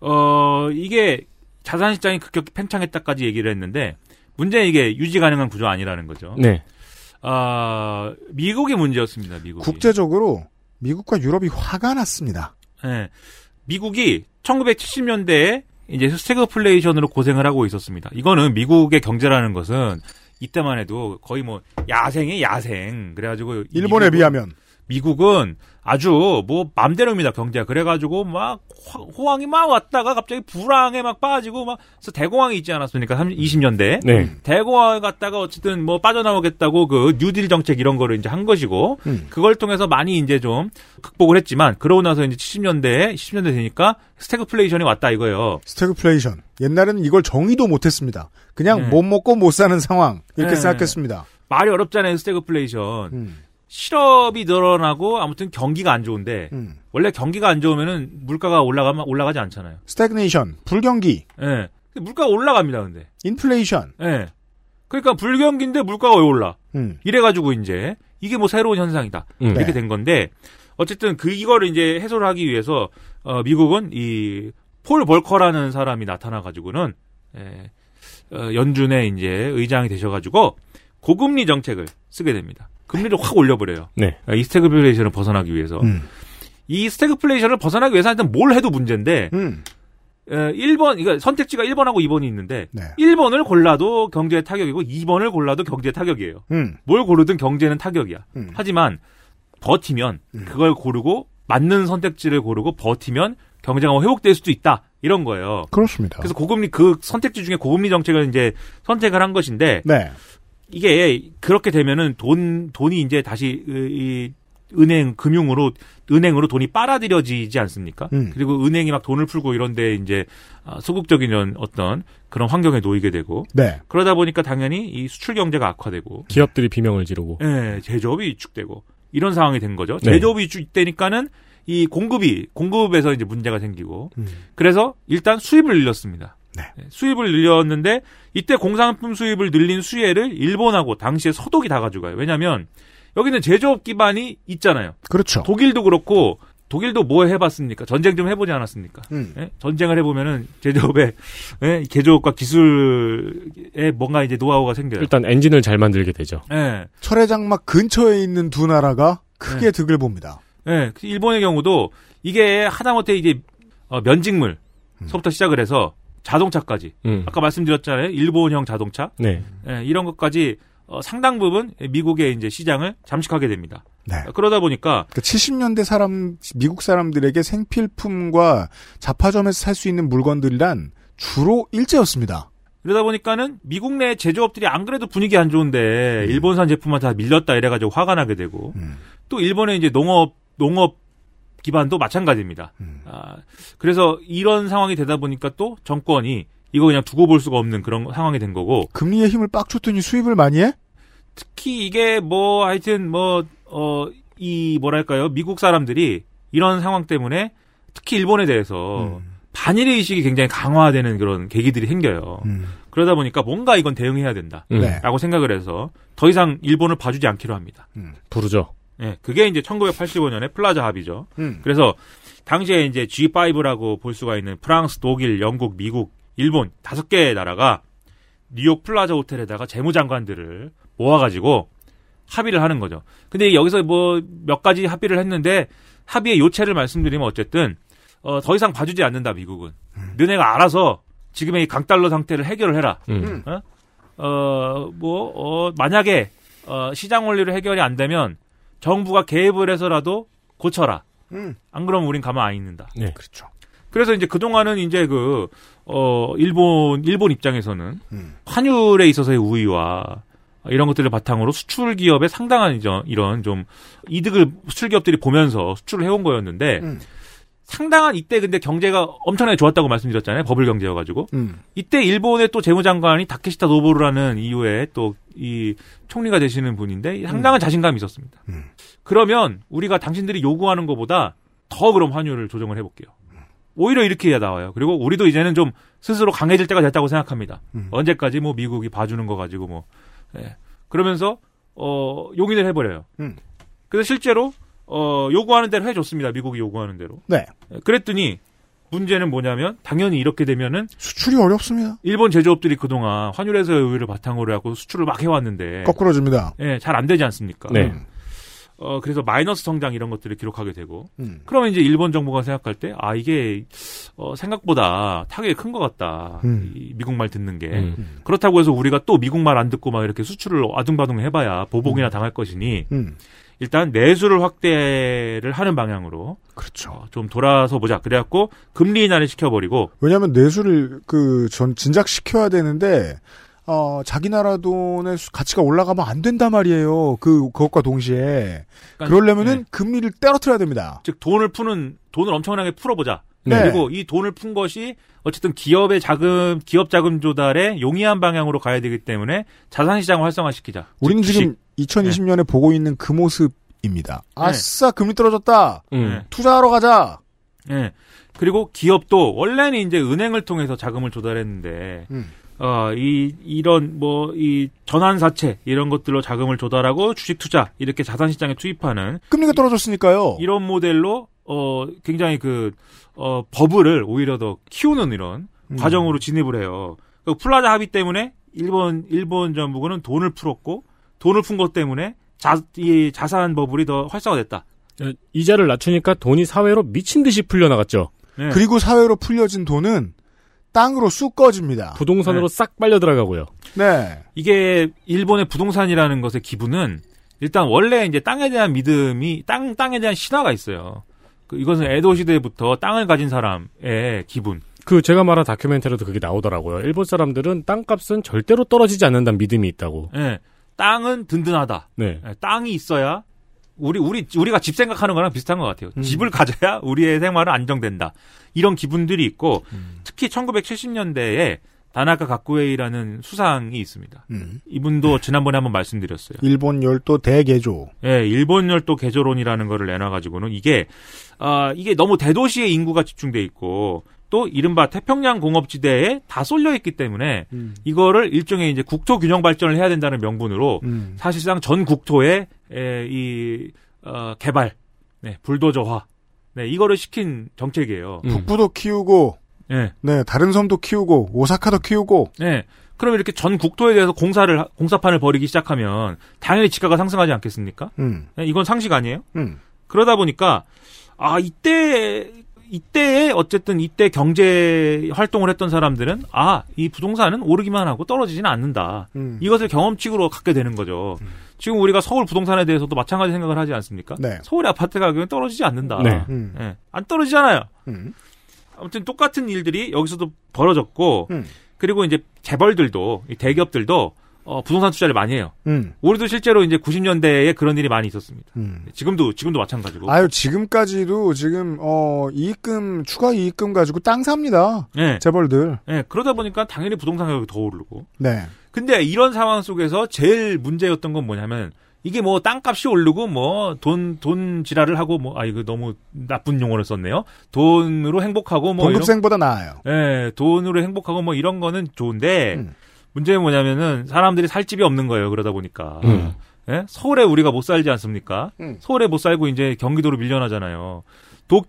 [SPEAKER 10] 어, 이게 자산 시장이 급격히 팽창했다까지 얘기를 했는데 문제는 이게 유지 가능한 구조 아니라는 거죠.
[SPEAKER 4] 어?
[SPEAKER 2] 음.
[SPEAKER 16] 네.
[SPEAKER 10] 아, 미국의 문제였습니다. 미국이.
[SPEAKER 2] 국제적으로 미국과 유럽이 화가 났습니다.
[SPEAKER 10] 예. 미국이 1970년대에 이제 스태그플레이션으로 고생을 하고 있었습니다. 이거는 미국의 경제라는 것은 이때만 해도 거의 뭐 야생이 야생. 그래가지고
[SPEAKER 2] 일본에
[SPEAKER 10] 미국은-
[SPEAKER 2] 비하면
[SPEAKER 10] 미국은 아주 뭐 맘대로입니다 경제. 그래가지고 막 화- 호황이 막 왔다가 갑자기 불황에 막 빠지고 막 그래서 대공황이 있지 않았습니까? 30, 20년대.
[SPEAKER 16] 네.
[SPEAKER 4] 음.
[SPEAKER 10] 대공황 갔다가 어쨌든 뭐 빠져나오겠다고 그 뉴딜 정책 이런 거를 이제 한 것이고
[SPEAKER 16] 음.
[SPEAKER 10] 그걸 통해서 많이 이제 좀 극복을 했지만 그러고 나서 이제 70년대에 70년대 되니까 스태그플레이션이 왔다 이거예요.
[SPEAKER 2] 스태그플레이션. 옛날에는 이걸 정의도 못했습니다. 그냥
[SPEAKER 10] 네.
[SPEAKER 2] 못 먹고 못 사는 상황 이렇게
[SPEAKER 10] 네.
[SPEAKER 2] 생각했습니다.
[SPEAKER 10] 말이 어렵잖아요 스태그플레이션.
[SPEAKER 16] 음.
[SPEAKER 10] 실업이 늘어나고 아무튼 경기가 안
[SPEAKER 16] 음.
[SPEAKER 10] 좋은데
[SPEAKER 2] 음.
[SPEAKER 10] 원래 경기가 안 좋으면은 물가가 올라가면 올라가지 않잖아요.
[SPEAKER 2] 스태그네이션, 불경기,
[SPEAKER 10] 예. 근데 물가가 올라갑니다, 근데.
[SPEAKER 2] 인플레이션.
[SPEAKER 10] 예. 그러니까 불경기인데 물가가 왜 올라?
[SPEAKER 2] 음.
[SPEAKER 10] 이래가지고 이제 이게 뭐 새로운 현상이다.
[SPEAKER 16] 음.
[SPEAKER 10] 이렇게
[SPEAKER 16] 네.
[SPEAKER 10] 된 건데 어쨌든 그 이거를 이제 해소를 하기 위해서 어, 미국은 이 폴 벌커라는 사람이 나타나가지고는 예, 어, 연준의 이제 의장이 되셔가지고 고금리 정책을 쓰게 됩니다. 금리를 확 올려버려요. 아,
[SPEAKER 4] 네.
[SPEAKER 10] 이 스태그플레이션을 벗어나기 위해서.
[SPEAKER 4] 음.
[SPEAKER 10] 이 스태그플레이션을 벗어나기 위해서 일단 뭘 해도 문제인데,
[SPEAKER 2] 음.
[SPEAKER 10] 어, 1번, 그러니까 선택지가 1번하고 2번이 있는데,
[SPEAKER 2] 네.
[SPEAKER 10] 1번을 골라도 경제의 타격이고, 2번을 골라도 경제의 타격이에요.
[SPEAKER 2] 음.
[SPEAKER 10] 뭘 고르든 경제는 타격이야.
[SPEAKER 2] 음.
[SPEAKER 10] 하지만, 버티면, 그걸 고르고, 맞는 선택지를 고르고, 버티면, 경제가 뭐 회복될 수도 있다. 이런 거예요.
[SPEAKER 2] 그렇죠. 그렇습니다.
[SPEAKER 10] 그래서 고금리, 그 선택지 중에 고금리 정책을 이제 선택을 한 것인데,
[SPEAKER 2] 네.
[SPEAKER 10] 이게 그렇게 되면은 돈 돈이 이제 다시 이, 이 은행 금융으로 은행으로 돈이 빨아들여지지 않습니까?
[SPEAKER 2] 음.
[SPEAKER 10] 그리고 은행이 막 돈을 풀고 이런데 이제 아, 소극적인 이런 어떤 그런 환경에 놓이게 되고
[SPEAKER 2] 네.
[SPEAKER 10] 그러다 보니까 당연히 이 수출 경제가 악화되고
[SPEAKER 4] 기업들이 비명을 지르고.
[SPEAKER 10] 예, 제조업이 위축되고 이런 상황이 된 거죠.
[SPEAKER 4] 네.
[SPEAKER 10] 제조업이 위축되니까는 이 공급이 공급에서 이제 문제가 생기고
[SPEAKER 2] 음.
[SPEAKER 10] 그래서 일단 수입을 늘렸습니다. 네, 수입을 늘렸는데 이때 공산품 수입을 늘린 수혜를 일본하고 당시에 서독이 다 가져가요. 왜냐하면 여기는 제조업 기반이 있잖아요.
[SPEAKER 2] 그렇죠.
[SPEAKER 10] 독일도 그렇고 독일도 뭐 해봤습니까? 전쟁 좀 해보지 않았습니까?
[SPEAKER 2] 음.
[SPEAKER 10] 예? 전쟁을 해보면은 제조업에 예? 제조업과 기술에 뭔가 이제 노하우가 생겨요.
[SPEAKER 4] 일단 엔진을 잘 만들게 되죠.
[SPEAKER 10] 예.
[SPEAKER 2] 철해장막 근처에 있는 두 나라가 크게 득을 봅니다.
[SPEAKER 10] 예, 그 일본의 경우도 이게 하다못해 이제 어, 면직물서부터 시작을 해서 자동차까지
[SPEAKER 4] 음.
[SPEAKER 10] 아까 말씀드렸잖아요 일본형 자동차
[SPEAKER 4] 네.
[SPEAKER 10] 예, 이런 것까지 어, 상당 부분 미국의 이제 시장을 잠식하게 됩니다.
[SPEAKER 2] 네.
[SPEAKER 10] 어, 그러다 보니까
[SPEAKER 2] 그 70년대 사람 미국 사람들에게 생필품과 잡화점에서 살 수 있는 물건들이란 주로 일제였습니다.
[SPEAKER 10] 그러다 보니까는 미국 내 제조업들이 안 그래도 분위기 안 좋은데 일본산 제품만 다 밀렸다 이래가지고 화가 나게 되고 또 일본의 이제 농업 농업 기반도 마찬가지입니다.
[SPEAKER 2] 음.
[SPEAKER 10] 아, 그래서 이런 상황이 되다 보니까 또 정권이 이거 그냥 두고 볼 수가 없는 그런 상황이 된 거고
[SPEAKER 2] 금리의 힘을 빡 줬더니 수입을 많이 해?
[SPEAKER 10] 특히 이게 뭐 하여튼 뭐 어 이 뭐랄까요 미국 사람들이 이런 상황 때문에 특히 일본에
[SPEAKER 2] 어.
[SPEAKER 10] 대해서
[SPEAKER 2] 음.
[SPEAKER 10] 반일 의식이 굉장히 강화되는 그런 계기들이 생겨요.
[SPEAKER 2] 음.
[SPEAKER 10] 그러다 보니까 뭔가 이건 대응해야
[SPEAKER 4] 음. 네.
[SPEAKER 10] 된다라고 생각을 해서 더 이상 일본을 봐주지 않기로 합니다.
[SPEAKER 4] 부르죠.
[SPEAKER 10] 예, 그게 이제 1985년에 플라자 합의죠.
[SPEAKER 4] 음.
[SPEAKER 10] 그래서 당시에 이제 G5라고 볼 수가 있는 프랑스, 독일, 영국, 미국, 일본 다섯 개의 나라가 뉴욕 플라자 호텔에다가 재무장관들을 모아가지고 합의를 하는 거죠. 근데 여기서 뭐 몇 가지 합의를 했는데 합의의 요체를 말씀드리면 어쨌든 어, 더 이상 봐주지 않는다 미국은. 너네가 알아서 지금의 이 강달러 상태를 해결을 해라.
[SPEAKER 4] 음.
[SPEAKER 10] 어? 어, 뭐, 어, 만약에, 어, 시장 원리로 해결이 안 되면 정부가 개입을 해서라도 고쳐라. 안 그러면 우린 가만 안 있는다.
[SPEAKER 4] 네.
[SPEAKER 2] 음. 그렇죠.
[SPEAKER 10] 그래서 이제 그동안은 이제 그, 어, 일본, 일본 입장에서는
[SPEAKER 2] 음.
[SPEAKER 10] 환율에 있어서의 우위와 이런 것들을 바탕으로 수출 기업의 상당한 이제 이런 좀 이득을 수출 기업들이 보면서 수출을 해온 거였는데
[SPEAKER 2] 음.
[SPEAKER 10] 상당한 이때 근데 경제가 엄청나게 좋았다고 말씀드렸잖아요. 버블 경제여가지고.
[SPEAKER 2] 음.
[SPEAKER 10] 이때 일본의 또 재무장관이 다케시타 노보루라는 이후에 또 이 총리가 되시는 분인데
[SPEAKER 2] 음.
[SPEAKER 10] 상당한 자신감이 있었습니다. 그러면 우리가 당신들이 요구하는 것보다 더 그럼 환율을 조정을 해볼게요. 오히려 이렇게 나와요. 그리고 우리도 이제는 좀 스스로 강해질 때가 됐다고 생각합니다.
[SPEAKER 2] 음.
[SPEAKER 10] 언제까지 뭐 미국이 봐주는 거 가지고 뭐 예. 그러면서 어 용인을 해버려요.
[SPEAKER 2] 음.
[SPEAKER 10] 그래서 실제로 어 요구하는 대로 해줬습니다. 미국이 요구하는 대로.
[SPEAKER 2] 네.
[SPEAKER 10] 예, 그랬더니 문제는 뭐냐면 당연히 이렇게 되면은
[SPEAKER 2] 수출이 어렵습니다.
[SPEAKER 10] 일본 제조업들이 그동안 환율에서의 우위를 바탕으로 하고 수출을 막
[SPEAKER 2] 네.
[SPEAKER 10] 해왔는데
[SPEAKER 2] 거꾸로집니다.
[SPEAKER 10] 예, 잘 안 되지 않습니까?
[SPEAKER 4] 네.
[SPEAKER 10] 어, 그래서 마이너스 성장 이런 것들을 기록하게 되고,
[SPEAKER 2] 음.
[SPEAKER 10] 그러면 이제 일본 정부가 생각할 때, 아, 이게, 어, 생각보다 타격이 큰 것 같다.
[SPEAKER 2] 음.
[SPEAKER 10] 이 미국 말 듣는 게.
[SPEAKER 4] 음.
[SPEAKER 10] 그렇다고 해서 우리가 또 미국 말 안 듣고 막 이렇게 수출을 아둥바둥 해봐야 보복이나 당할 것이니,
[SPEAKER 2] 음.
[SPEAKER 10] 일단 내수를 확대를 하는 방향으로.
[SPEAKER 2] 그렇죠.
[SPEAKER 10] 좀 돌아서 보자. 그래갖고, 금리 인하를 시켜버리고,
[SPEAKER 2] 왜냐하면 내수를 그 전 진작 시켜야 되는데 어, 자기 나라 돈의 수- 가치가 올라가면 안 된단 말이에요. 그 그것과 동시에 그러려면은 금리를 때려트려야 됩니다.
[SPEAKER 10] 즉 돈을 푸는 돈을 엄청나게 풀어보자.
[SPEAKER 2] 네.
[SPEAKER 10] 그리고 이 돈을 푼 것이 어쨌든 기업의 자금 기업 자금 조달에 용이한 방향으로 가야 되기 때문에 자산 시장을 활성화시키자.
[SPEAKER 2] 우리는
[SPEAKER 10] 즉,
[SPEAKER 2] 지금 2020년에 보고 있는 그 모습입니다. 아싸 금리 떨어졌다.
[SPEAKER 10] 음.
[SPEAKER 2] 투자하러 가자.
[SPEAKER 10] 주식. 예. 그리고 기업도 원래는 이제 은행을 통해서 자금을 조달했는데
[SPEAKER 2] 음.
[SPEAKER 10] 어, 이 이런 뭐 이 전환 사채 이런 것들로 자금을 조달하고 주식 투자 이렇게 자산 시장에 투입하는
[SPEAKER 2] 금리가 떨어졌으니까요.
[SPEAKER 10] 이런 모델로 어 굉장히 그 어 버블을 오히려 더 키우는 이런 과정으로 진입을 해요. 플라자 합의 때문에 일본 일본 정부는 돈을 풀었고 돈을 푼 것 때문에 자, 이 자산 버블이 더 활성화됐다.
[SPEAKER 4] 네. 이자를 낮추니까 돈이 사회로 미친 듯이 풀려나갔죠.
[SPEAKER 2] 네. 그리고 사회로 풀려진 돈은 땅으로 쑥 꺼집니다.
[SPEAKER 4] 부동산으로 네. 싹 빨려 들어가고요.
[SPEAKER 2] 네.
[SPEAKER 10] 이게 일본의 부동산이라는 것의 기분은 일단 원래 이제 땅에 대한 믿음이 땅 땅에 대한 신화가 있어요. 그, 이것은 에도 시대부터 땅을 가진 사람의 기분.
[SPEAKER 4] 그 제가 말한 다큐멘터리도 그게 나오더라고요. 일본 사람들은 땅값은 절대로 떨어지지 않는다는 믿음이 있다고.
[SPEAKER 10] 네. 땅은 든든하다.
[SPEAKER 4] 네.
[SPEAKER 10] 예, 땅이 있어야 우리 우리 우리가 집 생각하는 거랑 비슷한 것 같아요. 음. 집을 가져야 우리의 생활은 안정된다. 이런 기분들이 있고 음. 특히 1970년대에 다나카 가쿠에이라는 수상이 있습니다. 음. 이분도 지난번에 한번 말씀드렸어요.
[SPEAKER 2] 일본 열도 대개조.
[SPEAKER 10] 예, 네, 일본 열도 개조론이라는 거를 내놔 가지고는 이게 아, 이게 너무 대도시의 인구가 집중돼 있고 또 이른바 태평양 공업지대에 다 쏠려 있기 때문에 음. 이거를 일종의 이제 국토 균형 발전을 해야 된다는 명분으로 음. 사실상 전 국토의 에, 이 어, 개발, 네, 불도저화, 네 이거를 시킨 정책이에요. 예,
[SPEAKER 2] 음. 북부도 키우고, 네. 네 다른 섬도 키우고 오사카도 키우고,
[SPEAKER 10] 네 그럼 이렇게 전 국토에 대해서 공사를 공사판을 벌이기 시작하면 당연히 지가가 상승하지 않겠습니까?
[SPEAKER 2] 음.
[SPEAKER 10] 네, 이건 상식 아니에요? 그러다 보니까 아 이때 이때에 어쨌든 이때 경제 활동을 했던 사람들은 아 이 부동산은 오르기만 하고 떨어지지는 않는다. 음. 이것을 경험칙으로 갖게 되는 거죠. 음. 지금 우리가 서울 부동산에 대해서도 마찬가지 생각을 하지 않습니까?
[SPEAKER 2] 네.
[SPEAKER 10] 서울의 아파트 가격은 떨어지지 않는다. 네. 음. 네. 안 떨어지잖아요.
[SPEAKER 2] 음.
[SPEAKER 10] 아무튼 똑같은 일들이 여기서도 벌어졌고
[SPEAKER 2] 음.
[SPEAKER 10] 그리고 이제 재벌들도 대기업들도 어, 부동산 투자를 많이 해요. 음. 우리도 실제로 이제 90년대에 그런 일이 많이 있었습니다. 음. 지금도 지금도 마찬가지고.
[SPEAKER 2] 아유 지금까지도 지금 어 이익금 추가 이익금 가지고 땅 삽니다. 네. 재벌들.
[SPEAKER 10] 네. 그러다 보니까 당연히 부동산 가격이 더 오르고.
[SPEAKER 2] 네.
[SPEAKER 10] 근데 이런 상황 속에서 제일 문제였던 건 뭐냐면 이게 뭐 땅값이 오르고 뭐 돈 돈 지랄을 하고 뭐 아 이거 너무 나쁜 용어를 썼네요. 돈으로 행복하고 뭐
[SPEAKER 2] 동급생보다 나아요.
[SPEAKER 10] 네, 돈으로 행복하고 뭐 이런 거는 좋은데. 음. 문제는 뭐냐면은 사람들이 살 집이 없는 거예요. 그러다 보니까. 음. 예? 서울에 우리가 못 살지 않습니까? 음. 서울에 못 살고 이제 경기도로 밀려나잖아요.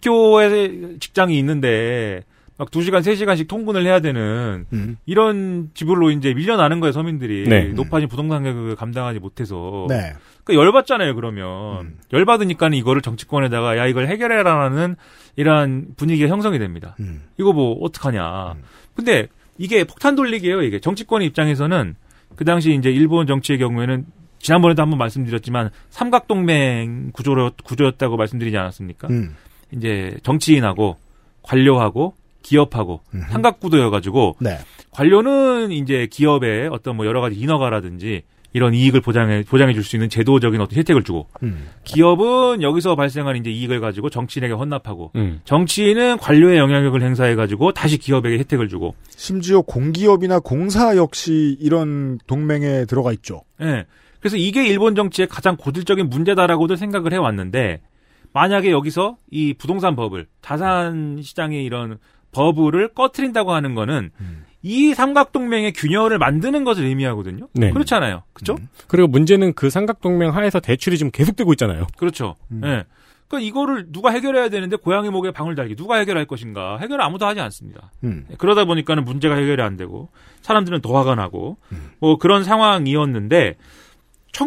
[SPEAKER 10] 도쿄에 직장이 있는데 막 2시간, 3시간씩 통근을 해야 되는 음. 이런 집으로 이제 밀려나는 거예요, 서민들이. 네. 높아진 부동산 가격을 감당하지 못해서.
[SPEAKER 2] 네.
[SPEAKER 10] 그러니까 열받잖아요, 그러면. 열받으니까 는 이거를 정치권에다가 야, 이걸 해결해라라는 이러한 분위기가 형성이 됩니다.
[SPEAKER 2] 음.
[SPEAKER 10] 이거 뭐 어떡하냐. 근데 이게 폭탄 돌리기예요. 이게 정치권의 입장에서는 그 당시 이제 일본 정치의 경우에는 지난번에도 한번 말씀드렸지만 삼각 동맹 구조로 구조였다고 말씀드리지 않았습니까? 음. 이제 정치인하고 관료하고 기업하고 음. 삼각 구도여가지고
[SPEAKER 2] 네.
[SPEAKER 10] 관료는 이제 기업의 어떤 뭐 여러 가지 인허가라든지 이런 이익을 보장해 보장해 줄 수 있는 제도적인 어떤 혜택을 주고 음. 기업은 여기서 발생한 이제 이익을 가지고 정치인에게 헌납하고 음. 정치인은 관료의 영향력을 행사해 가지고 다시 기업에게 혜택을 주고
[SPEAKER 2] 심지어 공기업이나 공사 역시 이런 동맹에 들어가 있죠.
[SPEAKER 10] 예. 네. 그래서 이게 일본 정치의 가장 고질적인 문제다라고도 생각을 해 왔는데 만약에 여기서 이 부동산 버블, 자산 시장의 이런 버블을 꺼트린다고 하는 거는 음. 이 삼각동맹의 균열을 만드는 것을 의미하거든요. 네. 그렇잖아요. 그렇죠? 음.
[SPEAKER 4] 그리고 문제는 그 삼각동맹 하에서 대출이 지금 계속되고 있잖아요.
[SPEAKER 10] 그렇죠. 음. 네. 그러니까 이거를 누가 해결해야 되는데 고양이 목에 방울 달기 누가 해결할 것인가 해결 아무도 하지 않습니다. 음. 그러다 보니까는 문제가 해결이 안 되고 사람들은 더 화가 나고 뭐 그런 상황이었는데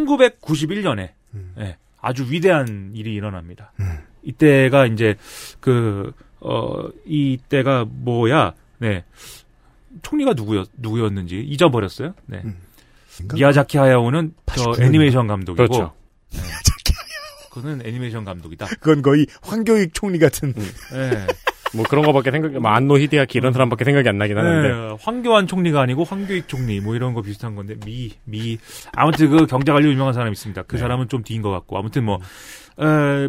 [SPEAKER 10] 1991년에 네. 아주 위대한 일이 일어납니다. 이때가 이제 그 어 이때가 뭐야? 네. 총리가 누구였 누구였는지 잊어버렸어요. 네. 음. 미야자키 하야오는 저 애니메이션 감독이고.
[SPEAKER 4] 그렇죠.
[SPEAKER 10] <laughs> 네. 그는 애니메이션 감독이다.
[SPEAKER 2] 그건 거의 황교익 총리 같은. 음.
[SPEAKER 10] 네.
[SPEAKER 4] 뭐 그런 거밖에 생각이 뭐 안노 히데아키 이런 사람밖에 생각이 안 나긴 하는데 네,
[SPEAKER 10] 황교안 총리가 아니고 황교익 총리 뭐 이런 거 비슷한 건데 미미 미. 아무튼 그 경제 관료 유명한 사람이 있습니다. 그 네. 사람은 좀 뒤인 것 같고 아무튼 뭐이 음.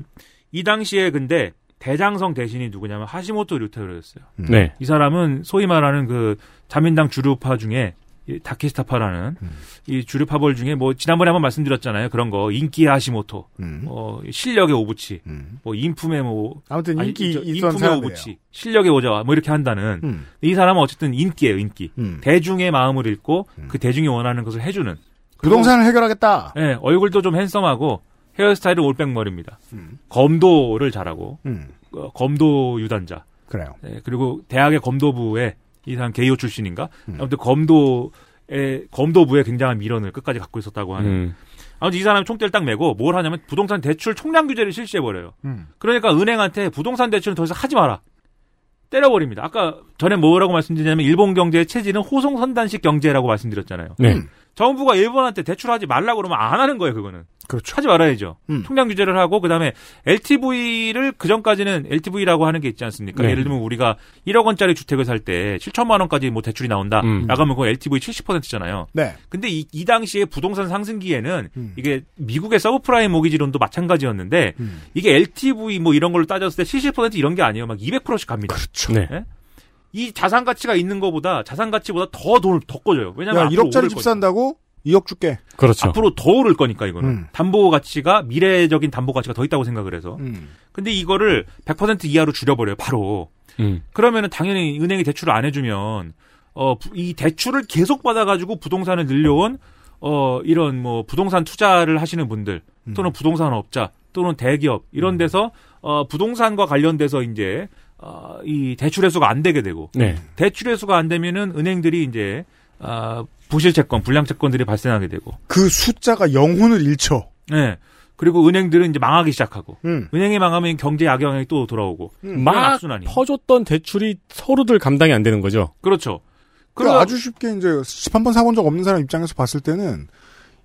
[SPEAKER 10] 당시에 근데 대장성 대신이 누구냐면 하시모토 류테로였어요.
[SPEAKER 4] 네.
[SPEAKER 10] 이 사람은 소위 말하는 그 자민당 주류파 중에 다케스타파라는 음. 이 주류파벌 중에 뭐 지난번에 한번 말씀드렸잖아요. 그런 거 인기의 하시모토, 음. 어, 실력의 오부치, 음. 뭐 인품의 뭐
[SPEAKER 2] 아무튼 인기 음.
[SPEAKER 10] 아니, 인품의 오부치, 실력의 오자와 뭐 이렇게 한다는 이 사람은 어쨌든 인기예요. 인기 대중의 마음을 읽고 그 대중이 원하는 것을 해주는
[SPEAKER 2] 부동산을 해결하겠다.
[SPEAKER 10] 네, 얼굴도 좀 핸섬하고 헤어스타일은 올백머리입니다. 음. 네. 검도를 잘하고 음. 어, 검도 유단자.
[SPEAKER 2] 그래요.
[SPEAKER 10] 네, 그리고 대학의 검도부에 이 사람 개이오 출신인가? 아무튼 검도의 검도부의 굉장한 미련을 끝까지 갖고 있었다고 하는.
[SPEAKER 4] 음.
[SPEAKER 10] 아무튼 이 사람이 총대를 딱 메고 뭘 하냐면 부동산 대출 총량 규제를 실시해 버려요.
[SPEAKER 4] 음.
[SPEAKER 10] 그러니까 은행한테 부동산 대출은 더 이상 하지 마라. 때려버립니다. 아까 전에 뭐라고 말씀드리냐면 일본 경제의 체질은 호송선단식 경제라고 말씀드렸잖아요.
[SPEAKER 4] 네.
[SPEAKER 10] 정부가 일본한테 대출하지 말라고 그러면 안 하는 거예요, 그거는.
[SPEAKER 2] 그렇죠.
[SPEAKER 10] 하지 말아야죠.
[SPEAKER 2] 음.
[SPEAKER 10] 총량 규제를 하고 그다음에 LTV를 그 전까지는 LTV라고 하는 게 있지 않습니까?
[SPEAKER 4] 네.
[SPEAKER 10] 예를 들면 우리가 1억 원짜리 주택을 살 때 7천만 원까지 뭐 대출이 나온다.
[SPEAKER 4] 음.
[SPEAKER 10] 나가면 그 LTV 70%잖아요.
[SPEAKER 2] 네.
[SPEAKER 10] 근데 이, 이 당시에 부동산 상승기에는
[SPEAKER 2] 음.
[SPEAKER 10] 이게 미국의 서브프라임 모기지론도 마찬가지였는데
[SPEAKER 2] 음.
[SPEAKER 10] 이게 LTV 뭐 이런 걸로 따졌을 때 70% 이런 게 아니에요. 막 200%씩 갑니다.
[SPEAKER 2] 그렇죠.
[SPEAKER 4] 네.
[SPEAKER 10] 이 자산 가치가 있는 거보다 자산 가치보다 더 돈을 더 꺼져요. 왜냐면
[SPEAKER 2] 야,
[SPEAKER 10] 앞으로
[SPEAKER 2] 1억짜리
[SPEAKER 10] 오를
[SPEAKER 2] 집
[SPEAKER 10] 거니까.
[SPEAKER 2] 산다고 2억 줄게.
[SPEAKER 4] 그렇죠.
[SPEAKER 10] 앞으로 더 오를 거니까 이거는
[SPEAKER 2] 음.
[SPEAKER 10] 담보 가치가 미래적인 담보 가치가 더 있다고 생각을 해서.
[SPEAKER 2] 음.
[SPEAKER 10] 근데 이거를 100% 이하로 줄여버려요. 바로.
[SPEAKER 4] 음.
[SPEAKER 10] 그러면은 당연히 은행이 대출을 안 해주면 어 이 대출을 계속 받아가지고 부동산을 늘려온 어 이런 뭐 부동산 투자를 하시는 분들 또는 부동산 업자 또는 대기업 이런 데서 어 부동산과 관련돼서 이제 어이 대출 회수가 안 되게 되고
[SPEAKER 4] 네.
[SPEAKER 10] 대출 회수가 안 되면은 은행들이 이제 아 부실 채권, 불량 채권들이 발생하게 되고
[SPEAKER 2] 그 숫자가 영혼을 잃죠.
[SPEAKER 10] 네. 그리고 은행들은 이제 망하기 시작하고
[SPEAKER 2] 음.
[SPEAKER 10] 은행이 망하면 경제 악영향이 또 돌아오고 이런
[SPEAKER 4] 막
[SPEAKER 10] 음, 악순환이.
[SPEAKER 4] 퍼줬던 대출이 서로들 감당이 안 되는 거죠.
[SPEAKER 10] 그렇죠.
[SPEAKER 2] 그러니까 아주 쉽게 이제 집 한 번 사본 적 없는 사람 입장에서 봤을 때는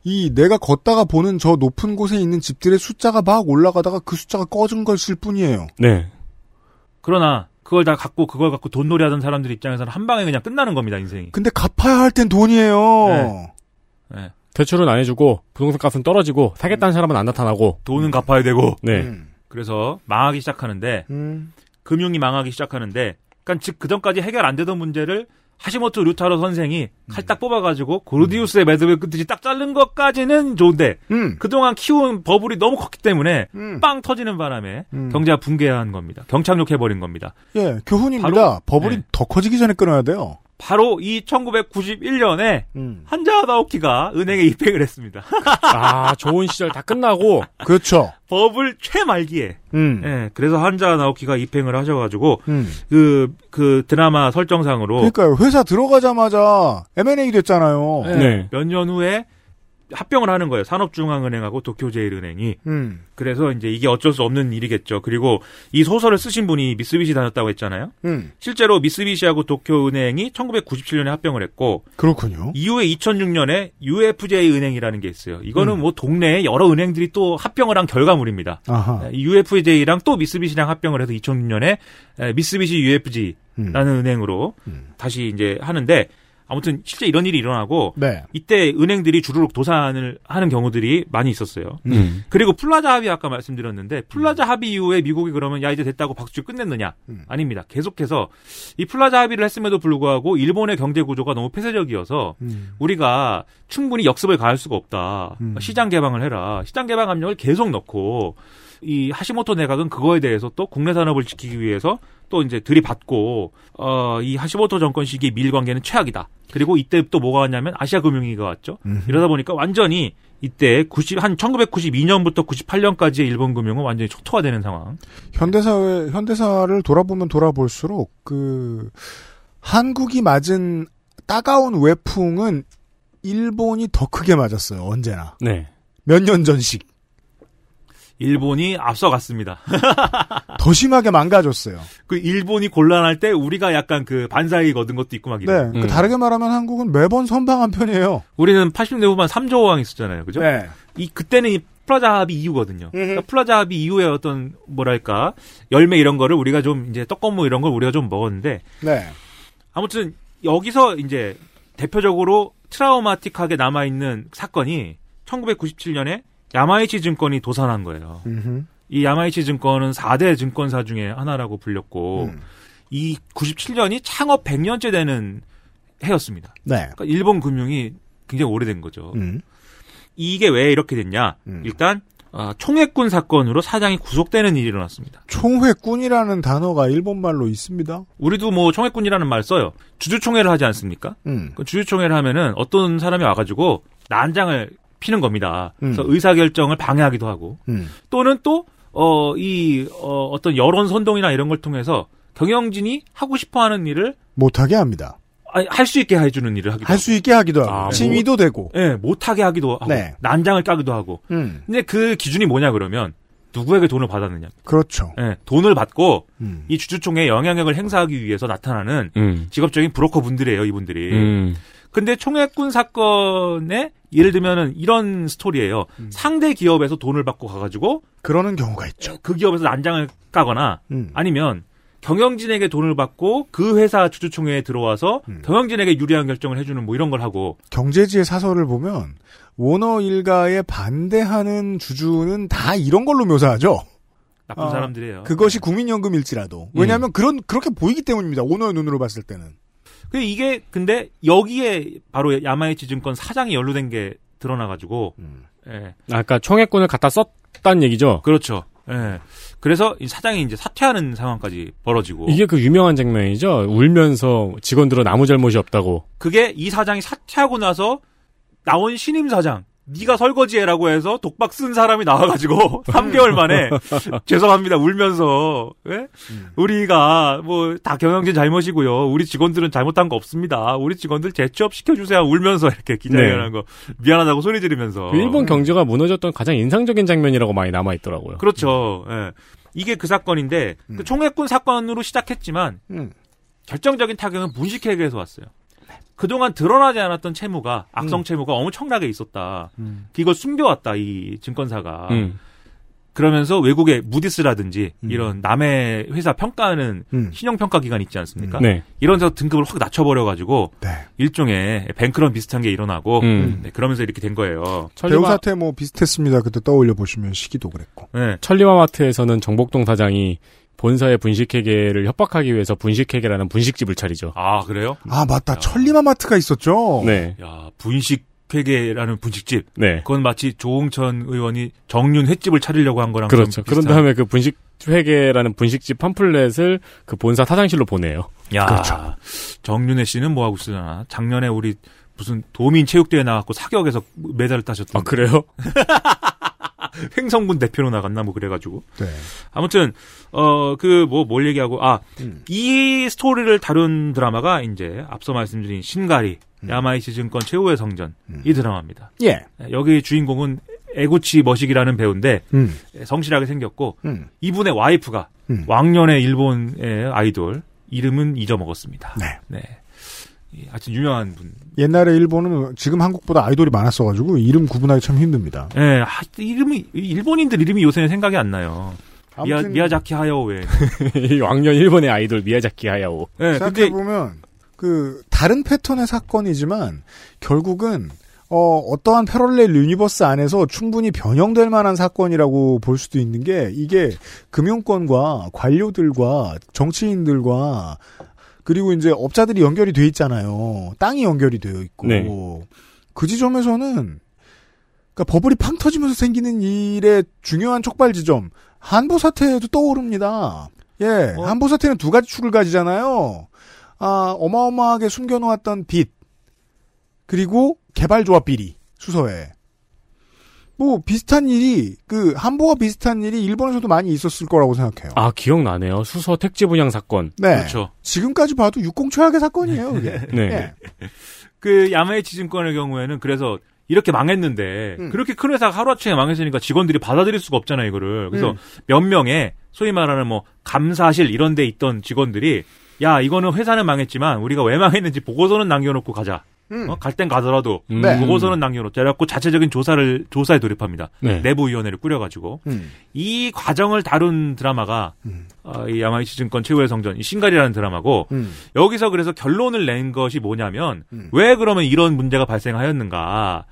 [SPEAKER 2] 이 내가 걷다가 보는 저 높은 곳에 있는 집들의 숫자가 막 올라가다가 그 숫자가 꺼진 것일 뿐이에요.
[SPEAKER 4] 네.
[SPEAKER 10] 그러나 그걸 다 갖고 그걸 갖고 돈놀이 하던 사람들 입장에서는 한 방에 그냥 끝나는 겁니다 인생이.
[SPEAKER 2] 근데 갚아야 할 땐 돈이에요.
[SPEAKER 10] 네. 네.
[SPEAKER 4] 대출은 안 해주고 부동산 값은 떨어지고 사겠다는 사람은 안
[SPEAKER 2] 음.
[SPEAKER 4] 나타나고
[SPEAKER 10] 돈은 갚아야 되고.
[SPEAKER 4] 네.
[SPEAKER 10] 그래서 망하기 시작하는데
[SPEAKER 2] 음.
[SPEAKER 10] 금융이 망하기 시작하는데 그러니까 즉 그전까지 해결 안 되던 문제를 하시모토 류타로 선생이
[SPEAKER 2] 음.
[SPEAKER 10] 칼딱 뽑아가지고 고르디우스의 매듭의 끝이 딱 자른 것까지는 좋은데
[SPEAKER 2] 음.
[SPEAKER 10] 그동안 키운 버블이 너무 컸기 때문에 빵 터지는 바람에
[SPEAKER 2] 음.
[SPEAKER 10] 경제가 붕괴한 겁니다. 경착륙해버린 겁니다.
[SPEAKER 2] 예, 교훈입니다.
[SPEAKER 10] 바로-
[SPEAKER 2] 버블이
[SPEAKER 10] 네.
[SPEAKER 2] 더 커지기 전에 끊어야 돼요.
[SPEAKER 10] 바로 이 1991년에 한자하다오키가 은행에 입행을 했습니다.
[SPEAKER 4] 아 좋은 시절 다 끝나고
[SPEAKER 2] 그렇죠.
[SPEAKER 10] 버블 최말기에.
[SPEAKER 2] 음.
[SPEAKER 10] 예, 그래서 한자하다오키가 입행을 하셔가지고
[SPEAKER 2] 음.
[SPEAKER 10] 그, 그 드라마 설정상으로
[SPEAKER 2] 그러니까요. 회사 들어가자마자 M&A 됐잖아요.
[SPEAKER 10] 네.
[SPEAKER 4] 네.
[SPEAKER 10] 몇 년 후에 합병을 하는 거예요. 산업중앙은행하고 도쿄제일은행이.
[SPEAKER 2] 음.
[SPEAKER 10] 그래서 이제 이게 어쩔 수 없는 일이겠죠. 그리고 이 소설을 쓰신 분이 미쓰비시 다녔다고 했잖아요.
[SPEAKER 2] 음.
[SPEAKER 10] 실제로 미쓰비시하고 도쿄은행이 1997년에 합병을 했고
[SPEAKER 2] 그렇군요.
[SPEAKER 10] 이후에 2006년에 UFJ 은행이라는 게 있어요. 이거는
[SPEAKER 2] 음.
[SPEAKER 10] 뭐 동네에 여러 은행들이 또 합병을 한 결과물입니다.
[SPEAKER 2] 아하.
[SPEAKER 10] UFJ랑 또 미쓰비시랑 합병을 해서 2006년에 미쓰비시 UFG라는 은행으로 다시 이제 하는데 아무튼 실제 이런 일이 일어나고
[SPEAKER 2] 네.
[SPEAKER 10] 이때 은행들이 주르륵 도산을 하는 경우들이 많이 있었어요.
[SPEAKER 4] 음.
[SPEAKER 10] 그리고 플라자 합의 아까 말씀드렸는데 플라자 합의 이후에 미국이 그러면 야 이제 됐다고 박수치고 끝냈느냐? 아닙니다. 계속해서 이 플라자 합의를 했음에도 불구하고 일본의 경제 구조가 너무 폐쇄적이어서 우리가 충분히 역습을 가할 수가 없다. 시장 개방을 해라. 시장 개방 압력을 계속 넣고 이 하시모토 내각은 그거에 대해서 또 국내 산업을 지키기 위해서 또 이제 들이받고 어이 하시모토 정권 시기 미일 관계는 최악이다. 그리고 이때 또 뭐가 왔냐면 아시아 금융위기가 왔죠. 이러다 보니까 완전히 이때 90, 한 1992년부터 98년까지의 일본 금융은 완전히 초토화되는 상황.
[SPEAKER 2] 현대사회, 현대사를 돌아보면 돌아볼수록, 그, 한국이 맞은 따가운 외풍은 일본이 더 크게 맞았어요, 언제나.
[SPEAKER 4] 네.
[SPEAKER 2] 몇 년 전씩.
[SPEAKER 10] 일본이 앞서갔습니다. 아.
[SPEAKER 2] 더 심하게 망가졌어요.
[SPEAKER 10] 그 일본이 곤란할 때 우리가 약간 그 반사이익 얻은 것도 있고 막
[SPEAKER 2] 네.
[SPEAKER 10] 이래.
[SPEAKER 2] 그 다르게 말하면 한국은 매번 선방한 편이에요.
[SPEAKER 10] 우리는 80년대 후반 3조 왕 있었잖아요. 그죠?
[SPEAKER 2] 네.
[SPEAKER 10] 이 그때는 이 플라자 합의 이후거든요. 그러니까 플라자 합의 이후에 어떤 뭐랄까 열매 이런 거를 우리가 좀 이제 떡건무 이런 걸 우리가 좀 먹었는데
[SPEAKER 2] 네.
[SPEAKER 10] 아무튼 여기서 이제 대표적으로 트라우마틱하게 남아 있는 사건이 1997년에 야마이치 증권이 도산한 거예요. 이 야마이치 증권은 4대 증권사 중에 하나라고 불렸고 이 97년이 창업 100년째 되는 해였습니다.
[SPEAKER 2] 네. 음.
[SPEAKER 10] 그러니까 일본 금융이 굉장히 오래된 거죠. 이게 왜 이렇게 됐냐? 일단 아, 총액군 사건으로 사장이 구속되는 일이 일어났습니다.
[SPEAKER 2] 총회꾼이라는 단어가 일본말로 있습니다.
[SPEAKER 10] 우리도 뭐 총액군이라는 말 써요. 주주총회를 하지 않습니까?
[SPEAKER 2] 음.
[SPEAKER 10] 그 주주총회를 하면은 어떤 사람이 와가지고 난장을 피는 겁니다.
[SPEAKER 4] 음.
[SPEAKER 10] 그래서 의사결정을 방해하기도 하고
[SPEAKER 2] 음.
[SPEAKER 10] 또는 어, 또어이 어, 떤 여론 선동이나 이런 걸 통해서 경영진이 하고 싶어하는 일을 아,
[SPEAKER 2] 못하게 합니다.
[SPEAKER 10] 할 수 있게 해주는 일을 하기도
[SPEAKER 2] 할 수 있게 하기도 하고 아, 지위도 뭐, 되고
[SPEAKER 10] 예, 네, 못하게 하기도 하고 네. 난장을 까기도 하고 음. 근데 그 기준이 뭐냐 그러면 누구에게 돈을 받았느냐
[SPEAKER 2] 그렇죠
[SPEAKER 10] 예, 네, 돈을 받고 음. 이 주주총회에 영향력을 행사하기 위해서 나타나는 음. 직업적인 브로커 분들이에요
[SPEAKER 2] 음.
[SPEAKER 4] 음.
[SPEAKER 10] 이분들이 근데 총액군 사건에 예를 들면은 이런 스토리예요. 음. 상대 기업에서 돈을 받고 가가지고
[SPEAKER 2] 그러는 경우가 있죠.
[SPEAKER 10] 그 기업에서 난장을 까거나 음. 아니면 경영진에게 돈을 받고 그 회사 주주총회에 들어와서 음. 경영진에게 유리한 결정을 해주는 뭐 이런 걸 하고
[SPEAKER 2] 경제지의 사설을 보면 워너 일가에 반대하는 주주는 다 이런 걸로 묘사하죠.
[SPEAKER 10] 나쁜 어, 사람들이에요.
[SPEAKER 2] 아, 그것이 국민연금일지라도 왜냐하면 그런 그렇게 보이기 때문입니다. 오너의 눈으로 봤을 때는.
[SPEAKER 10] 그 이게 근데 여기에 바로 야마이치 증권 사장이 연루된 게 드러나가지고 음.
[SPEAKER 4] 예. 아까 총액권을 갖다 썼다는 얘기죠.
[SPEAKER 10] 그렇죠. 예. 그래서 사장이 이제 사퇴하는 상황까지 벌어지고
[SPEAKER 4] 이게 그 유명한 장면이죠. 울면서 직원들은 아무 잘못이 없다고.
[SPEAKER 10] 그게 이 사장이 사퇴하고 나서 나온 신임 사장. 네가 설거지해라고 해서 독박 쓴 사람이 나와가지고 <laughs> 3개월
[SPEAKER 4] <laughs>
[SPEAKER 10] 만에 죄송합니다 울면서 예? 음. 우리가 뭐 다 경영진 잘못이고요 우리 직원들은 잘못한 거 없습니다 우리 직원들 재취업 시켜주세요 울면서 <laughs> 이렇게 기자회견한 네. 거 미안하다고 소리 지르면서
[SPEAKER 4] 그 일본 경제가 무너졌던 가장 인상적인 장면이라고 많이 남아 있더라고요.
[SPEAKER 10] 그렇죠. 예. 이게 그 사건인데 음. 그 총액군 사건으로 시작했지만 음. 결정적인 타격은 분식회계에서 왔어요. 그동안 드러나지 않았던 채무가 악성 채무가 음. 엄청나게 있었다. 음. 이걸 숨겨왔다 이 증권사가. 음. 그러면서 외국의 무디스라든지 이런 남의 회사 평가하는 신용 평가 기관 있지 않습니까? 음. 네. 이런 데서 등급을 확 낮춰버려 가지고 네. 일종의 뱅크런 비슷한 게 일어나고
[SPEAKER 4] 음.
[SPEAKER 10] 네, 그러면서 이렇게 된 거예요.
[SPEAKER 2] 철리와... 배우 사태 뭐 비슷했습니다. 그때 떠올려 보시면 시기도 그랬고.
[SPEAKER 4] 네. 천리마마트에서는 정복동 사장이 본사의 분식회계를 협박하기 위해서 분식회계라는 분식집을 차리죠.
[SPEAKER 10] 아 그래요?
[SPEAKER 2] 아 맞다. 야. 천리마마트가 있었죠.
[SPEAKER 4] 네.
[SPEAKER 10] 야 분식회계라는 분식집. 네. 그건 마치 조홍천 의원이 정윤 횟집을 차리려고 한 거랑
[SPEAKER 4] 그렇죠. 그런 다음에 그 분식회계라는 분식집 팜플렛을 그 본사 사장실로 보내요.
[SPEAKER 10] 야 그렇죠. 정윤혜 씨는 뭐 하고 있으나 작년에 우리 무슨 도민 체육대회 나갔고 사격에서 메달을 따셨던.
[SPEAKER 4] 아 <laughs> 그래요?
[SPEAKER 10] 횡성군 대표로 나갔나 뭐 그래가지고 네. 아무튼 어 그 뭐 뭘 얘기하고 아이 음. 스토리를 다룬 드라마가 이제 앞서 말씀드린 신가리 음. 야마이시 증권 최후의 성전 음. 이 드라마입니다. 네,
[SPEAKER 2] 예
[SPEAKER 10] 여기 주인공은 에구치 머식이라는 배우인데
[SPEAKER 2] 음.
[SPEAKER 10] 성실하게 생겼고 이분의 와이프가 왕년의 일본의 아이돌 이름은 잊어먹었습니다.
[SPEAKER 2] 네.
[SPEAKER 10] 네. 아주 유명한 분.
[SPEAKER 2] 옛날에 일본은 지금 한국보다 아이돌이 많았어가지고 이름 구분하기 참 힘듭니다.
[SPEAKER 10] 예, 네, 아, 이름이 일본인들 이름이 요새는 생각이 안 나요. 미야, 미야자키 하야오의
[SPEAKER 4] 왕년 일본의 아이돌 미야자키 하야오.
[SPEAKER 2] 예, 네, 생각해 보면 그 다른 패턴의 사건이지만 결국은 어, 어떠한 패럴렐 유니버스 안에서 충분히 변형될 만한 사건이라고 볼 수도 있는 게 이게 금융권과 관료들과 정치인들과 그리고 이제 업자들이 연결이 돼 있잖아요. 땅이 연결이 되어 있고 네. 그 지점에서는 그러니까 버블이 팡 터지면서 생기는 일의 중요한 촉발 지점 한보 사태도 떠오릅니다. 예, 어? 한보 사태는 두 가지 축을 가지잖아요. 아 어마어마하게 숨겨놓았던 빚 그리고 개발조합 비리 수서에 뭐 비슷한 일이 그 한보와 비슷한 일이 일본에서도 많이 있었을 거라고 생각해요.
[SPEAKER 4] 아 기억나네요. 수서 택지 분양 사건.
[SPEAKER 2] 네. 그렇죠. 지금까지 봐도 육공 최악의 사건이에요. <laughs> 그게. 예.
[SPEAKER 4] 네. 네.
[SPEAKER 10] 그 야마이치 증권의 경우에는 그래서 이렇게 망했는데 음. 그렇게 큰 회사가 하루아침에 망했으니까 직원들이 받아들일 수가 없잖아요 이거를. 그래서 음. 몇 명의 소위 말하는 뭐 감사실 이런 데 있던 직원들이 야 이거는 회사는 망했지만 우리가 왜 망했는지 보고서는 남겨놓고 가자. 음. 어? 갈 땐 가더라도 네. 보고서는 남겨놓자 그래갖고 자체적인 조사를 조사에 돌입합니다. 네. 내부위원회를 꾸려가지고 음. 이 과정을 다룬 드라마가 음. 어, 이 야마이치 증권 최후의 성전 이 신갈이라는 드라마고 여기서 그래서 결론을 낸 것이 뭐냐면 왜 그러면 이런 문제가 발생하였는가?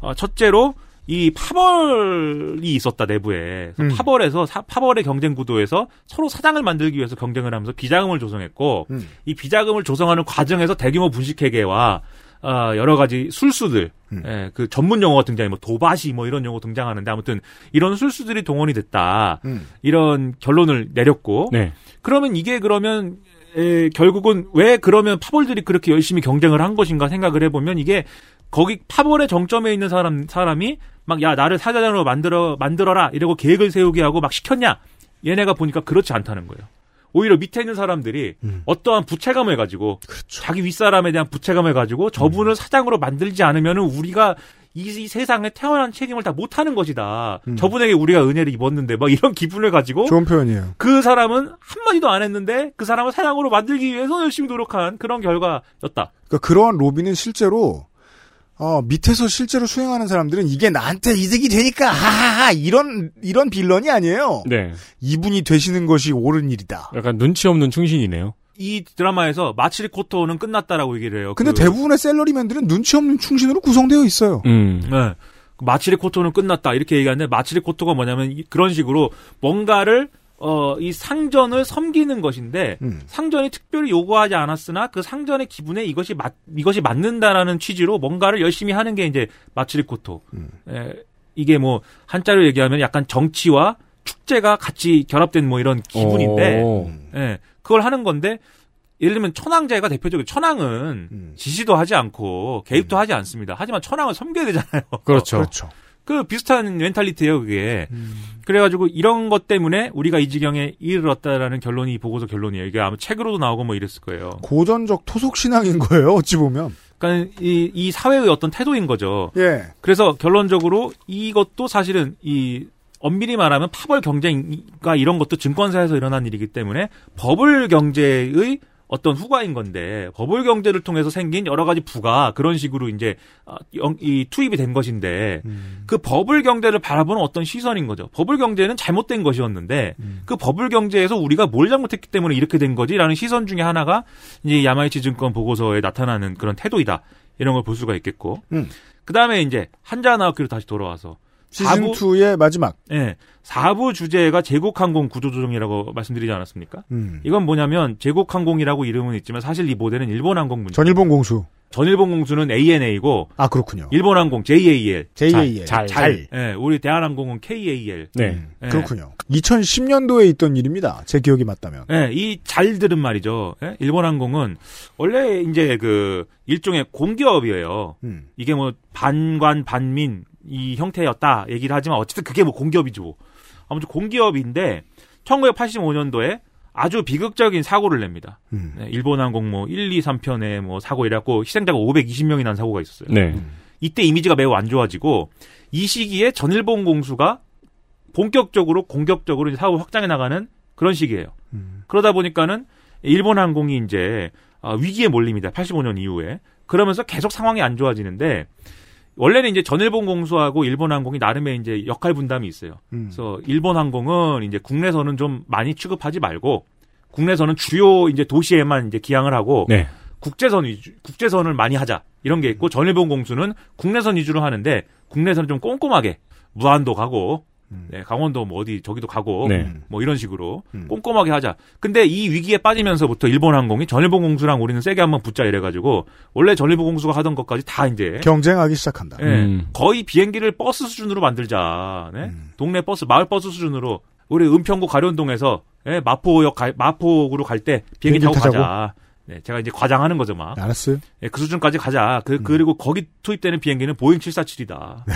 [SPEAKER 10] 어, 첫째로 이 파벌이 있었다 내부에 음. 파벌에서 사, 파벌의 경쟁 구도에서 서로 사장을 만들기 위해서 경쟁을 하면서 비자금을 조성했고 음. 이 비자금을 조성하는 과정에서 대규모 분식회계와 어, 여러 가지 술수들, 음. 예, 그 전문 용어가 등장해, 뭐 도바시 뭐 이런 용어 등장하는데 아무튼 이런 술수들이 동원이 됐다. 음. 이런 결론을 내렸고. 네. 그러면 이게 그러면 에, 결국은 왜 그러면 파벌들이 그렇게 열심히 경쟁을 한 것인가 생각을 해보면 이게 거기 파벌의 정점에 있는 사람 사람이 막 야 나를 사장으로 만들어 만들어라 이러고 계획을 세우게 하고 막 시켰냐 얘네가 보니까 그렇지 않다는 거예요. 오히려 밑에 있는 사람들이 음. 어떠한 부채감을 가지고
[SPEAKER 2] 그렇죠.
[SPEAKER 10] 자기 윗사람에 대한 부채감을 가지고 저분을 음. 사장으로 만들지 않으면 우리가 이, 이, 세상에 태어난 책임을 다 못하는 것이다. 음. 저분에게 우리가 은혜를 입었는데 막 이런 <laughs> 기분을 가지고
[SPEAKER 2] 좋은 표현이에요.
[SPEAKER 10] 그 사람은 한마디도 안 했는데 그 사람을 사장으로 만들기 위해서 열심히 노력한 그런 결과였다.
[SPEAKER 2] 그러니까 그러한 로비는 실제로 어, 밑에서 실제로 수행하는 사람들은 이게 나한테 이득이 되니까 하하하 이런 이런 빌런이 아니에요.
[SPEAKER 4] 네.
[SPEAKER 2] 이분이 되시는 것이 옳은 일이다.
[SPEAKER 4] 약간 눈치 없는 충신이네요.
[SPEAKER 10] 이 드라마에서 마치리 코토는 끝났다라고 얘기를 해요.
[SPEAKER 2] 근데 그... 대부분의 셀러리맨들은 눈치 없는 충신으로 구성되어 있어요.
[SPEAKER 10] 음. 네. 마치리 코토는 끝났다 이렇게 얘기하는데 마치리 코토가 뭐냐면 그런 식으로 뭔가를 어, 이 상전을 섬기는 것인데, 음. 상전이 특별히 요구하지 않았으나 그 상전의 기분에 이것이 맞, 이것이 맞는다라는 취지로 뭔가를 열심히 하는 게 이제 마츠리코토. 음. 에, 이게 뭐, 한자로 얘기하면 약간 정치와 축제가 같이 결합된 뭐 이런 기분인데, 오. 예, 그걸 하는 건데, 예를 들면 천황제가 대표적인 천황은 음. 지시도 하지 않고 개입도 하지 않습니다. 하지만 천황을 섬겨야 되잖아요.
[SPEAKER 4] 그렇죠. 그렇죠.
[SPEAKER 10] 그 비슷한 멘탈리티예요 그게 음. 그래가지고 이런 것 때문에 우리가 이 지경에 이르렀다라는 결론이 보고서 결론이에요 이게 아마 책으로도 나오고 뭐 이랬을 거예요
[SPEAKER 2] 고전적 토속 신앙인 <laughs> 거예요 어찌 보면
[SPEAKER 10] 그러니까 이, 이 사회의 어떤 태도인 거죠
[SPEAKER 2] 예
[SPEAKER 10] 그래서 결론적으로 이것도 사실은 이 엄밀히 말하면 파벌 경쟁과 이런 것도 증권사에서 일어난 일이기 때문에 버블 경제의 어떤 후과인 건데 버블 경제를 통해서 생긴 여러 가지 부가 그런 식으로 이제 어, 이 투입이 된 것인데 음. 그 버블 경제를 바라보는 어떤 시선인 거죠. 버블 경제는 잘못된 것이었는데 음. 그 버블 경제에서 우리가 뭘 잘못했기 때문에 이렇게 된 거지라는 시선 중에 하나가 이제 야마이치 증권 보고서에 나타나는 그런 태도이다 이런 걸 볼 수가 있겠고
[SPEAKER 2] 음.
[SPEAKER 10] 그 다음에 이제 한자 나학교로 다시 돌아와서
[SPEAKER 2] 시즌 2의 마지막.
[SPEAKER 10] 예. 네, 4부 주제가 제국항공 구조조정이라고 말씀드리지 않았습니까?
[SPEAKER 2] 음.
[SPEAKER 10] 이건 뭐냐면 제국항공이라고 이름은 있지만 사실 이 모델은 일본항공 문제.
[SPEAKER 2] 전일본 공수.
[SPEAKER 10] 전일본 공수는 ANA고.
[SPEAKER 2] 음. 아, 그렇군요.
[SPEAKER 10] 일본항공 JAL.
[SPEAKER 2] JAL.
[SPEAKER 10] 잘. 잘. 예. 네, 우리 대한항공은 KAL.
[SPEAKER 2] 네. 음. 네. 그렇군요. 2010년도에 있던 일입니다. 제 기억이 맞다면.
[SPEAKER 10] 예. 이잘 들은 말이죠. 예? 일본항공은 원래 이제 그 일종의 공기업이에요.
[SPEAKER 2] 음.
[SPEAKER 10] 이게 뭐 반관 반민 이 형태였다 얘기를 하지만 어쨌든 그게 뭐 공기업이죠. 아무튼 공기업인데 1985년도에 아주 비극적인 사고를 냅니다.
[SPEAKER 2] 음.
[SPEAKER 10] 네, 일본항공 뭐 1, 2, 3편에 뭐 사고 이라고 희생자가 520명이 난 사고가 있었어요.
[SPEAKER 4] 네.
[SPEAKER 10] 이때 이미지가 매우 안 좋아지고 이 시기에 전일본 공수가 본격적으로 공격적으로 사업을 확장해 나가는 그런 시기예요.
[SPEAKER 2] 음.
[SPEAKER 10] 그러다 보니까는 일본항공이 이제 어, 위기에 몰립니다. 85년 이후에 그러면서 계속 상황이 안 좋아지는데 원래는 이제 전일본 공수하고 일본 항공이 나름의 이제 역할 분담이 있어요.
[SPEAKER 2] 음.
[SPEAKER 10] 그래서 일본 항공은 이제 국내에서는 좀 많이 취급하지 말고 국내에서는 주요 이제 도시에만 이제 기항을 하고
[SPEAKER 2] 네.
[SPEAKER 10] 국제선 위주, 국제선을 많이 하자 이런 게 있고 음. 전일본 공수는 국내선 위주로 하는데 국내선은 좀 꼼꼼하게 무안도 가고 음. 네, 강원도 뭐 어디 저기도 가고
[SPEAKER 2] 네.
[SPEAKER 10] 뭐 이런 식으로 꼼꼼하게 하자. 근데 이 위기에 빠지면서부터 일본 항공이 전일본 공수랑 우리는 세게 한번 붙자 이래가지고 원래 전일본 공수가 하던 것까지 다 이제
[SPEAKER 2] 경쟁하기 시작한다.
[SPEAKER 10] 네, 음. 거의 비행기를 버스 수준으로 만들자. 네? 음. 동네 버스, 마을 버스 수준으로 우리 은평구 가련동에서 네, 마포역 가, 마포구로 갈 때 비행기, 타고 타자고? 가자. 네, 제가 이제 과장하는 거죠, 막.
[SPEAKER 2] 알았어요.
[SPEAKER 10] 네, 그 수준까지 가자. 그, 그리고 거기 투입되는 비행기는 보잉 747이다.
[SPEAKER 2] 네.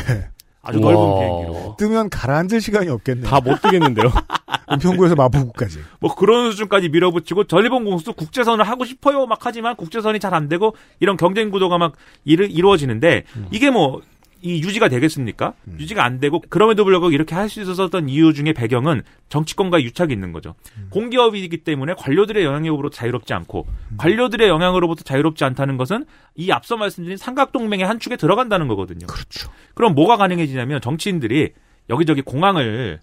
[SPEAKER 10] 아주 우와. 넓은 비행기로.
[SPEAKER 2] 뜨면 가라앉을 시간이 없겠네요.
[SPEAKER 4] 다 못
[SPEAKER 10] <laughs>
[SPEAKER 4] 뜨겠는데요.
[SPEAKER 2] 은평구에서 마포구까지.
[SPEAKER 10] 뭐 그런 수준까지 밀어붙이고 전리본 공수도 국제선을 하고 싶어요 막 하지만 국제선이 잘 안 되고 이런 경쟁 구도가 막 이루, 이루어지는데 음. 이게 뭐 이 유지가 되겠습니까? 음. 유지가 안 되고 그럼에도 불구하고 이렇게 할 수 있었던 이유 중에 배경은 정치권과의 유착이 있는 거죠. 음. 공기업이기 때문에 관료들의 영향력으로 자유롭지 않고 관료들의 영향으로부터 자유롭지 않다는 것은 이 앞서 말씀드린 삼각동맹의 한 축에 들어간다는 거거든요.
[SPEAKER 2] 그렇죠.
[SPEAKER 10] 그럼 뭐가 가능해지냐면 정치인들이 여기저기 공항을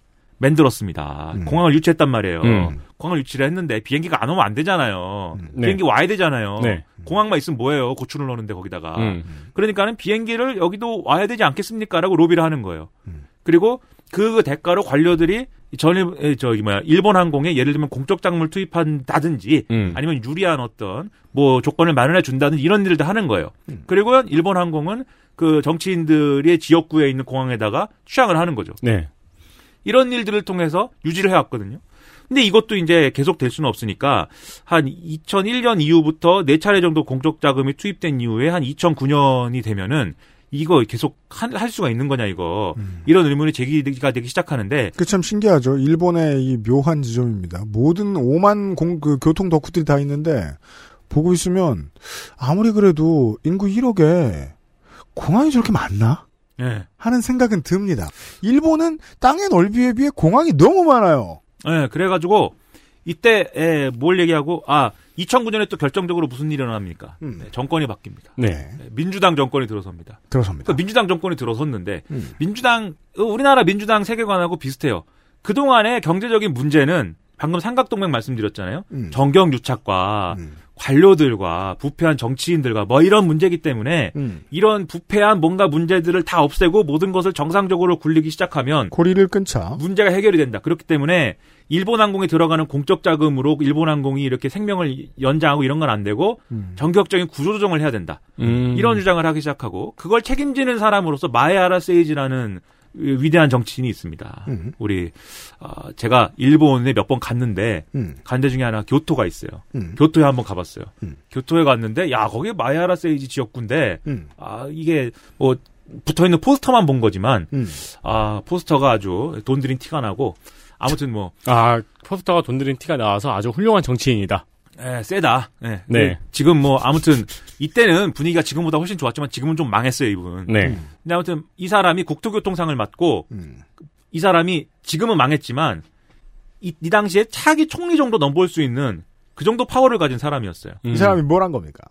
[SPEAKER 10] 만들었습니다. 음. 공항을 유치했단 말이에요.
[SPEAKER 2] 음.
[SPEAKER 10] 공항을 유치를 했는데 비행기가 안 오면 안 되잖아요.
[SPEAKER 2] 음.
[SPEAKER 10] 비행기 네. 와야 되잖아요.
[SPEAKER 2] 네. 음.
[SPEAKER 10] 공항만 있으면 뭐예요? 고추를 넣는데 거기다가.
[SPEAKER 4] 음.
[SPEAKER 10] 그러니까는 비행기를 여기도 와야 되지 않겠습니까라고 로비를 하는 거예요.
[SPEAKER 2] 음.
[SPEAKER 10] 그리고 그 대가로 관료들이 전일 저기 뭐야 일본 항공에 예를 들면 공적 작물 투입한다든지
[SPEAKER 4] 음.
[SPEAKER 2] 음.
[SPEAKER 10] 아니면 유리한 어떤 뭐 조건을 마련해 준다든지 이런 일도 하는 거예요.
[SPEAKER 2] 음.
[SPEAKER 10] 그리고 일본 항공은 그 정치인들의 지역구에 있는 공항에다가 취항을 하는 거죠.
[SPEAKER 2] 네.
[SPEAKER 10] 이런 일들을 통해서 유지를 해왔거든요. 근데 이것도 이제 계속 될 수는 없으니까 한 2001년 이후부터 네 차례 정도 공적 자금이 투입된 이후에 한 2009년이 되면은 이거 계속 한- 할 수가 있는 거냐 이거 이런 의문이 제기가 되기 시작하는데
[SPEAKER 2] 그 참 신기하죠. 일본의 이 묘한 지점입니다. 모든 오만 공, 그 교통 덕후들이 다 있는데, 보고 있으면, 아무리 그래도 인구 1억에 공항이 저렇게 많나?
[SPEAKER 10] 예.
[SPEAKER 2] 하는 생각은 듭니다. 일본은 땅의 넓이에 비해 공항이 너무 많아요.
[SPEAKER 10] 예, 그래가지고 이때 예, 뭘 얘기하고 아 2009년에 또 결정적으로 무슨 일이 일어납니까? 네, 정권이 바뀝니다.
[SPEAKER 4] 네.
[SPEAKER 10] 네, 민주당 정권이 들어섭니다.
[SPEAKER 2] 들어섭니다.
[SPEAKER 10] 그러니까 민주당 정권이 들어섰는데
[SPEAKER 2] 음.
[SPEAKER 10] 민주당 어, 우리나라 민주당 세계관하고 비슷해요. 그 동안의 경제적인 문제는 방금 삼각동맹 말씀드렸잖아요.
[SPEAKER 2] 음.
[SPEAKER 10] 정경 유착과 관료들과 부패한 정치인들과 뭐 이런 문제이기
[SPEAKER 2] 음.
[SPEAKER 10] 때문에
[SPEAKER 12] 음.
[SPEAKER 10] 이런 부패한 뭔가 문제들을 다 없애고 모든 것을 정상적으로 굴리기 시작하면
[SPEAKER 2] 고리를 끊자
[SPEAKER 10] 문제가 해결이 된다. 그렇기 때문에 일본 항공에 들어가는 공적 자금으로 일본 항공이 이렇게 생명을 연장하고 이런 건 안 되고
[SPEAKER 2] 음.
[SPEAKER 10] 전격적인 구조조정을 해야 된다.
[SPEAKER 4] 음.
[SPEAKER 10] 이런 주장을 하기 시작하고 그걸 책임지는 사람으로서 마에아라 세이지라는 위대한 정치인이 있습니다.
[SPEAKER 4] 음.
[SPEAKER 10] 우리 어, 제가 일본에 몇 번 갔는데
[SPEAKER 4] 음.
[SPEAKER 10] 간데 중에 하나 교토가 있어요.
[SPEAKER 4] 음.
[SPEAKER 10] 교토에 한번 가봤어요. 교토에 갔는데 야 거기 마에아라 세이지 지역구인데
[SPEAKER 4] 음.
[SPEAKER 10] 아 이게 뭐 붙어 있는 포스터만 본 거지만
[SPEAKER 4] 음.
[SPEAKER 10] 아 포스터가 아주 돈 들인 티가 나고 아무튼 뭐
[SPEAKER 4] 아, 포스터가 돈 들인 티가 나와서 아주 훌륭한 정치인이다.
[SPEAKER 10] 예, 세다. 예.
[SPEAKER 4] 네.
[SPEAKER 10] 지금 뭐 아무튼 이때는 분위기가 지금보다 훨씬 좋았지만 지금은 좀 망했어요 이분.
[SPEAKER 4] 네.
[SPEAKER 10] 근데 아무튼 이 사람이 국토교통상을 맡고 이 사람이 지금은 망했지만 이, 이 당시에 차기 총리 정도 넘볼 수 있는 그 정도 파워를 가진 사람이었어요.
[SPEAKER 2] 이 사람이 뭘 한 겁니까?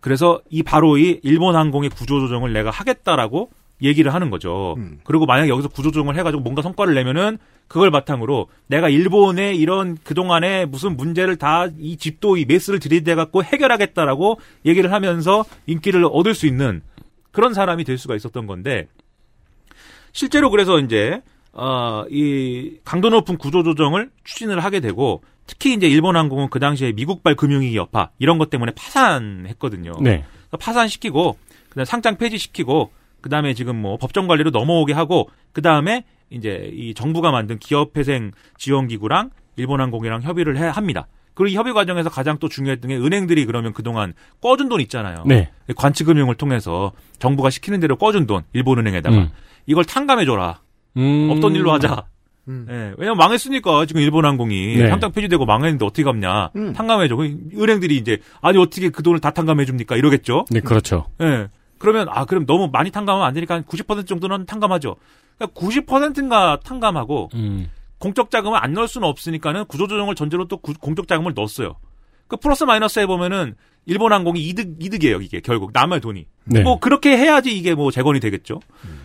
[SPEAKER 10] 그래서 이 바로 이 일본 항공의 구조조정을 내가 하겠다라고 얘기를 하는 거죠. 그리고 만약 여기서 구조조정을 해가지고 뭔가 성과를 내면은 그걸 바탕으로 내가 일본의 이런 그동안의 무슨 문제를 다 이 집도 이 메스를 들이대갖고 해결하겠다라고 얘기를 하면서 인기를 얻을 수 있는 그런 사람이 될 수가 있었던 건데 실제로 그래서 이제 어, 이 강도 높은 구조 조정을 추진을 하게 되고 특히 이제 일본 항공은 그 당시에 미국발 금융위기 여파 이런 것 때문에 파산했거든요.
[SPEAKER 4] 네.
[SPEAKER 10] 그래서 파산시키고 그다음 상장 폐지시키고 그다음에 지금 뭐 법정 관리로 넘어오게 하고 그다음에 이제 이 정부가 만든 기업회생 지원기구랑 일본항공이랑 협의를 해 합니다. 그리고 이 협의 과정에서 가장 또 중요했던 게 은행들이 그러면 그동안 꿔준 돈 있잖아요.
[SPEAKER 4] 네.
[SPEAKER 10] 관치금융을 통해서 정부가 시키는 대로 꿔준 돈 일본은행에다가
[SPEAKER 4] 음.
[SPEAKER 10] 이걸 탕감해줘라.
[SPEAKER 4] 음.
[SPEAKER 10] 없던 일로 하자. 예, 왜냐면 망했으니까 지금 일본항공이
[SPEAKER 4] 네.
[SPEAKER 10] 상장 폐지되고 망했는데 어떻게 갚냐. 탕감해줘. 그럼 은행들이 이제 아니 어떻게 그 돈을 다 탕감해줍니까 이러겠죠.
[SPEAKER 4] 네, 그렇죠.
[SPEAKER 10] 예. 그러면 아 그럼 너무 많이 탕감하면 안 되니까 한 90% 정도는 탕감하죠. 그러니까 90%인가 탕감하고
[SPEAKER 4] 음.
[SPEAKER 10] 공적 자금을 안 넣을 수는 없으니까는 구조조정을 전제로 또 구- 공적 자금을 넣었어요. 그 플러스 마이너스 해보면은 일본 항공이 이득 이득이에요 이게 결국 남의 돈이.
[SPEAKER 4] 네.
[SPEAKER 10] 뭐 그렇게 해야지 이게 뭐 재건이 되겠죠.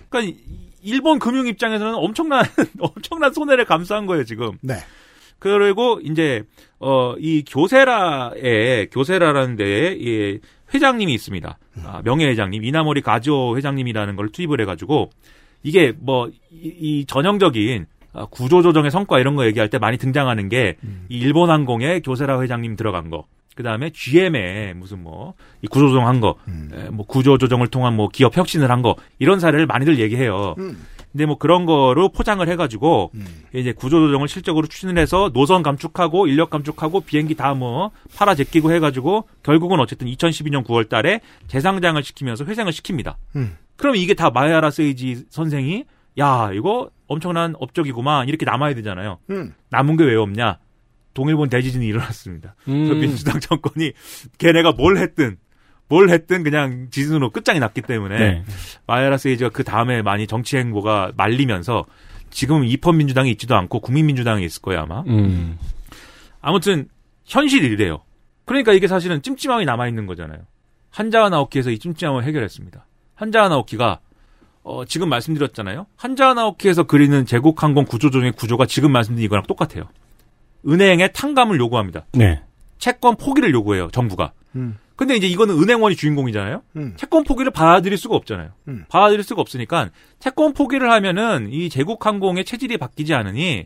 [SPEAKER 10] 그러니까 이- 일본 금융 입장에서는 엄청난 <laughs> 엄청난 손해를 감수한 거예요 지금.
[SPEAKER 2] 네.
[SPEAKER 10] 그리고 이제 어 이 교세라에 교세라라는 데에 이 회장님이 있습니다. 아, 명예 회장님 이나모리 가지오 회장님이라는 걸 투입을 해가지고 이게 뭐 이 전형적인 아, 구조조정의 성과 이런 거 얘기할 때 많이 등장하는 게 이 일본항공의 교세라 회장님 들어간 거. 그 다음에 GM의 무슨 뭐, 이 구조조정 한 거,
[SPEAKER 2] 음.
[SPEAKER 10] 에, 뭐 구조조정을 통한 뭐 기업 혁신을 한 거, 이런 사례를 많이들 얘기해요.
[SPEAKER 2] 음.
[SPEAKER 10] 근데 뭐 그런 거로 포장을 해가지고, 이제 구조조정을 실적으로 추진을 해서 노선 감축하고 인력 감축하고 비행기 다 뭐 팔아 제끼고 해가지고 결국은 어쨌든 2012년 9월 달에 재상장을 시키면서 회생을 시킵니다.
[SPEAKER 2] 음.
[SPEAKER 10] 그럼 이게 다 마야라 세이지 선생이 야 이거 엄청난 업적이구만 이렇게 남아야 되잖아요.
[SPEAKER 2] 음.
[SPEAKER 10] 남은 게 왜 없냐? 동일본 대지진이 일어났습니다.
[SPEAKER 4] 음.
[SPEAKER 10] 그래서 민주당 <laughs> 정권이 걔네가 뭘 했든 뭘 했든 그냥 지진으로 끝장이 났기 때문에
[SPEAKER 4] 네.
[SPEAKER 10] 마야라 세이지가 그 다음에 많이 정치 행보가 말리면서 지금 입헌민주당이 있지도 않고 국민민주당이 있을 거예요 아마.
[SPEAKER 4] 음.
[SPEAKER 10] 아무튼 현실이 이래요. 그러니까 이게 사실은 찜찜함이 남아 있는 거잖아요. 한자와 나오키에서 이 찜찜함을 해결했습니다. 한자와 나오키가 어, 지금 말씀드렸잖아요. 한자와 나오키에서 그리는 제국항공 구조조정의 구조가 지금 말씀드린 이거랑 똑같아요. 은행에 탕감을 요구합니다.
[SPEAKER 4] 네.
[SPEAKER 10] 채권 포기를 요구해요. 정부가.
[SPEAKER 2] 음.
[SPEAKER 10] 근데 이제 이거는 은행원이 주인공이잖아요.
[SPEAKER 2] 음.
[SPEAKER 10] 채권 포기를 받아들일 수가 없잖아요.
[SPEAKER 2] 음.
[SPEAKER 10] 받아들일 수가 없으니까 채권 포기를 하면은 이 제국항공의 체질이 바뀌지 않으니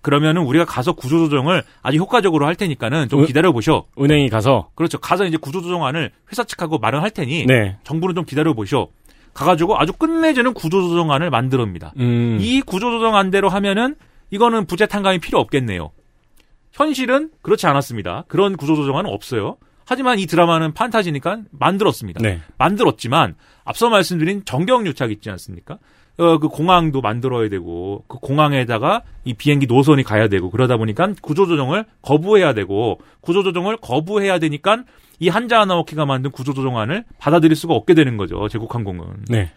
[SPEAKER 10] 그러면은 우리가 가서 구조조정을 아주 효과적으로 할 테니까는 좀
[SPEAKER 4] 은-
[SPEAKER 10] 기다려 보셔.
[SPEAKER 4] 은행이 가서
[SPEAKER 10] 그렇죠. 가서 이제 구조조정안을 회사 측하고 말을 할 테니
[SPEAKER 4] 네.
[SPEAKER 10] 정부는 좀 기다려 보셔. 가가지고 아주 끝내주는 구조조정안을 만들어옵니다.
[SPEAKER 4] 음.
[SPEAKER 10] 이 구조조정안대로 하면은 이거는 부채 탕감이 필요 없겠네요. 현실은 그렇지 않았습니다. 그런 구조조정안은 없어요. 하지만 이 드라마는 판타지니까 만들었습니다. 네. 만들었지만 앞서 말씀드린 정경유착 있지 않습니까? 어, 그 공항도 만들어야 되고 그 공항에다가 이 비행기 노선이 가야 되고 그러다 보니까 구조조정을 거부해야 되고 구조조정을 거부해야 되니까 이 한자 아나오키가 만든 구조조정안을 받아들일 수가 없게 되는 거죠. 제국항공은.
[SPEAKER 4] 네.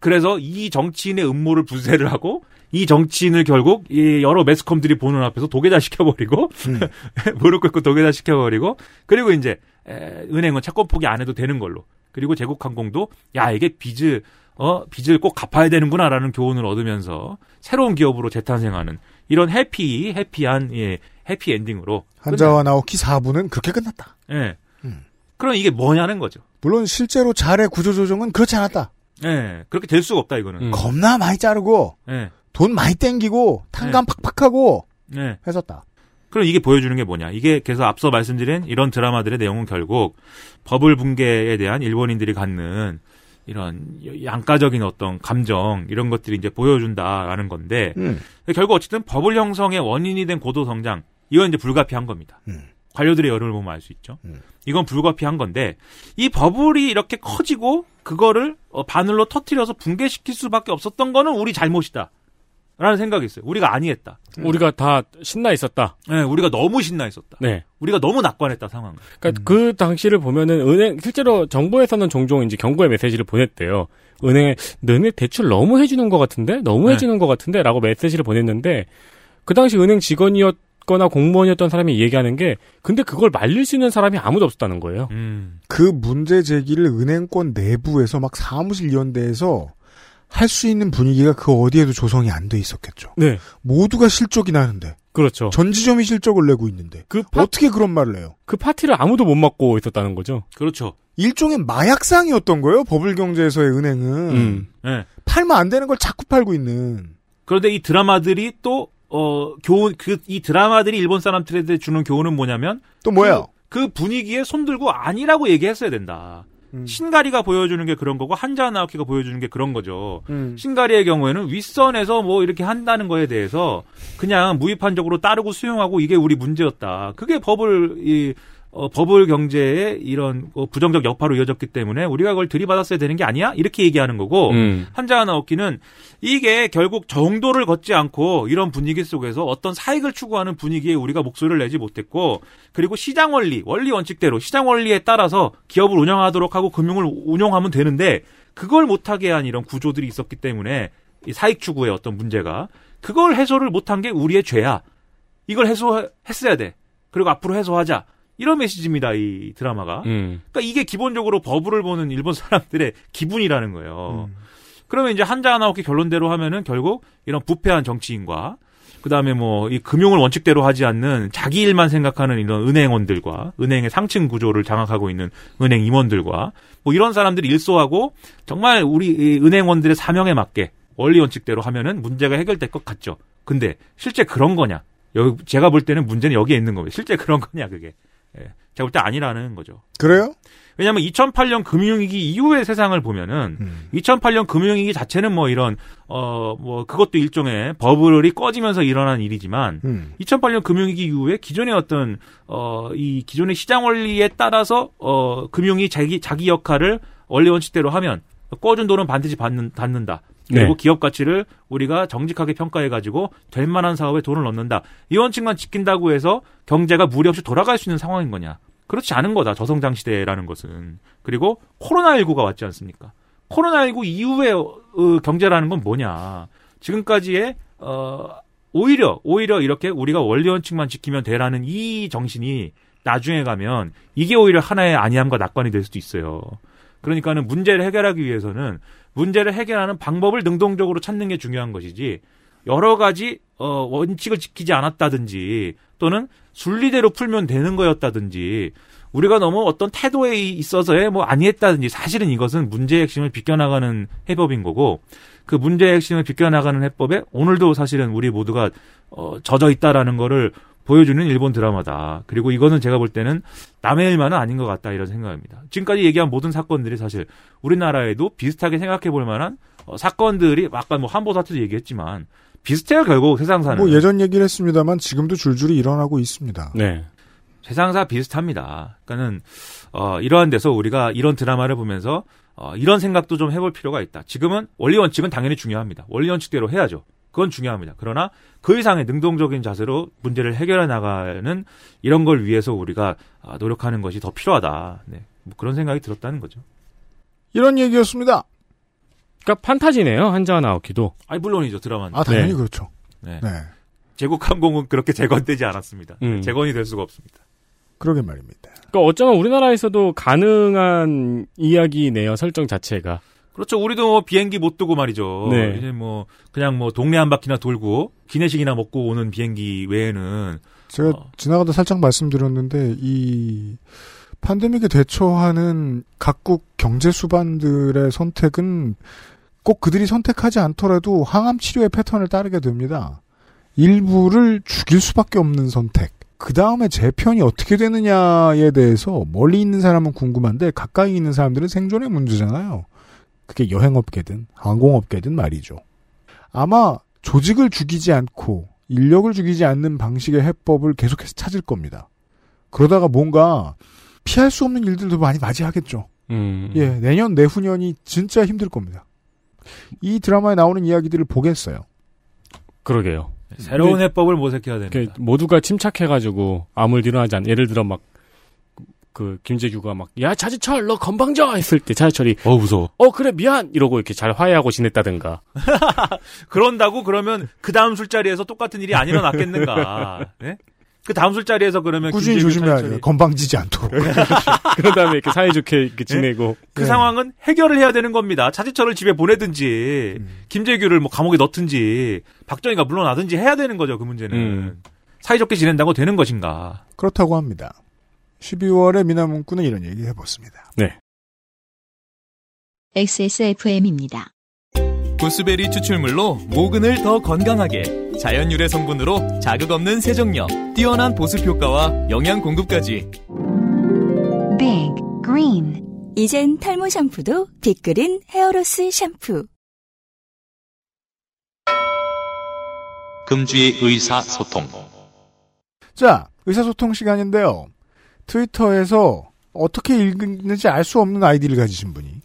[SPEAKER 10] 그래서 이 정치인의 음모를 분쇄를 하고 이 정치인을 결국 이 여러 매스컴들이 보는 앞에서 도계자 시켜버리고 음. <laughs> 무릎 꿇고 도계자 시켜버리고 그리고 이제 에, 은행은 채권 포기 안 해도 되는 걸로 그리고 제국항공도 야 이게 빚을 어 빚을 꼭 갚아야 되는구나라는 교훈을 얻으면서 새로운 기업으로 재탄생하는 이런 해피 해피한 예 해피 엔딩으로
[SPEAKER 2] 한자와 나오키 4부는 그렇게 끝났다.
[SPEAKER 10] 예. 음. 그럼 이게 뭐냐는 거죠.
[SPEAKER 2] 물론 실제로 잘의 구조조정은 그렇지 않았다.
[SPEAKER 10] 예. 그렇게 될 수가 없다 이거는. 음.
[SPEAKER 2] 겁나 많이 자르고
[SPEAKER 10] 예.
[SPEAKER 2] 돈 많이 땡기고 탄감 예. 팍팍하고
[SPEAKER 10] 예.
[SPEAKER 2] 했었다.
[SPEAKER 10] 그럼 이게 보여주는 게 뭐냐? 이게 그래서 앞서 말씀드린 이런 드라마들의 내용은 결국 버블 붕괴에 대한 일본인들이 갖는 이런 양가적인 어떤 감정 이런 것들이 이제 보여준다라는 건데 음. 결국 어쨌든 버블 형성의 원인이 된 고도 성장 이건 이제 불가피한 겁니다. 음. 관료들의 열을 보면 알 수 있죠. 음. 이건 불가피한 건데 이 버블이 이렇게 커지고 그거를 어, 바늘로 터트려서 붕괴시킬 수밖에 없었던 거는 우리 잘못이다. 라는 생각이 있어요. 우리가 아니했다.
[SPEAKER 4] 음. 우리가 다 신나 있었다.
[SPEAKER 10] 네, 우리가 너무 신나 있었다.
[SPEAKER 4] 네.
[SPEAKER 10] 우리가 너무 낙관했다, 상황을.
[SPEAKER 4] 그러니까 음. 그 당시를 보면은 은행, 실제로 정부에서는 종종 이제 경고의 메시지를 보냈대요. 은행에, 너네 대출 너무 해주는 것 같은데? 너무 해주는 네. 것 같은데? 라고 메시지를 보냈는데, 그 당시 은행 직원이었거나 공무원이었던 사람이 얘기하는 게, 근데 그걸 말릴 수 있는 사람이 아무도 없었다는 거예요.
[SPEAKER 10] 음.
[SPEAKER 2] 그 문제 제기를 은행권 내부에서 막 사무실 연대에서 할수 있는 분위기가 그 어디에도 조성이 안 돼 있었겠죠.
[SPEAKER 4] 네.
[SPEAKER 2] 모두가 실적이 나는데.
[SPEAKER 4] 그렇죠.
[SPEAKER 2] 전 지점이 실적을 내고 있는데. 그 파... 어떻게 그런 말을 해요?
[SPEAKER 4] 그 파티를 아무도 못 막고 있었다는 거죠.
[SPEAKER 10] 그렇죠.
[SPEAKER 2] 일종의 마약상이었던 거예요. 버블 경제에서의 은행은 음.
[SPEAKER 10] 네.
[SPEAKER 2] 팔면 안 되는 걸 자꾸 팔고 있는.
[SPEAKER 10] 그런데 이 드라마들이 또 어, 교훈 그 이 드라마들이 일본 사람들한테 주는 교훈은 뭐냐면
[SPEAKER 2] 또 뭐예요?
[SPEAKER 10] 그, 그 분위기에 손들고 아니라고 얘기했어야 된다. 음. 신가리가 보여주는 게 그런 거고 한자 나오키가 보여주는 게 그런 거죠. 음. 신가리의 경우에는 윗선에서 뭐 이렇게 한다는 거에 대해서 그냥 무위판적으로 따르고 수용하고 이게 우리 문제였다. 그게 법을 이 어, 버블 경제의 이런 어, 부정적 여파로 이어졌기 때문에 우리가 그걸 들이받았어야 되는 게 아니야? 이렇게 얘기하는 거고 음. 한자 나오키는 이게 결국 정도를 걷지 않고 이런 분위기 속에서 어떤 사익을 추구하는 분위기에 우리가 목소리를 내지 못했고 그리고 시장 원리, 원리 원칙대로 시장 원리에 따라서 기업을 운영하도록 하고 금융을 운영하면 되는데 그걸 못하게 한 이런 구조들이 있었기 때문에 이 사익 추구의 어떤 문제가 그걸 해소를 못한 게 우리의 죄야. 이걸 해소했어야 돼. 그리고 앞으로 해소하자. 이런 메시지입니다 이 드라마가.
[SPEAKER 4] 음.
[SPEAKER 10] 그러니까 이게 기본적으로 버블을 보는 일본 사람들의 기분이라는 거예요. 음. 그러면 이제 한자 하나오키 결론대로 하면은 결국 이런 부패한 정치인과 그다음에 뭐 이 금융을 원칙대로 하지 않는 자기 일만 생각하는 이런 은행원들과 은행의 상층 구조를 장악하고 있는 은행 임원들과 뭐 이런 사람들이 일소하고 정말 우리 은행원들의 사명에 맞게 원리 원칙대로 하면은 문제가 해결될 것 같죠. 근데 실제 그런 거냐? 여기 제가 볼 때는 문제는 여기에 있는 겁니다. 실제 그런 거냐 그게. 예. 제가 볼 때 아니라는 거죠.
[SPEAKER 2] 그래요?
[SPEAKER 10] 왜냐하면 2008년 금융위기 이후의 세상을 보면은 음. 2008년 금융위기 자체는 뭐 이런 어 뭐 그것도 일종의 버블이 꺼지면서 일어난 일이지만 음. 2008년 금융위기 이후에 기존의 어떤 어 이 기존의 시장 원리에 따라서 어 금융이 자기 자기 역할을 원리 원칙대로 하면 꺼준 돈은 반드시 받는 받는다. 그리고 네. 기업 가치를 우리가 정직하게 평가해 가지고 될 만한 사업에 돈을 넣는다. 이 원칙만 지킨다고 해서 경제가 무리 없이 돌아갈 수 있는 상황인 거냐? 그렇지 않은 거다. 저성장 시대라는 것은. 그리고 코로나19가 왔지 않습니까? 코로나19 이후의 어, 경제라는 건 뭐냐? 지금까지의 어 오히려 오히려 이렇게 우리가 원리 원칙만 지키면 되라는 이 정신이 나중에 가면 이게 오히려 하나의 안이함과 낙관이 될 수도 있어요. 그러니까는 문제를 해결하기 위해서는 문제를 해결하는 방법을 능동적으로 찾는 게 중요한 것이지 여러 가지 어 원칙을 지키지 않았다든지 또는 순리대로 풀면 되는 거였다든지 우리가 너무 어떤 태도에 있어서의 뭐 아니했다든지 사실은 이것은 문제의 핵심을 비껴나가는 해법인 거고 그 문제의 핵심을 비껴나가는 해법에 오늘도 사실은 우리 모두가 어 젖어 있다라는 거를 보여주는 일본 드라마다. 그리고 이거는 제가 볼 때는 남의 일만은 아닌 것 같다 이런 생각입니다. 지금까지 얘기한 모든 사건들이 사실 우리나라에도 비슷하게 생각해 볼 만한 어, 사건들이 아까 뭐 한보 사태도 얘기했지만 비슷해요 결국 세상사는.
[SPEAKER 2] 뭐 예전 얘기를 했습니다만 지금도 줄줄이 일어나고 있습니다.
[SPEAKER 4] 네.
[SPEAKER 10] 세상사 비슷합니다. 그러니까는 어, 이러한 데서 우리가 이런 드라마를 보면서 어, 이런 생각도 좀 해볼 필요가 있다. 지금은 원리 원칙은 당연히 중요합니다. 원리 원칙대로 해야죠. 그건 중요합니다. 그러나 그 이상의 능동적인 자세로 문제를 해결해 나가는 이런 걸 위해서 우리가 아, 노력하는 것이 더 필요하다. 네. 뭐 그런 생각이 들었다는 거죠.
[SPEAKER 2] 이런 얘기였습니다.
[SPEAKER 4] 그러니까 판타지네요. 한자 나오기도.
[SPEAKER 10] 아니 물론이죠 드라마.
[SPEAKER 2] 아 당연히 네. 그렇죠. 네. 네.
[SPEAKER 10] 제국항공은 그렇게 재건되지 않았습니다. 음. 재건이 될 수가 없습니다.
[SPEAKER 2] 그러게 말입니다.
[SPEAKER 4] 그러니까 어쩌면 우리나라에서도 가능한 이야기네요. 설정 자체가.
[SPEAKER 10] 그렇죠. 우리도 뭐 비행기 못 뜨고 말이죠. 네. 이제 뭐 그냥 뭐 동네 한 바퀴나 돌고 기내식이나 먹고 오는 비행기 외에는
[SPEAKER 2] 제가 어. 지나가다 살짝 말씀드렸는데 이 팬데믹에 대처하는 각국 경제 수반들의 선택은 꼭 그들이 선택하지 않더라도 항암 치료의 패턴을 따르게 됩니다. 일부를 죽일 수밖에 없는 선택. 그 다음에 제 편이 어떻게 되느냐에 대해서 멀리 있는 사람은 궁금한데 가까이 있는 사람들은 생존의 문제잖아요. 그게 여행업계든 항공업계든 말이죠. 아마 조직을 죽이지 않고 인력을 죽이지 않는 방식의 해법을 계속해서 찾을 겁니다. 그러다가 뭔가 피할 수 없는 일들도 많이 맞이하겠죠. 음. 예, 내년 내후년이 진짜 힘들 겁니다. 이 드라마에 나오는 이야기들을 보겠어요.
[SPEAKER 4] 그러게요.
[SPEAKER 10] 네, 새로운 해법을 모색해야 됩니다.
[SPEAKER 4] 모두가 침착해가지고 아무 일이나 하지 않. 예를 들어 막그 김재규가 막 야 자지철 너 건방져 했을 때 자지철이
[SPEAKER 10] 어 무서워
[SPEAKER 4] 어 그래 미안 이러고 이렇게 잘 화해하고 지냈다든가
[SPEAKER 10] 그런다고 그러면 그 다음 술자리에서 똑같은 일이 안 일어났겠는가 네? 그 다음 술자리에서 그러면
[SPEAKER 2] 꾸준히 조심해야죠 건방지지 않도록
[SPEAKER 4] 그런 다음에 이렇게 사이좋게 이렇게 지내고 네?
[SPEAKER 10] 그 네. 상황은 해결을 해야 되는 겁니다 자지철을 집에 보내든지 음. 김재규를 뭐 감옥에 넣든지 박정희가 물러나든지 해야 되는 거죠 그 문제는 음. 사이좋게 지낸다고 되는 것인가
[SPEAKER 2] 그렇다고 합니다 12월에 미나문구는 이런 얘기 해봤습니다.
[SPEAKER 4] 네.
[SPEAKER 1] XSFM입니다.
[SPEAKER 18] 구스베리 추출물로 모근을 더 건강하게 자연 유래 성분으로 자극 없는 세정력, 뛰어난 보습 효과와 영양 공급까지.
[SPEAKER 19] Big Green.
[SPEAKER 6] 이젠 탈모 샴푸도 빅그린 헤어로스 샴푸.
[SPEAKER 9] 금주의 의사소통.
[SPEAKER 2] 자, 의사소통 시간인데요. 트위터에서 어떻게 읽는지 알 수 없는 아이디를 가지신 분이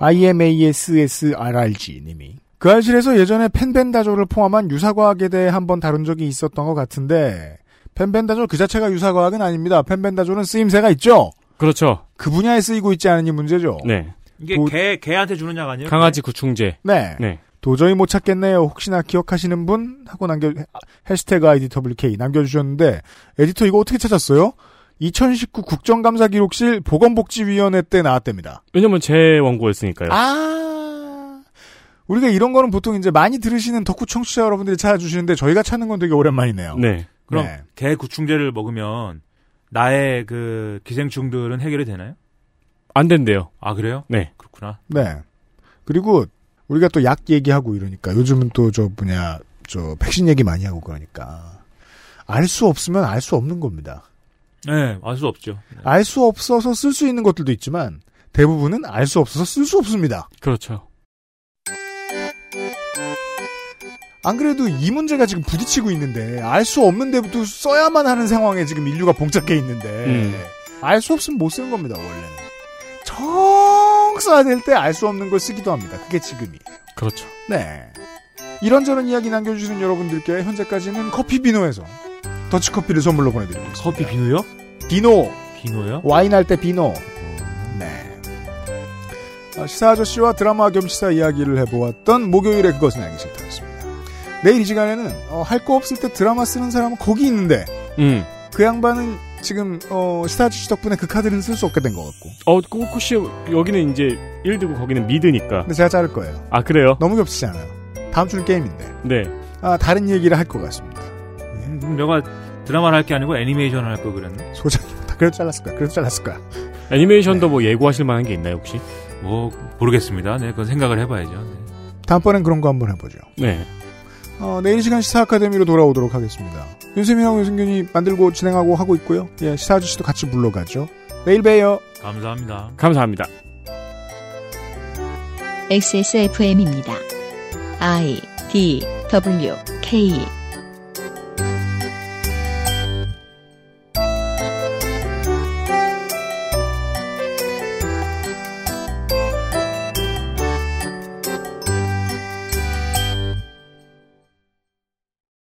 [SPEAKER 2] IMASSRRG 님이 그 알실에서 예전에 펜벤다조를 포함한 유사과학에 대해 한번 다룬 적이 있었던 것 같은데 펜벤다조 그 자체가 유사과학은 아닙니다. 펜벤다조는 쓰임새가 있죠.
[SPEAKER 4] 그렇죠.
[SPEAKER 2] 그 분야에 쓰이고 있지 않으니 문제죠.
[SPEAKER 4] 네.
[SPEAKER 10] 이게 도... 개 개한테 주는 약 아니에요?
[SPEAKER 4] 강아지 구충제.
[SPEAKER 2] 네. 네. 도저히 못 찾겠네요. 혹시나 기억하시는 분 하고 남겨 해시태그 에디터 블케이 남겨주셨는데 에디터 이거 어떻게 찾았어요? 2019 국정감사 기록실 보건복지위원회 때 나왔답니다.
[SPEAKER 4] 왜냐면 제 원고였으니까요.
[SPEAKER 2] 아 우리가 이런 거는 보통 이제 많이 들으시는 덕후 청취자 여러분들이 찾아주시는데 저희가 찾는 건 되게 오랜만이네요.
[SPEAKER 4] 네.
[SPEAKER 10] 그럼 네. 개 구충제를 먹으면 나의 그 기생충들은 해결이 되나요?
[SPEAKER 4] 안 된대요.
[SPEAKER 10] 아 그래요?
[SPEAKER 4] 네.
[SPEAKER 10] 그렇구나.
[SPEAKER 2] 네. 그리고 우리가 또 약 얘기하고 이러니까 요즘은 또 저 뭐냐 저 백신 얘기 많이 하고 그러니까 알 수 없으면 알 수 없는 겁니다.
[SPEAKER 10] 네, 알 수 없죠. 네.
[SPEAKER 2] 알수 없어서 쓸 수 있는 것들도 있지만 대부분은 알 수 없어서 쓸 수 없습니다.
[SPEAKER 4] 그렇죠.
[SPEAKER 2] 안 그래도 이 문제가 지금 부딪히고 있는데 알 수 없는 데부터 써야만 하는 상황에 지금 인류가 봉착해 있는데
[SPEAKER 12] 네.
[SPEAKER 2] 음. 알수 없으면 못 쓰는 겁니다 원래는. 정 써야 될 때 알 수 없는 걸 쓰기도 합니다. 그게 지금이에요.
[SPEAKER 4] 그렇죠.
[SPEAKER 2] 네. 이런저런 이야기 남겨주시는 여러분들께 현재까지는 커피 비노에서 더치커피를 선물로 보내드립니다.
[SPEAKER 10] 커피 비노요?
[SPEAKER 2] 비노.
[SPEAKER 10] 비노요?
[SPEAKER 2] 와인 할 때 비노. 네. 시사 아저씨와 드라마 겸 시사 이야기를 해보았던 목요일에 그것은 알기 싫다였습니다. 내일 이 시간에는 어, 할거 없을 때 드라마 쓰는 사람은 거기 있는데
[SPEAKER 4] 음.
[SPEAKER 2] 그 양반은 지금 어, 스타주씨 덕분에 그 카드는 쓸 수 없게 된 것 같고.
[SPEAKER 4] 어, 꼬꼬씨 여기는 이제 1드고 거기는 미드니까.
[SPEAKER 2] 근데 제가 자를 거예요.
[SPEAKER 4] 아 그래요?
[SPEAKER 2] 너무 겹치지 않아요. 다음 주는 게임인데.
[SPEAKER 4] 네.
[SPEAKER 2] 아 다른 얘기를 할 것 같습니다.
[SPEAKER 10] 음, 내가 드라마를 할 게 아니고 애니메이션을 할 거 그랬네.
[SPEAKER 2] 소장님 다 그래도 잘랐을 거야. 그래도 잘랐을 거야.
[SPEAKER 4] 애니메이션도 네. 뭐 예고하실 만한 게 있나요 혹시?
[SPEAKER 10] 뭐 모르겠습니다. 네, 그건 생각을 해봐야죠. 네.
[SPEAKER 2] 다음번엔 그런 거 한번 해보죠.
[SPEAKER 4] 네.
[SPEAKER 2] 어, 내일 시간 시사 아카데미로 돌아오도록 하겠습니다. 윤세민하고 윤승균이 만들고 진행하고 하고 있고요. 예, 시사 아저씨도 같이 물러가죠. 내일 봬요.
[SPEAKER 10] 감사합니다.
[SPEAKER 4] 감사합니다.
[SPEAKER 1] XSFM입니다. I D W K